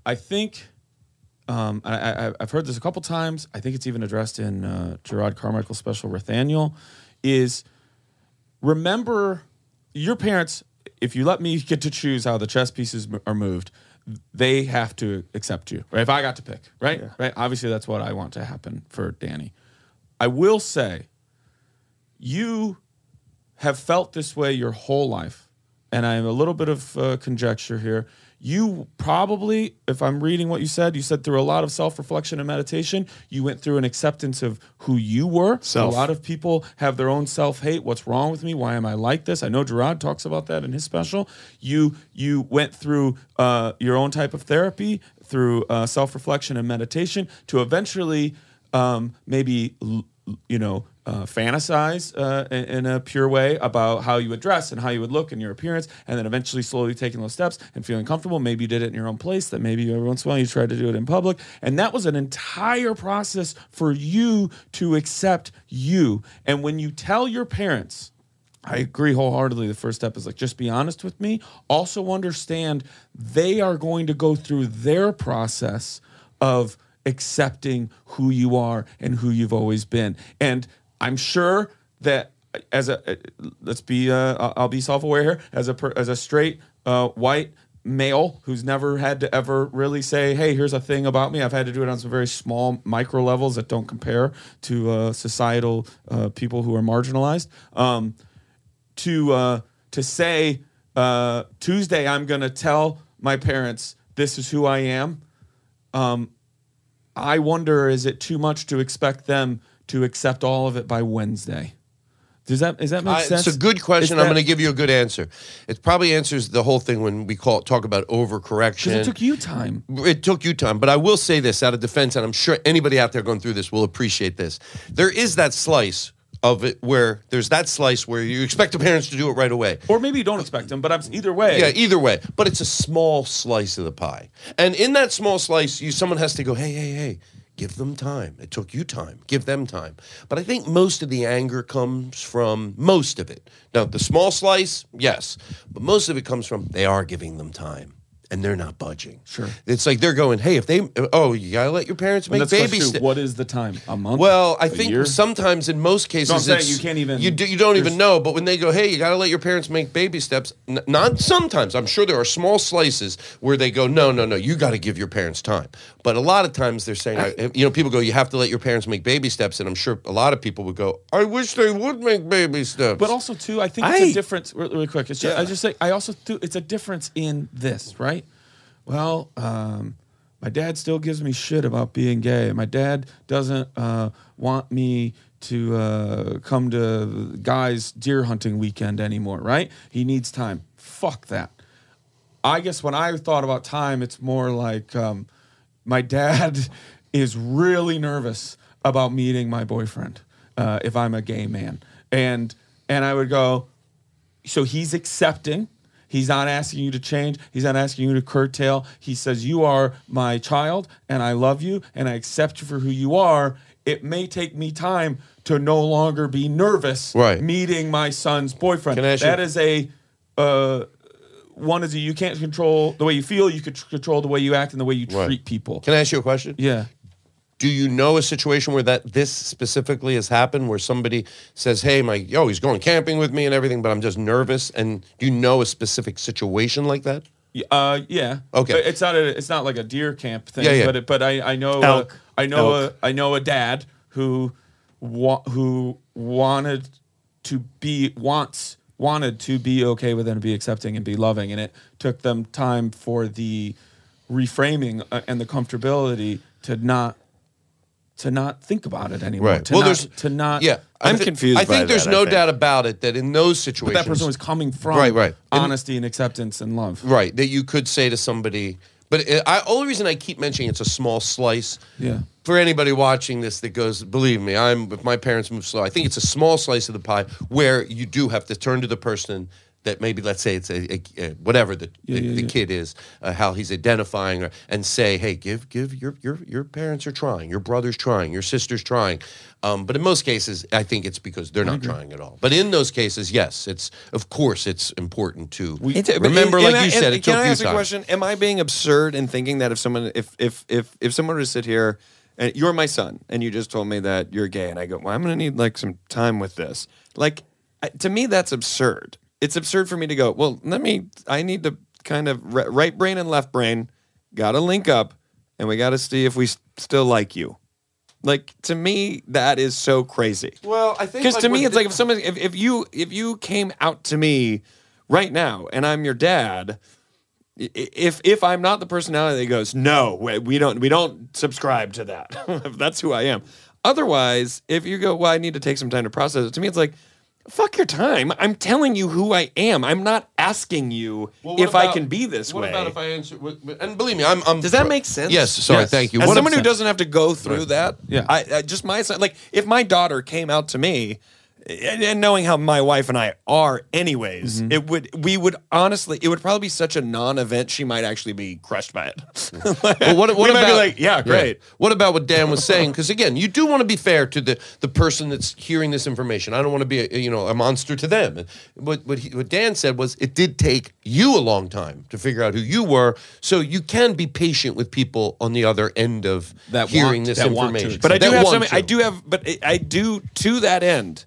Speaker 2: I think um, I, I, I've heard this a couple times. I think it's even addressed in uh, Gerard Carmichael's special Rathaniel. Is remember your parents? If you let me get to choose how the chess pieces m- are moved, they have to accept you. Right? If I got to pick, right? Right. Obviously, that's what I want to happen for Danny. I will say, you have felt this way your whole life, and I am a little bit of uh, conjecture here. You probably, if I'm reading what you said, you said through a lot of self reflection and meditation, you went through an acceptance of who you were.
Speaker 5: Self.
Speaker 2: A lot of people have their own self hate. What's wrong with me? Why am I like this? I know Gerard talks about that in his special. You you went through uh, your own type of therapy through uh, self reflection and meditation to eventually um, maybe l- you know, uh, fantasize uh, in, in a pure way about how you would dress and how you would look and your appearance, and then eventually slowly taking those steps and feeling comfortable. Maybe you did it in your own place, that maybe every once in a while you tried to do it in public. And that was an entire process for you to accept you. And when you tell your parents, I agree wholeheartedly. The first step is like just be honest with me. Also understand they are going to go through their process of accepting who you are and who you've always been. And I'm sure that as a uh, let's be uh, I'll be self-aware here as a per- as a straight uh, white male who's never had to ever really say, "Hey, here's a thing about me." I've had to do it on some very small micro levels that don't compare to uh, societal uh, people who are marginalized. Um, to uh, to say uh, Tuesday, I'm going to tell my parents this is who I am. Um, I wonder, is it too much to expect them to accept all of it by Wednesday? Does that is that make
Speaker 4: I-
Speaker 2: sense?
Speaker 4: It's a good question.
Speaker 2: Is
Speaker 4: I'm
Speaker 2: that-
Speaker 4: going to give you a good answer. It probably answers the whole thing when we call talk about overcorrection.
Speaker 2: 'Cause it took you time.
Speaker 4: It took you time, but I will say this out of defense, and I'm sure anybody out there going through this will appreciate this. There is that slice of it where there's that slice where you expect the parents to do it right away.
Speaker 2: Or maybe you don't expect them, but I'm either way.
Speaker 4: Yeah, either way, but it's a small slice of the pie, and in that small slice, you someone has to go, hey, hey, hey. Give them time. It took you time. Give them time. But I think most of the anger comes from most of it. Now, the small slice, yes, but most of it comes from they are giving them time and they're not budging. Sure. It's like they're going, hey, if they, oh, you gotta let your parents
Speaker 2: And
Speaker 4: make
Speaker 2: that's
Speaker 4: baby
Speaker 2: question two,
Speaker 4: steps.
Speaker 2: What is the time? A month?
Speaker 4: Well, I
Speaker 2: A
Speaker 4: think
Speaker 2: year?
Speaker 4: sometimes in most cases
Speaker 2: I'm saying
Speaker 4: it's-
Speaker 2: you can't even-
Speaker 4: you, do, you don't even
Speaker 2: there's-
Speaker 4: know. But when they go, hey, you got to let your parents make baby steps. N- not sometimes. I'm sure there are small slices where they go, no, no, no, you got to give your parents time. But a lot of times they're saying, I, you know, people go, you have to let your parents make baby steps, and I'm sure a lot of people would go, I wish they would make baby steps.
Speaker 2: But also too, I think it's
Speaker 4: I-
Speaker 2: a difference. Really, really quick, it's just, I just say I also do. It's a difference in this, right? Well, um, my dad still gives me shit about being gay. My dad doesn't uh, want me to uh, come to guys deer hunting weekend anymore, right? He needs time. Fuck that. I guess when I thought about time, it's more like um, my dad is really nervous about meeting my boyfriend uh, if I'm a gay man, and and I would go, so he's accepting. He's not asking you to change. He's not asking you to curtail. He says, You are my child and I love you and I accept you for who you are. It may take me time to no longer be nervous
Speaker 4: Right.
Speaker 2: meeting my son's boyfriend.
Speaker 4: Can I ask you-
Speaker 2: That is a uh, one is you can't control the way you feel, you could tr- control the way you act and the way you treat
Speaker 4: Right.
Speaker 2: people.
Speaker 4: Can I ask you a question?
Speaker 2: Yeah.
Speaker 4: Do you know a situation where that this specifically has happened, where somebody says, "Hey, my yo, he's going camping with me and everything, but I'm just nervous"? And do you know a specific situation like that?
Speaker 2: Y- Uh, yeah.
Speaker 4: Okay.
Speaker 2: But It's not a, it's not like a deer camp thing.
Speaker 4: Yeah, yeah.
Speaker 2: But it, but I I know
Speaker 4: Elk.
Speaker 2: A, I know
Speaker 4: Elk.
Speaker 2: a I know a dad who wa- who wanted to be wants wanted to be okay with and be accepting and be loving, and it took them time for the reframing uh, and the comfortability to not to not think about it anymore.
Speaker 4: Right.
Speaker 2: To
Speaker 4: well,
Speaker 2: not,
Speaker 4: there's
Speaker 2: to not.
Speaker 4: Yeah, I
Speaker 2: Uh, I'm
Speaker 4: thi-
Speaker 2: confused
Speaker 4: I think
Speaker 2: by
Speaker 4: there's
Speaker 2: that, I
Speaker 4: no
Speaker 2: think.
Speaker 4: doubt about it that in those
Speaker 2: But
Speaker 4: situations,
Speaker 2: that person was coming from
Speaker 4: Right, right. And- Mm.
Speaker 2: honesty and acceptance and love.
Speaker 4: right that you could say to somebody. But uh, I only reason I keep mentioning it's a small slice.
Speaker 2: Yeah.
Speaker 4: For anybody watching this that goes, believe me, I'm if my parents move slow, I think it's a small slice of the pie where you do have to turn to the person that maybe let's say it's a, a, a- whatever the, the, the kid is, uh, how he's identifying, or, and say, hey, give give your your your parents are trying, your brother's trying, your sister's trying, um, but in most cases, I think it's because they're not trying at all. But in those cases, yes, it's of course it's important to
Speaker 5: It's- but
Speaker 4: remember,
Speaker 5: it-
Speaker 4: like
Speaker 5: and
Speaker 4: you
Speaker 5: I-
Speaker 4: said,
Speaker 5: and
Speaker 4: it
Speaker 5: can
Speaker 4: took
Speaker 5: I
Speaker 4: you
Speaker 5: ask a
Speaker 4: time.
Speaker 5: question? Am I being absurd in thinking that if someone, if if if if someone were to sit here and you're my son and you just told me that you're gay and I go, well, I'm going to need like some time with this. Like I- to me, that's absurd. It's absurd for me to go. Well, let me. I need to kind of ri- right brain and left brain got to link up, and we got to see if we s- still like you. Like to me, that is so crazy.
Speaker 4: Well, I think
Speaker 5: Because to me, it's like if someone, if, if you, if you came out to me right now, and I'm your dad, i- i- if if I'm not the personality that goes, no, we we don't, we don't subscribe to that. If That's who I am. Otherwise, if you go, well, I need to take some time to process it. To me, it's like, Fuck your time. I'm telling you who I am. I'm not asking you
Speaker 4: Well, what
Speaker 5: if I
Speaker 4: about-
Speaker 5: can be this
Speaker 4: what
Speaker 5: way.
Speaker 4: about if I answer? what- And believe me, I'm. I'm
Speaker 9: Does that make sense?
Speaker 4: Yes. Sorry. Thank you.
Speaker 5: As
Speaker 4: What
Speaker 5: someone who
Speaker 4: upset-
Speaker 5: doesn't have to go through that,
Speaker 4: Yeah.
Speaker 5: I, I just my son. Like, if my daughter came out to me, and, and knowing how my wife and I are, anyways,
Speaker 4: Mm-hmm.
Speaker 5: it would we would honestly, it would probably be such a non-event. She might actually be crushed by it. Like,
Speaker 4: Well, what, what
Speaker 5: we might
Speaker 4: about
Speaker 5: be like, yeah, great.
Speaker 4: What about what Dan was saying? Because again, you do want to be fair to the the person that's hearing this information. I don't want to be a, you know a monster to them. And What what, he, what Dan said was it did take you a long time to figure out who you were, so you can be patient with people on the other end of
Speaker 2: That
Speaker 4: hearing
Speaker 2: want-
Speaker 4: this
Speaker 2: that want to
Speaker 4: information.
Speaker 5: But I do
Speaker 4: That
Speaker 5: have
Speaker 4: want
Speaker 5: something. I
Speaker 4: to.
Speaker 5: do have, but I- I do to that end.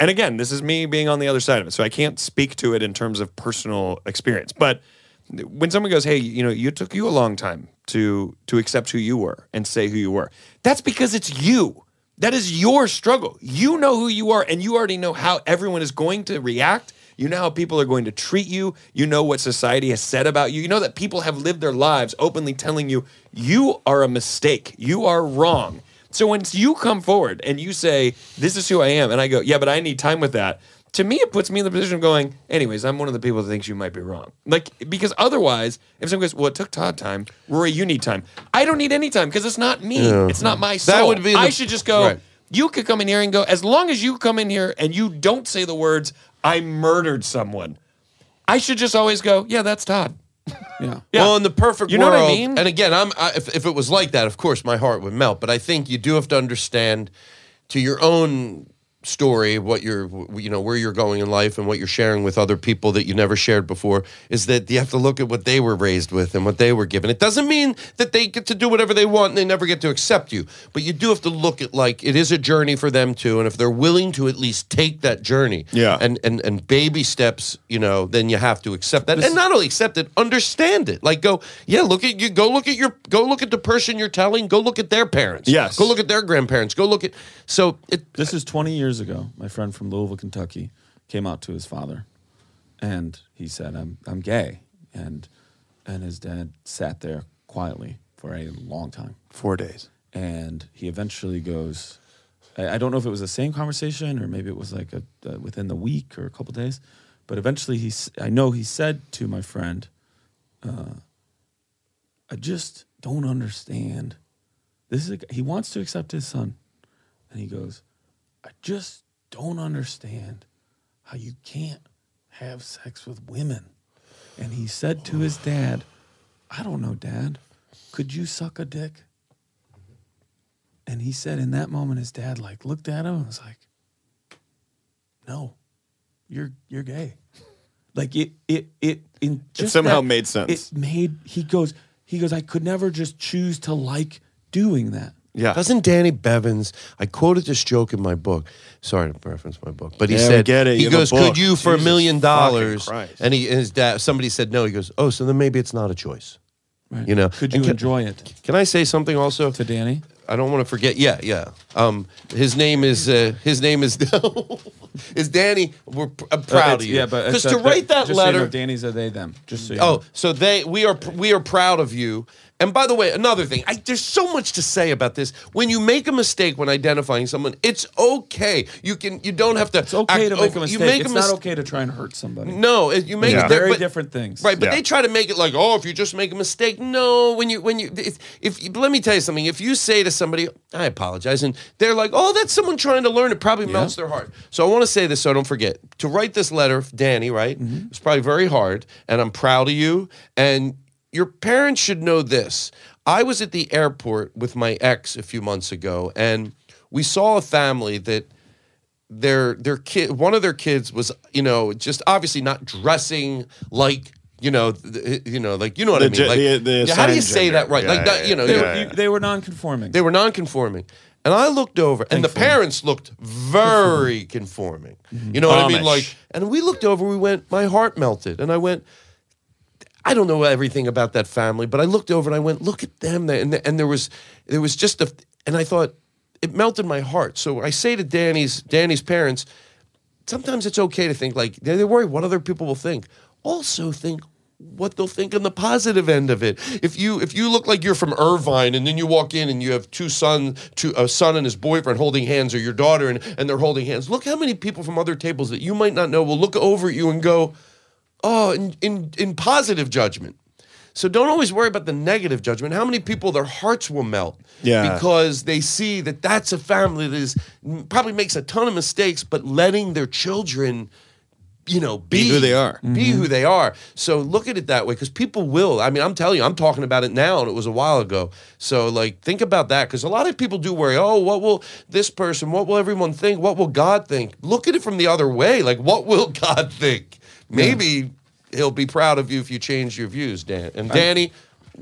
Speaker 5: And again, this is me being on the other side of it, so I can't speak to it in terms of personal experience. But when someone goes, "Hey, you know, you took you a long time to to accept who you were and say who you were," that's because it's you. That is your struggle. You know who you are, and you already know how everyone is going to react. You know how people are going to treat you. You know what society has said about you. You know that people have lived their lives openly telling you, you are a mistake. You are wrong. So when you come forward and you say, "This is who I am," and I go, "Yeah, but I need time with that," to me it puts me in the position of going, "Anyways, I'm one of the people that thinks you might be wrong." Like because otherwise, if someone goes, "Well, it took Todd time, Rory, you need time," I don't need any time because it's not me.
Speaker 4: Yeah.
Speaker 5: It's not my soul.
Speaker 4: That would be
Speaker 5: I
Speaker 4: the-
Speaker 5: should just go.
Speaker 4: Right.
Speaker 5: You could come in here and go. As long as you come in here and you don't say the words, "I murdered someone," I should just always go, "Yeah, that's Todd." Yeah.
Speaker 4: Well, in the perfect
Speaker 5: You know
Speaker 4: world,
Speaker 5: what I mean?
Speaker 4: and again, I'm I, if, if it was like that, of course, my heart would melt. But I think you do have to understand to your own story what you're you know where you're going in life and what you're sharing with other people that you never shared before is that you have to look at what they were raised with and what they were given it doesn't mean that they get to do whatever they want and they never get to accept you but you do have to look at like it is a journey for them too and if they're willing to at least take that journey
Speaker 5: Yeah.
Speaker 4: and and and baby steps you know then you have to accept that and not only accept it understand it like go yeah look at you go look at your go look at the person you're telling go look at their parents
Speaker 5: Yes.
Speaker 4: go look at their grandparents go look at so it
Speaker 2: This is 20 years ago. My friend from Louisville, Kentucky, came out to his father, and he said, "I'm I'm gay," and and his dad sat there quietly for a long time,
Speaker 5: Four days.
Speaker 2: and he eventually goes. I I don't know if it was the same conversation or maybe it was like a, uh, within the week or a couple days, but eventually he. s- I know he said to my friend, uh, "I just don't understand. This is a, g- he wants to accept his son, and he goes, I just don't understand how you can't have sex with women. And he said to his dad, I don't know, dad, could you suck a dick? And he said in that moment his dad like looked at him and was like, No, you're you're gay. Like it it it in just
Speaker 5: somehow
Speaker 2: that-
Speaker 5: made sense.
Speaker 2: It made he goes he goes, I could never just choose to like doing that.
Speaker 5: Yeah.
Speaker 4: Doesn't Danny Bevins? I quoted this joke in my book. Sorry to reference my book, but he
Speaker 5: Yeah, we
Speaker 4: said,
Speaker 5: get it.
Speaker 4: "He
Speaker 5: You have a
Speaker 4: goes,
Speaker 5: book.
Speaker 4: could you for a
Speaker 5: Jesus
Speaker 4: million
Speaker 5: fucking
Speaker 4: dollars?"
Speaker 5: Christ.
Speaker 4: And he and his dad. Somebody said no. He goes, "Oh, so then maybe it's not a choice."
Speaker 2: Right.
Speaker 4: You know,
Speaker 2: Could you
Speaker 4: and can-
Speaker 2: enjoy it
Speaker 4: Can I say something also?
Speaker 2: to Danny?
Speaker 4: I don't want to forget. Yeah, yeah. Um, his name is uh, his name is is Danny. We're pr- I'm proud of
Speaker 2: Uh, it's-
Speaker 4: you.
Speaker 2: Yeah, but
Speaker 4: because
Speaker 2: it's
Speaker 4: to
Speaker 2: a- they're-
Speaker 4: write that
Speaker 2: just so you know,
Speaker 4: letter,
Speaker 2: Danny's a they them. Just so you
Speaker 4: Oh,
Speaker 2: know.
Speaker 4: so they we are we are proud of you. And by the way, another thing, I, there's so much to say about this. When you make a mistake when identifying someone, it's okay. You can you don't have to.
Speaker 2: it's okay to make a mistake.
Speaker 4: oh, You make
Speaker 2: it's
Speaker 4: a
Speaker 2: not
Speaker 4: mis-
Speaker 2: okay to try and hurt somebody.
Speaker 4: No, it- you make
Speaker 2: They're
Speaker 4: it
Speaker 2: very
Speaker 4: but-
Speaker 2: different things.
Speaker 4: Right, but
Speaker 5: Yeah.
Speaker 4: they try to make it like, oh, if you just make a mistake. No, when you when you if, if you- let me tell you something, if you say to somebody, I apologize, and they're like, oh, that's someone trying to learn, it probably melts their heart. So I want to say this, so I don't forget to write this letter, Danny. Right, it's probably very hard, and I'm proud of you. And your parents should know this. I was at the airport with my ex a few months ago, and we saw a family that their their kid one of their kids was you know just obviously not dressing like you know th- you know like you know what
Speaker 5: The
Speaker 4: I mean
Speaker 5: ge-
Speaker 4: like
Speaker 5: the- the
Speaker 4: yeah, how do you
Speaker 5: assigned
Speaker 4: say that
Speaker 5: gender.
Speaker 4: right
Speaker 5: Yeah,
Speaker 4: like that
Speaker 5: yeah,
Speaker 4: you know
Speaker 5: yeah.
Speaker 2: they,
Speaker 4: you-
Speaker 2: were, you, they were non-conforming.
Speaker 4: they were non-conforming and I looked over and the
Speaker 2: Thankfully.
Speaker 4: parents looked very conforming you know what I mean
Speaker 5: Amish.
Speaker 4: like and we looked over we went my heart melted and I went I don't know everything about that family, but I looked over and I went, look at them, and and there was there was just a, and I thought it melted my heart. So I say to Danny's Danny's parents, sometimes it's okay to think like they they worry what other people will think. Also think what they'll think on the positive end of it. If you if you look like you're from Irvine and then you walk in and you have two son two a son and his boyfriend holding hands or your daughter and, and they're holding hands, look how many people from other tables that you might not know will look over at you and go, oh, in in, in positive judgment. So don't always worry about the negative judgment. How many people their hearts will melt
Speaker 5: Yeah.
Speaker 4: because they see that that's a family that is probably makes a ton of mistakes, but letting their children, you know, be,
Speaker 5: Be who they are.
Speaker 4: be who they are. So look at it that way because people will. I mean, I'm telling you, I'm talking about it now, and it was a while ago. So like, think about that because a lot of people do worry. Oh, what will this person? What will everyone think? What will God think? Look at it from the other way. Like, what will God think? Maybe he'll be proud of you if you change your views, Dan. And Danny,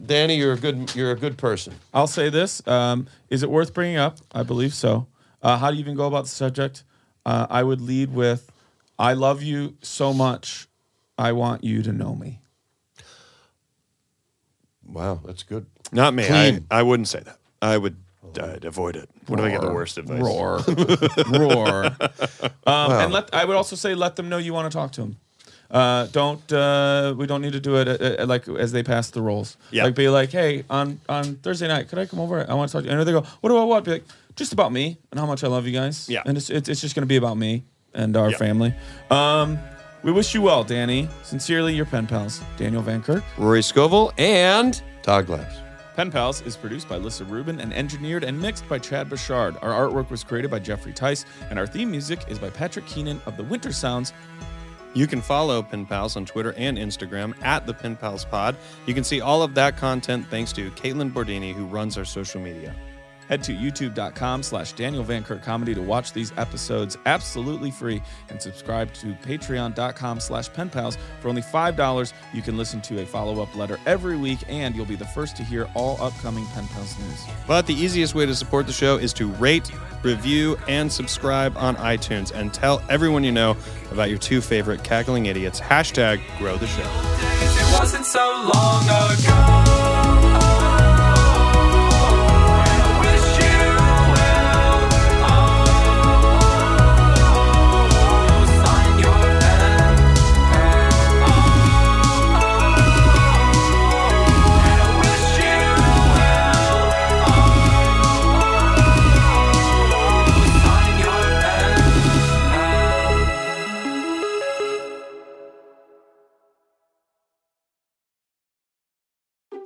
Speaker 4: Danny, you're a good you're a good person.
Speaker 2: I'll say this: um, Is it worth bringing up? I believe so. Uh, how do you even go about the subject? Uh, I would lead with, "I love you so much. I want you to know me."
Speaker 4: Wow, that's good.
Speaker 5: Not me. I,
Speaker 4: Clean.
Speaker 5: I wouldn't say that. I would I'd avoid it. What do I get the
Speaker 2: Roar.
Speaker 5: worst advice?
Speaker 2: Roar, roar. Um, And let I would also say, let them know you want to talk to them. Uh, don't uh, we don't need to do it uh, uh, like as they pass the rolls.
Speaker 5: Yeah.
Speaker 2: Like be like, hey, on on Thursday night, could I come over? I want to talk to you. And they go, what about what? Be like, just about me and how much I love you guys.
Speaker 5: Yeah.
Speaker 2: And it's it's, it's just gonna be about me and our
Speaker 5: Yeah.
Speaker 2: family. Um, we wish you well, Danny. Sincerely, your pen pals, Daniel Van Kirk.
Speaker 5: Rory Scovel and
Speaker 4: Todd Glass.
Speaker 2: Pen Pals is produced by Lissa Rubin and engineered and mixed by Chad Bouchard. Our artwork was created by Jeffrey Tice, and our theme music is by Patrick Keenan of the Winter Sounds.
Speaker 5: You can follow Pen Pals on Twitter and Instagram at the Pen Pals Pod. You can see all of that content thanks to Caitlin Bordini, who runs our social media.
Speaker 2: Head to youtube.com slash Daniel Van Kirk Comedy to watch these episodes absolutely free and subscribe to patreon.com slash pen pals. For only $5, you can listen to a follow up letter every week, and you'll be the first to hear all upcoming Pen Pals news.
Speaker 5: But the easiest way to support the show is to rate, review, and subscribe on iTunes and tell everyone you know about your two favorite cackling idiots. Hashtag grow the show.
Speaker 1: It wasn't so long ago. And I wish you well. Oh, sign your pen. Oh, and I wish you well. Oh, sign your pen.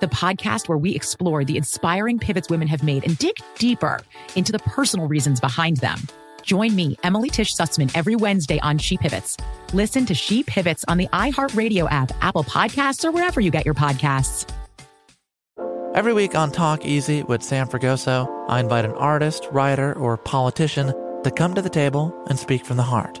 Speaker 10: the podcast where we explore the inspiring pivots women have made and dig deeper into the personal reasons behind them. Join me, Emily Tish Sussman, every Wednesday on She Pivots. Listen to She Pivots on the iHeartRadio app, Apple Podcasts, or wherever you get your podcasts.
Speaker 8: Every week on Talk Easy with Sam Fragoso, I invite an artist, writer, or politician to come to the table and speak from the heart